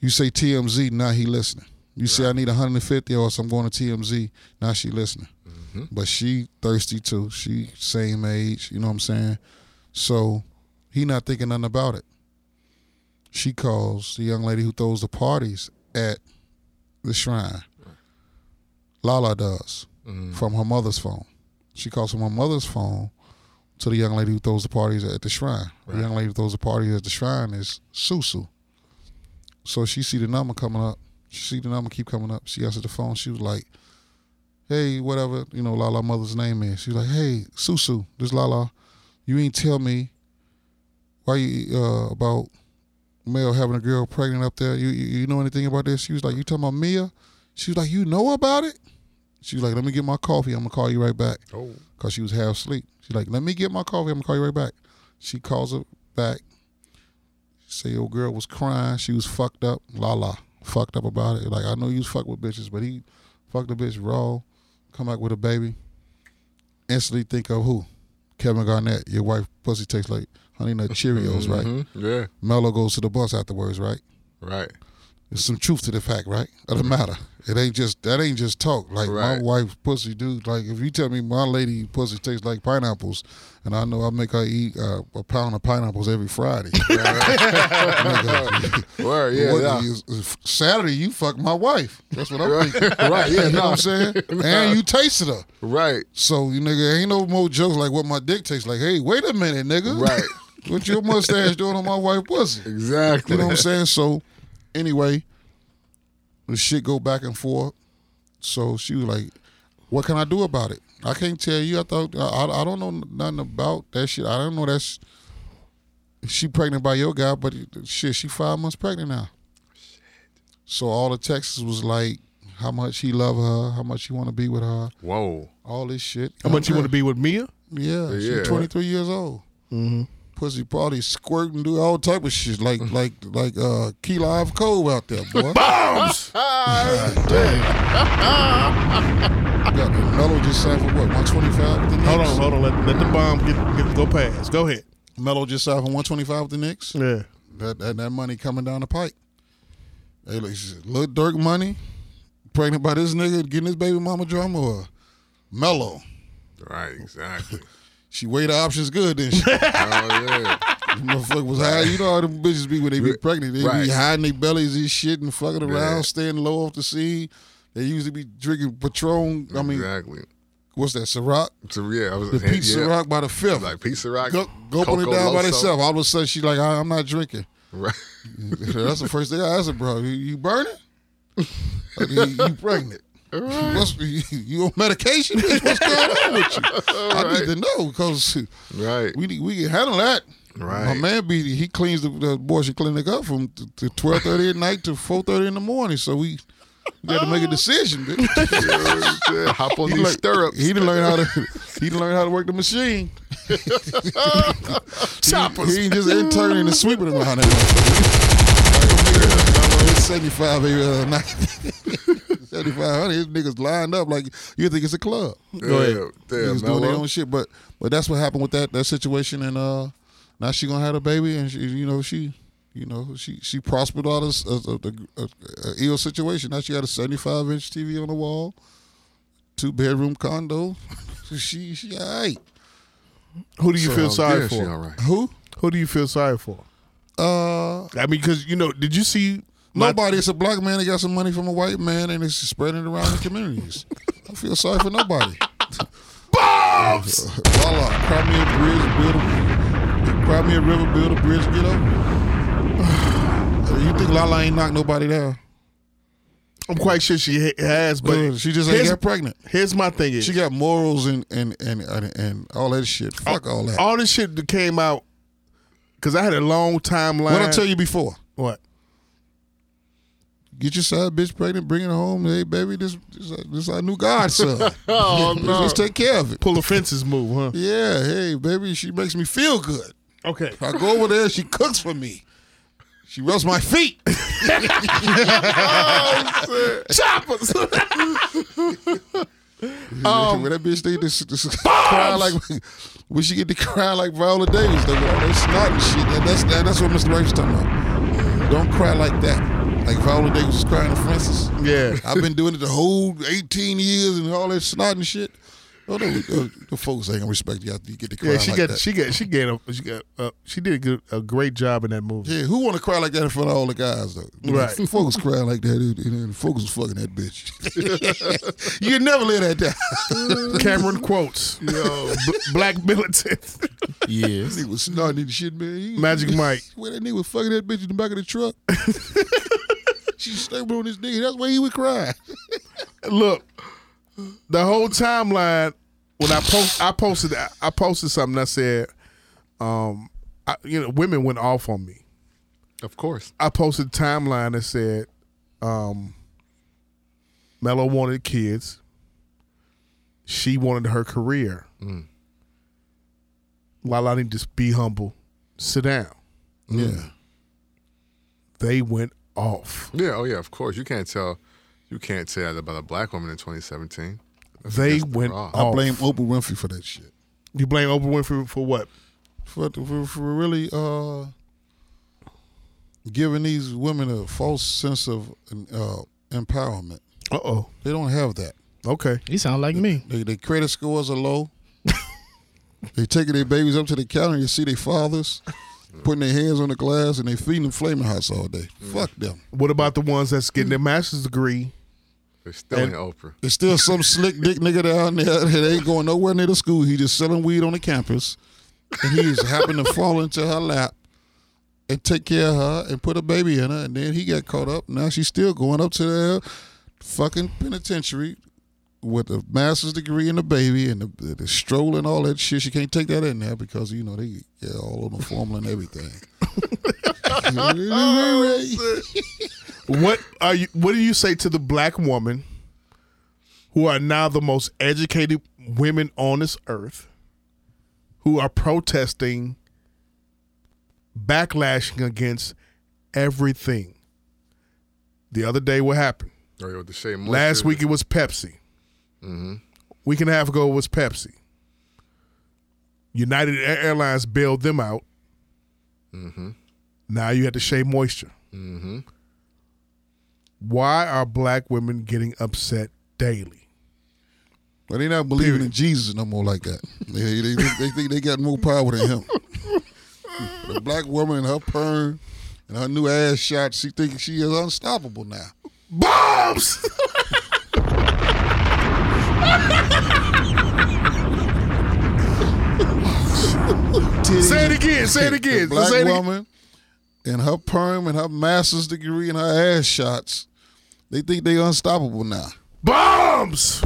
D: You say TMZ, now he listening. You say I need 150 or else I'm going to TMZ, now she listening. But she thirsty too. She same age, you know what I'm saying? So he not thinking nothing about it. She calls the young lady who throws the parties at the shrine. Lala does from her mother's phone. She calls from her mother's phone to the young lady who throws the parties at the shrine. The young lady who throws the parties at the shrine is Susu. So she see the number coming up. She see the number keep coming up. She answered the phone. She was like, "Hey, whatever, you know, Lala mother's name is." She's like, "Hey, Susu, this Lala, you ain't tell me why you uh, about Mel having a girl pregnant up there. You, you you know anything about this?" She was like, "You talking about Mia?" She was like, "You know about it?" She was like, "Let me get my coffee. I'm gonna call you right back." Oh, cause she was half asleep. She's like, "Let me get my coffee. I'm gonna call you right back." She calls her back. Say your girl was crying. She was fucked up. La la. Fucked up about it. Like, I know you was fucked with bitches, but he fucked a bitch raw, come back with a baby. Instantly think of who? Kevin Garnett. Your wife pussy tastes like honey nut Cheerios, right?
A: Mhm. Yeah.
D: Mello goes to the bus afterwards, right?
A: Right.
D: There's some truth to the fact, right? Of the matter. It ain't just that ain't just talk. Like my
A: Right.
D: wife's pussy, dude. Like if you tell me my lady pussy tastes like pineapples, and I know I make her eat uh, a pound of pineapples every
A: *laughs*
D: Friday. Nigga,
A: Word. Yeah.
D: what-
A: nah.
D: you- Saturday you fuck my wife. That's what I'm thinking.
A: *laughs* Right, yeah,
D: You know
A: *laughs* nah.
D: what I'm saying? And you tasted her.
A: Right.
D: So you nigga ain't no more jokes like what my dick tastes like. Hey, wait a minute, nigga.
A: Right.
D: *laughs* what your mustache doing on my wife pussy?
A: Exactly.
D: You know what I'm saying? So anyway, the shit go back and forth. So she was like, "What can I do about it? I can't tell you. I thought I, I- I don't know nothing about that shit. I don't know that's she pregnant by your guy, but it- shit, she five months pregnant now. So all the texts was like, how much he love her, how much he want to be with her,
A: Whoa.
D: all this shit.
E: How much you want to be with Mia?
D: Yeah,
A: Yeah.
D: she's 23 years old.
E: Mm-hmm.
D: Pussy probably squirting, do all type of shit
A: *laughs*
D: like like like uh key live cold out there, boy. *laughs* Bombs. Damn. Got the Mellow just signed for what? 125 with the Knicks.
E: Hold on, hold on. Let, let the bomb get, get go past. Go ahead.
D: Mellow just signed for 125 with the Knicks.
E: Yeah.
D: That, that that money coming down the pike. Hey, look, she said, Lil Dirk money, pregnant by this nigga, getting his baby mama drama or Mellow.
A: Right. Exactly.
D: *laughs* She weighed the options
E: *laughs*
D: good, didn't she?
A: oh yeah.
D: motherfucker was high. You know how them bitches be when they be pregnant. They
A: Right.
D: be hiding their bellies and shit and fucking around,
A: Yeah.
D: staying low off the sea. They usually be drinking Patron. *laughs* I mean,
A: exactly.
D: what's that, Ciroc?
A: So yeah, I was
D: The
A: *laughs* yeah,
D: Pete Ciroc by the fifth.
A: Like pizza rock.
D: go go put it
A: Coco
D: down by
A: Loso.
D: itself. All of a sudden, she like, I, I'm not drinking.
A: *laughs* Right.
D: That's the first thing I asked him, bro. You, you burning? Like, you, you pregnant? What's, *laughs* you, you on medication? Bitch? What's going on with you? I need to know because
A: *laughs* Right.
D: we need- we can handle that.
A: Right.
D: My man, be he cleans the, the abortion clinic up from t- to twelve thirty at night to four thirty in the morning. So we, we got to make a decision. Bitch.
A: *laughs* Yeah, Hop
D: *laughs*
A: on
D: He
A: these
D: learn-
A: stirrups.
D: He didn't learn how to. He didn't learn how to work the
A: *laughs*
D: machine.
A: Choppers.
D: He ain't just interning and sweeping around that motherfucker. It's 75, baby. Uh, *laughs* 7500. His niggas lined up like you think it's a club.
A: Go ahead. Yeah,
D: niggas doing their
A: Mello.
D: own shit. But but that's what happened with that that situation. And uh, now she gonna have a baby, and she, you know she you know she she prospered out of s- of- of the uh, uh, ill situation. Now she got a 75 inch TV on the wall, two bedroom condo. *laughs* she she all right.
E: Who do you feel sorry
A: yeah,
E: for?
A: She all right.
D: Who?
E: Who do you feel sorry for?
D: Uh.
E: I mean, because you know, did you see? my-
D: Nobody. It's a black man that got some money from a white man, and it's spreading it around the communities. I feel sorry for nobody. Bombs. Voila. Crimea bridge, build a Crimea river, build a bridge, get over. it. *sighs* you think Lala ain't knocked nobody down?
E: I'm quite sure she ha- has, but
D: But Mm, she just ain't
E: here's,
D: got pregnant.
E: here's my thing: is
D: She got morals and and and and, and all that shit. Fuck all that.
E: all this shit that came out because I had a long timeline.
A: Uh,
D: What I tell you before.
E: What?
D: Get your side bitch pregnant, bring it home. Hey, baby, this this, uh, this our new godson.
A: *laughs* Oh, no.
D: Let's take care of it.
E: Pull the fences move, huh?
D: *laughs* Yeah, hey, baby, she makes me feel good.
E: Okay.
D: I go over there, she cooks for me. She rubs my feet. *laughs*
E: Choppers.
D: when that bitch stayed to, to, cry like, when she get to cry like Viola Davis, they go, all that snot and shit. That- that's that, that's what Mr. Rice talking about. Don't cry like that. Like Viola Davis was crying to Francis.
E: yeah.
D: I've been doing it the whole 18 years and all that snot and shit. Oh, no, the, the folks ain't gonna respect you after you get to cry
E: Yeah, she
D: like
E: got,
D: that.
E: she got, she gave up. She got, uh, she did a, good, a great job in that
D: *laughs*
E: movie.
D: Yeah, who want to cry like that in front of all the guys though?
E: Right.
D: *laughs* folks crying like that, and, and, and folks was fucking
E: *laughs*
D: that bitch. you never live that down.
E: Cameron quotes, yo, black militant,
D: *laughs*
G: Yes.
D: he was snotting and shit, man. He-
E: Magic Mike.
D: When that nigga was fucking that bitch in the back of the truck,
E: *laughs*
D: she stumbled on this nigga. That's why he would cry.
E: Look, the whole timeline when I post, I posted, I posted something. I said, um, I, you know, women went off on me.
A: Of course.
E: I posted a timeline that said, um, Mello wanted kids. She wanted her career. Lala need to be humble. Sit down.
D: Yeah,
E: They went off.
A: Yeah. Oh yeah. Of course. You can't tell. You can't tell that about a black woman in 2017.
E: they
A: against the
E: went
A: law.
E: off.
A: I
D: I blame Oprah Winfrey for that shit.
E: You blame Oprah Winfrey for what?
D: For for, for really uh, giving these women a false sense of uh, empowerment.
E: Uh oh.
D: They don't have that.
E: Okay.
G: You sound like me.
D: They, their credit scores are low. *laughs* they taking their babies up to the counter. You see their fathers putting their hands on the glass and they feeding them flaming hots all day. Fuck them.
E: What about the ones that's getting their master's degree?
A: They still
E: And-
A: ain't Oprah.
D: There's still some slick dick nigga down there that ain't going nowhere near the school. He just selling weed on the campus, and he just happened to fall into her lap and take care of her and put a baby in her, and then he got caught up. Now she's still going up to the fucking penitentiary with a master's degree and a baby and the, the stroll and all that shit. She can't take that in there because you know they get all on the formula and everything.
E: What are you? What do you say to the black woman who are now the most educated women on this earth, who are protesting, backlashing against everything? The other day, what happened?
A: Or with the Shea Moisture.
E: Last week it was Pepsi. Week and a half ago it was Pepsi. United Air- Airlines bailed them out. Now you had to shave moisture. Why are black women getting upset daily?
D: But they not believing in Jesus no more like that. They, they, they, they think they got more power than him. the black woman and her perm and her new ass shot, she thinking she is unstoppable now.
E: Bombs! *laughs* say it again. Say it
D: The
E: again.
D: black
E: say it again.
D: woman and her perm and her master's degree and her ass shots, they think they unstoppable now.
E: Bombs!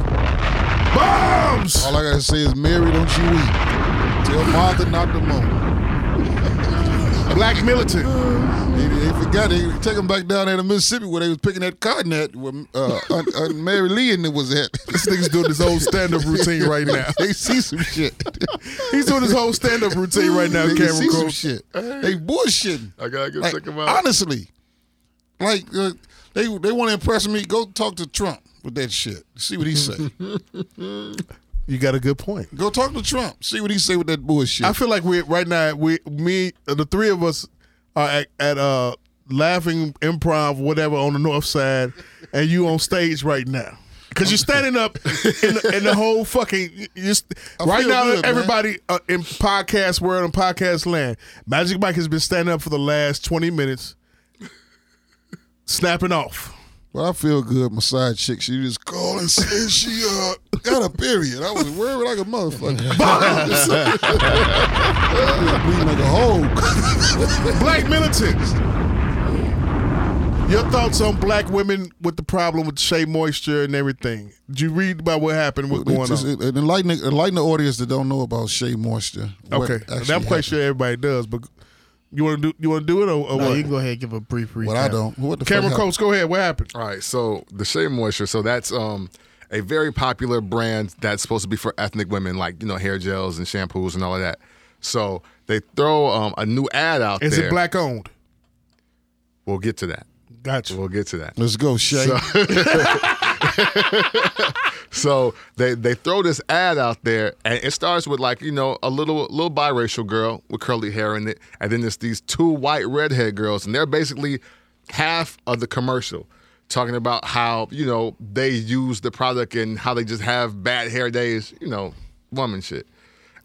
E: Bombs!
D: All I gotta say is, Mary, don't you weep. Tell Martha not to moan.
E: Black militant. *laughs*
D: They, they forgot they take them back down there to Mississippi where they was picking that cotton at where uh, un, un Mary Lee and it was at. *laughs*
E: This nigga's doing his whole stand up routine right now.
D: they see some shit.
E: *laughs* He's doing his whole stand up routine right now,
D: They can see
E: camera
D: some
E: crew.
D: shit. They bullshitting.
A: I gotta go
D: Like,
A: check him out.
D: honestly, like uh, they they want to impress me. Go talk to Trump with that shit. See what
E: *laughs*
D: he say.
E: You got a good point.
D: go talk to Trump. See what he say with that bullshit.
E: I feel like we right now we me uh, the three of us are at, at uh laughing improv whatever on the north side, and you on stage right now. Cause you're standing up in the, in the whole fucking you- you st-
D: I
E: right
D: feel
E: now.
D: good, man.
E: everybody uh, in podcast world and podcast land, Magic Mike has been standing up for the last twenty minutes, snapping off.
D: but I feel good. My side chick, she just called and said she uh got a period. I was worried like a
E: *laughs*
D: motherfucker. Bombs. *laughs* we like a hole.
E: Black militants. Your thoughts on black women with the problem with shea moisture and everything? Did you read about what happened?
D: *laughs*
E: What's going
D: Just,
E: on?
D: uh, enlighten enlighten the audience that don't know about shea moisture. What
E: Okay,
D: actually
E: I'm quite
D: happened.
E: sure everybody does, but you want to do you want to do it or, or
G: No, you
E: what?
G: can go ahead and give a brief recap.
D: What I don't. What the
E: Cameron
D: fuck happened?
E: Coates, go ahead. What happened?
A: All right, so the Shea Moisture, so that's um a very popular brand that's supposed to be for ethnic women, like you know hair gels and shampoos and all of that. So they throw um, a new ad out
E: Is
A: there.
E: it black owned?
A: We'll get to that.
E: Gotcha.
A: We'll get to that.
D: Let's go, Shay.
A: So they they throw this ad out there, and it starts with like you know a little little biracial girl with curly hair in it, and then there's these two white redhead girls, and they're basically half of the commercial talking about how you know they use the product and how they just have bad hair days, you know, woman shit.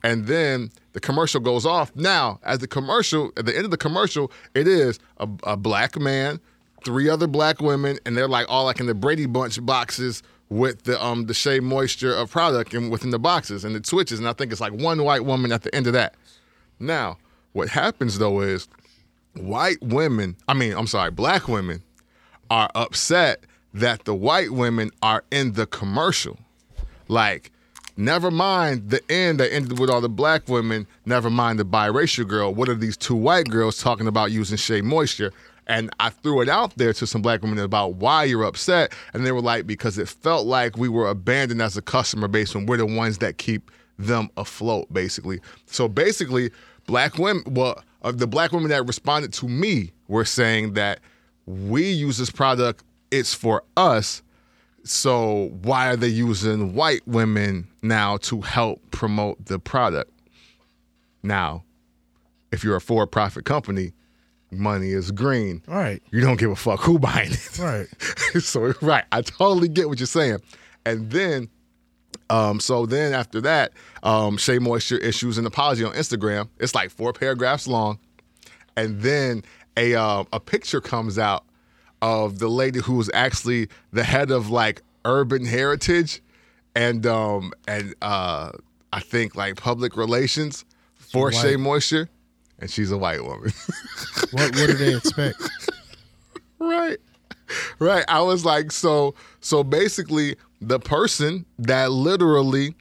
A: And then the commercial goes off. Now, as the commercial, at the end of the commercial, it is a, a black man, three other black women, and they're like all like in the Brady Bunch boxes with the um the shea moisture of product and within the boxes and it switches. And I think it's like one white woman at the end of that. Now, what happens though is white women, I mean, I'm sorry, black women are upset that the white women are in the commercial. Like, never mind the end that ended with all the black women, never mind the biracial girl. What are these two white girls talking about using Shea Moisture? And I threw it out there to some black women about why you're upset. And they were like, because it felt like we were abandoned as a customer base when we're the ones that keep them afloat, basically. So basically, black women, well, uh, the black women that responded to me were saying that we use this product, it's for us. So why are they using white women now to help promote the product? Now, if you're a for-profit company, money is green.
G: Right.
A: You don't give a fuck who buying it.
G: Right.
A: *laughs* so right, I totally get what you're saying. And then um, so then after that, um, Shea Moisture issues an apology on Instagram. It's like four paragraphs long, and then a uh, a picture comes out of the lady who was actually the head of like urban heritage, and um, and uh, I think like public relations for Shea Moisture, and she's a white woman. *laughs*
G: What, what do they expect?
A: right right i was like so so basically the person that literally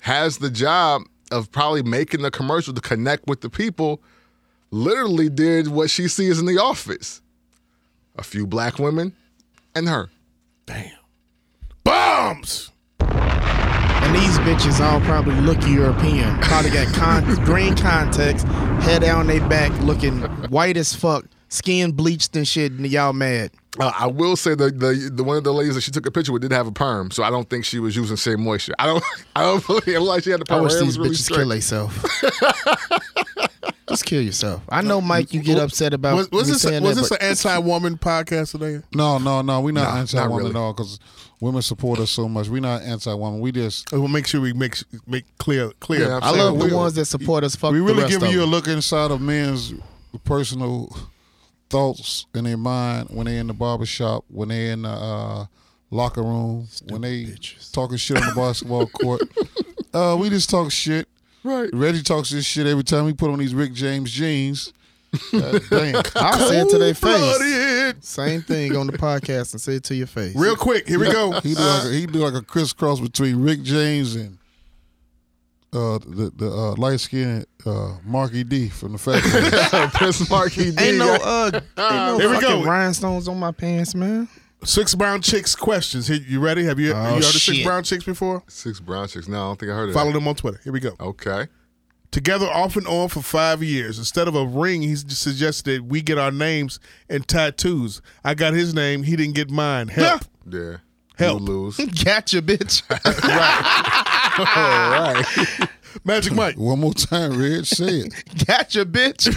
A: has the job of probably making the commercial to connect with the people literally did what she sees in the office a few black women and her
E: Bombs.
G: And these bitches all probably look European. Probably got con- *laughs* green contacts, head down they back, looking white as fuck, skin bleached and shit. And y'all mad?
A: uh, I will say the, the the one of the ladies that she took a picture with did have a perm, so I don't think she was using Shea Moisture. I don't *laughs* I don't believe I'm like she had a
G: I
A: perm.
G: wish
A: Her hair
G: these
A: was really
G: bitches
A: straight.
G: kill themselves.
E: *laughs*
G: Just kill yourself. I know, Mike, you get upset about
E: Uh, Was, was
G: me
E: this
G: saying
E: was
G: that,
E: this an
G: but
E: anti woman podcast today?
D: *laughs* No, no, no. We're not
A: Nah,
D: anti
A: not
D: woman
A: really.
D: at all because women support us so much. We're not anti woman. We just
E: We'll make sure we make make clear clear.
A: Yeah,
G: I love
A: We-
G: the ones that support us. Fuck
D: we
G: the
D: really
G: rest
D: give
G: of
D: you a
G: them.
D: look inside of men's personal thoughts in their mind when they in the barber shop, when they in the uh, locker room, when they talking shit on the *laughs* basketball court. Uh, we just talk shit.
A: Right.
D: *laughs* Reggie talks this shit every time we put on these Rick James jeans. Damn.
G: I'll say it
E: *laughs*
G: to their face.
E: Blooded.
G: Same thing on the podcast and say it to your face.
E: Real quick, here we go.
D: He do like a, he do like a crisscross between Rick James and uh, the the uh, light skinned uh, Marky D from the
G: *laughs*
D: factory.
A: Prince Marky D.
E: *laughs*
G: Ain't no uh, ain't no
E: Here we
G: fucking
E: go.
G: rhinestones on my pants, man. *laughs*
E: Six brown chicks questions. Here, you ready? Have you, you heard of six
G: shit.
E: brown chicks before?
A: Six brown chicks. No, I don't think I heard of
E: Follow them on Twitter. Here we go.
A: that. Okay.
E: Together off and on for five years. Instead of a ring, he suggested we get our names and tattoos. I got his name. He didn't get mine. Help.
A: Yeah.
E: Help.
A: You lose.
G: Gotcha, bitch. *laughs*
E: Magic Mike.
D: One more time, Red. Say it.
G: Gotcha, bitch.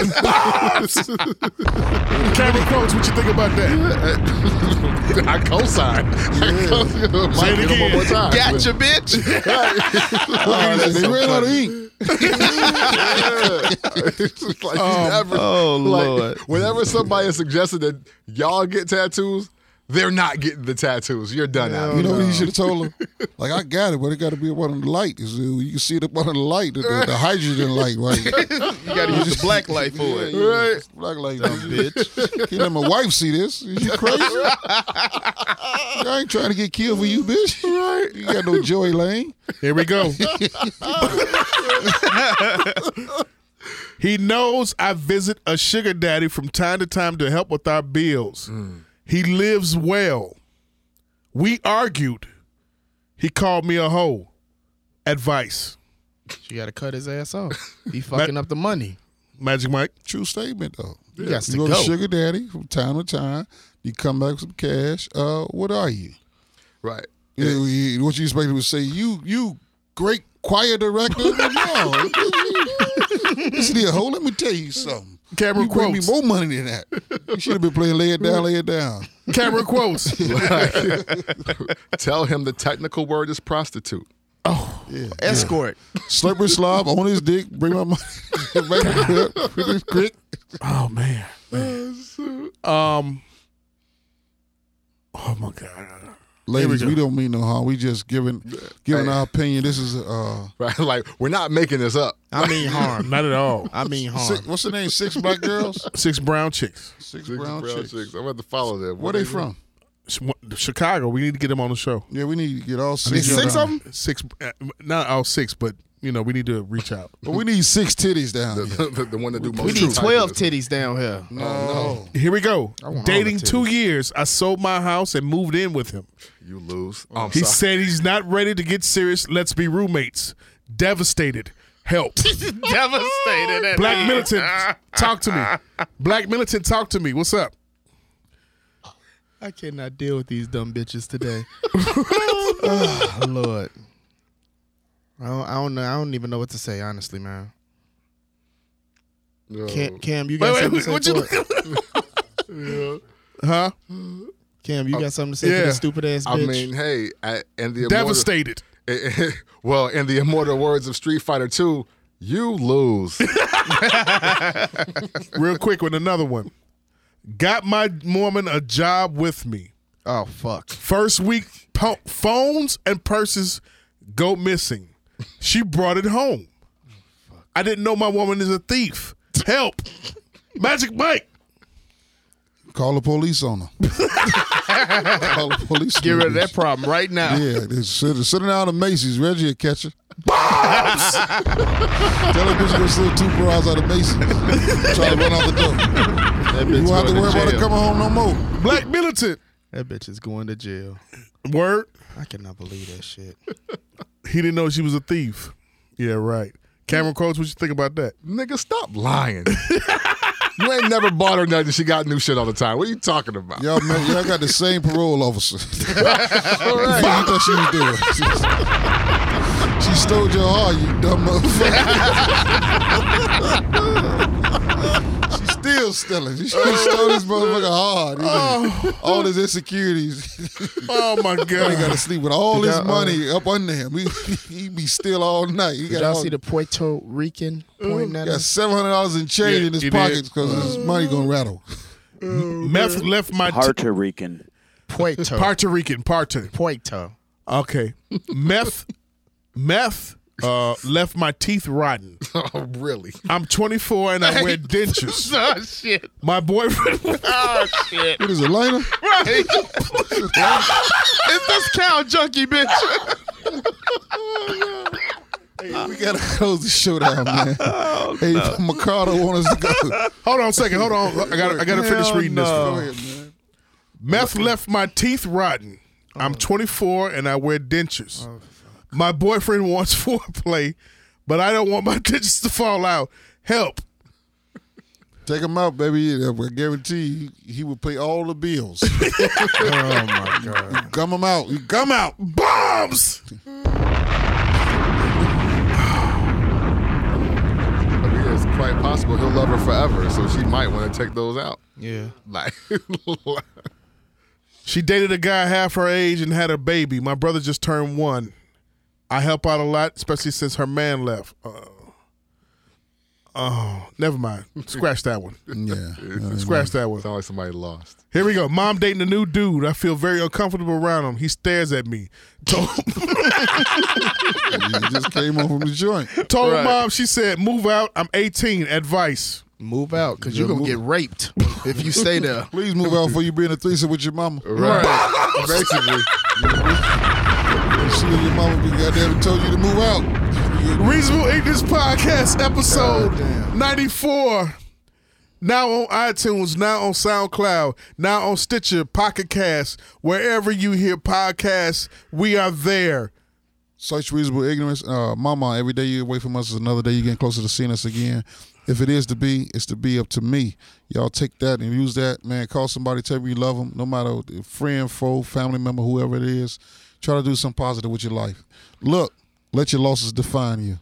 E: Cameron Coates, what you think about that?
A: *laughs* I co-sign. I *laughs* co-sign. Say
E: it
A: One
E: again.
A: more time. *laughs*
G: Gotcha, bitch. *laughs*
D: they ran out of ink.
A: It's *laughs* like you never-
G: oh,
A: like,
G: Lord.
A: Whenever somebody has suggested that y'all get tattoos, they're not getting the tattoos. You're done out.
D: You know
G: Oh,
D: what you should have told him? Like I got it, but it got to be up under the light. You see- you can see it up under the light, the, the hydrogen light, right?
G: *laughs* You gotta use the black light for
D: Yeah,
G: it.
D: yeah, it's Black light, bitch. Can't let my wife see this. Is you
G: *laughs*
D: crazy? I ain't trying to get killed for you, bitch. Right? You got no joy, Lane.
E: Here we go. he knows I visit a sugar daddy from time to time to help with our bills. He lives well. We argued. He called me a hoe. Advice.
G: You gotta cut his ass off. He fucking up the money.
E: Magic Mike.
D: True statement though.
G: You got to
D: You go, to
G: go.
D: sugar daddy from time to time. You come back with some cash. Uh, what are you?
A: Right.
D: You know, you- what you expect him to say? You you great choir director? *laughs* no. This is a hoe. Let me tell you something.
E: Cameron
D: you bring me
E: quotes.
D: more money than that. You should have been playing lay it down, lay it down.
E: Cameron quotes.
A: Tell him the technical word is prostitute. *laughs*
G: Escort.
D: Slurper slob on his dick. Bring my money. *laughs* Bring the grip, bring the grip.
E: Oh man. um. Oh my god.
D: Ladies,
E: go.
D: we, don't mean no harm. We just giving giving our opinion. This is uh,
A: Right. Like we're not making this up.
G: I mean harm.
E: Not at all.
G: I mean harm.
D: six, what's the name? Six black girls,
E: Six brown chicks.
D: six,
A: Six
D: brown, chicks.
A: I'm about to follow them.
D: Where they from?
E: Chicago. We need to get them on the show.
D: Yeah, we need to get all six.
G: There's six
D: down.
G: of them?
E: Six, uh, not all six, but you know we need to reach out.
D: But we need six titties down. Here.
A: The, *laughs* the, the one that do most.
G: We need
A: typing.
G: 12 titties down here.
D: No,
E: Here we go.
G: want all
E: Dating
G: the
E: two years, I sold my house and moved in with him.
A: You lose. Oh, I'm
E: He
A: sorry.
E: said he's not ready to get serious. Let's be roommates. Devastated. Help.
H: Devastated. at
E: Black militant, talk to me. Black militant, talk to me. What's up?
G: I cannot deal with these dumb bitches today. *sighs* oh, Lord. I don't, I don't know. I don't even know what to say, honestly, man.
A: No.
G: Cam, Cam you got something to say? for it?
E: Huh?
G: Cam, you got something to say for
E: yeah.
G: this stupid ass
A: I
G: bitch?
A: mean, hey, I, and the immortal-
E: Devastated.
A: *laughs* well, in the immortal words of Street Fighter Two, you *laughs* lose.
E: Real quick with another one. Got my Mormon a job with me.
G: oh, fuck.
E: First week, po- phones and purses go missing. She brought it home. I didn't know my woman is a thief. Help. Magic Mike.
D: call the police
G: *laughs*
D: on them. call the police.
G: Get rid of that problem right now.
D: Yeah, they sit, sitting down to Macy's. Reggie will catch her.
G: *laughs*
D: Bombs! Tell that bitch to go slip two four hours out of Macy's. Try to run out the door.
G: That
D: You
G: bitch,
D: won't have to worry about her coming home no more.
E: Black militant.
G: that bitch is going to jail.
E: Word.
G: I cannot believe that shit.
E: He didn't know she was a thief. Yeah, right. Cameron Coates, what you think about that?
A: Nigga, stop lying. you ain't never bought her nothing. She got new shit all the time. What are you talking about?
D: Y'all, man, y'all got the same parole officer. *laughs* All right. That's what she was doing. *laughs* She, she stole your heart, you dumb motherfucker. *laughs* She's still stealing. She
G: Oh.
D: still stole this motherfucker hard. All his insecurities.
E: *laughs*
D: *laughs*
E: Oh my
D: He got
E: God.
D: to sleep with all
G: Did
D: his
G: y'all, uh,
D: money up under him. He, he be still all night. He
G: Did
D: got,
G: y'all
D: all-
G: see the Puerto Rican pointing at
D: got
G: us?
D: seven hundred dollars in change
E: Yeah, he
D: in his
E: did.
D: pockets because his money gonna rattle.
E: Meth left my t-
I: Puerto Rican.
G: Puerto.
E: Puerto Rican. Puerto.
G: Puerto.
E: Okay. Meth. Meth uh, left my teeth rotten.
A: oh, really?
E: I'm 24 and I wear dentures.
J: *laughs* Oh shit!
E: My boyfriend. *laughs*
J: Oh shit!
D: What is it, *laughs* Lena?
J: It's this cow junkie bitch.
D: We gotta close the show down, *laughs* man. hey, Mercado want us to go.
E: hold on a second. Hold on. I got. I got to finish reading
D: Go
E: this.
D: ahead, man.
E: Meth left my teeth rotten. I'm 24 and I wear dentures. my boyfriend wants *laughs* foreplay, but I don't want my dentures to fall out. Help.
D: Take him out, baby. I guarantee you, he will pay all the bills. *laughs* oh my god! You gum him out. You gum out.
E: Bombs.
A: I mean, it's quite possible he'll love her forever, so she might want to take those out. *laughs*
G: Yeah.
A: Like,
E: She dated a guy half her age and had a baby. My brother just turned one. I help out a lot, especially since her man left. Uh, oh, never mind. Scratch that
G: *laughs*
E: one.
D: Yeah.
E: Scratch that one.
A: sound like somebody Uh, lost.
E: Here we go. Mom dating a new dude. I feel very uncomfortable around him. He stares at me. Told, *laughs*
D: You just came home from the joint.
E: told mom, she said, move out. I'm 18. Advice.
G: Move out because you're gonna get raped if you stay
E: *laughs*
G: there.
D: Please move out before you be in a threesome with your mama.
A: Right.
D: *laughs*
A: Basically.
D: She and your mama be goddamn told you to move out. You-
E: Reasonable Ignorance Podcast, episode
D: Goddamn.
E: 94. Now on iTunes, now on SoundCloud, now on Stitcher, Pocket Cast, wherever you hear podcasts, we are there.
D: Such reasonable ignorance. Uh, mama, every day you're away from us is another day you're getting closer to seeing us again. If it is to be, it's to be up to me. Y'all take that and use that, man. Call somebody, tell them you love them, no matter if friend, foe, family member, whoever it is. Try to do something positive with your life. Look, let your losses define you.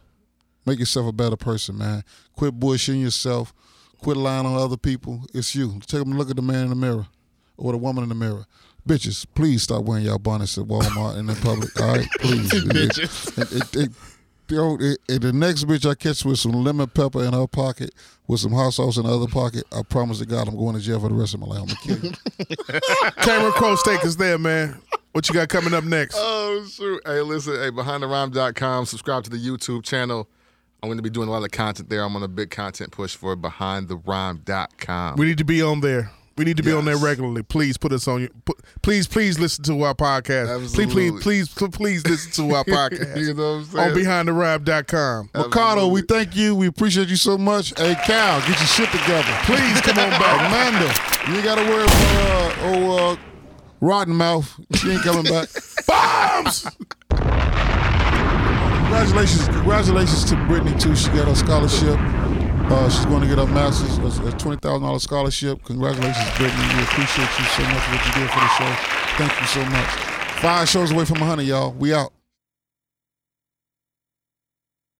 D: Make yourself a better person, man. Quit bushing yourself. Quit lying on other people. It's you. Take a look at the man in the mirror or the woman in the mirror. Bitches, please stop wearing y'all bonnets at Walmart and in public. All *laughs* right, please. Bitches. the next bitch I catch with some lemon pepper in her pocket, with some hot sauce in the other pocket, I promise to God I'm going to jail for the rest of my life. I'm gonna kill you.
E: Cameron Crowe's take us there, man. What you got coming up next?
A: Oh shoot! Hey, listen. Hey, behindtherhyme.com. Subscribe to the YouTube channel. I'm going to be doing a lot of content there. I'm on a big content push for behindtherhyme.com.
E: We need to be on there. We need to be on there
A: Yes.
E: regularly. Please put us on your. Put, please, please listen to our podcast.
A: Absolutely.
E: Please, please, please, please listen to
A: *laughs*
E: our podcast.
A: you know what I'm saying?
E: on behindtherhyme.com.
D: Ricardo, we thank you. We appreciate you so much. Hey, Cal, get your shit together. Please come on back. Amanda, you ain't got to worry about uh, oh, uh, Rotten Mouth. She ain't coming back. *laughs*
E: Bombs!
D: Congratulations, congratulations to Brittany, too. She got her scholarship. Uh, she's going to get her master's, a a $20,000 scholarship. Congratulations, Brittany. We appreciate you so much for what you did for the show. Thank you so much. Five shows away from 100, y'all. We out.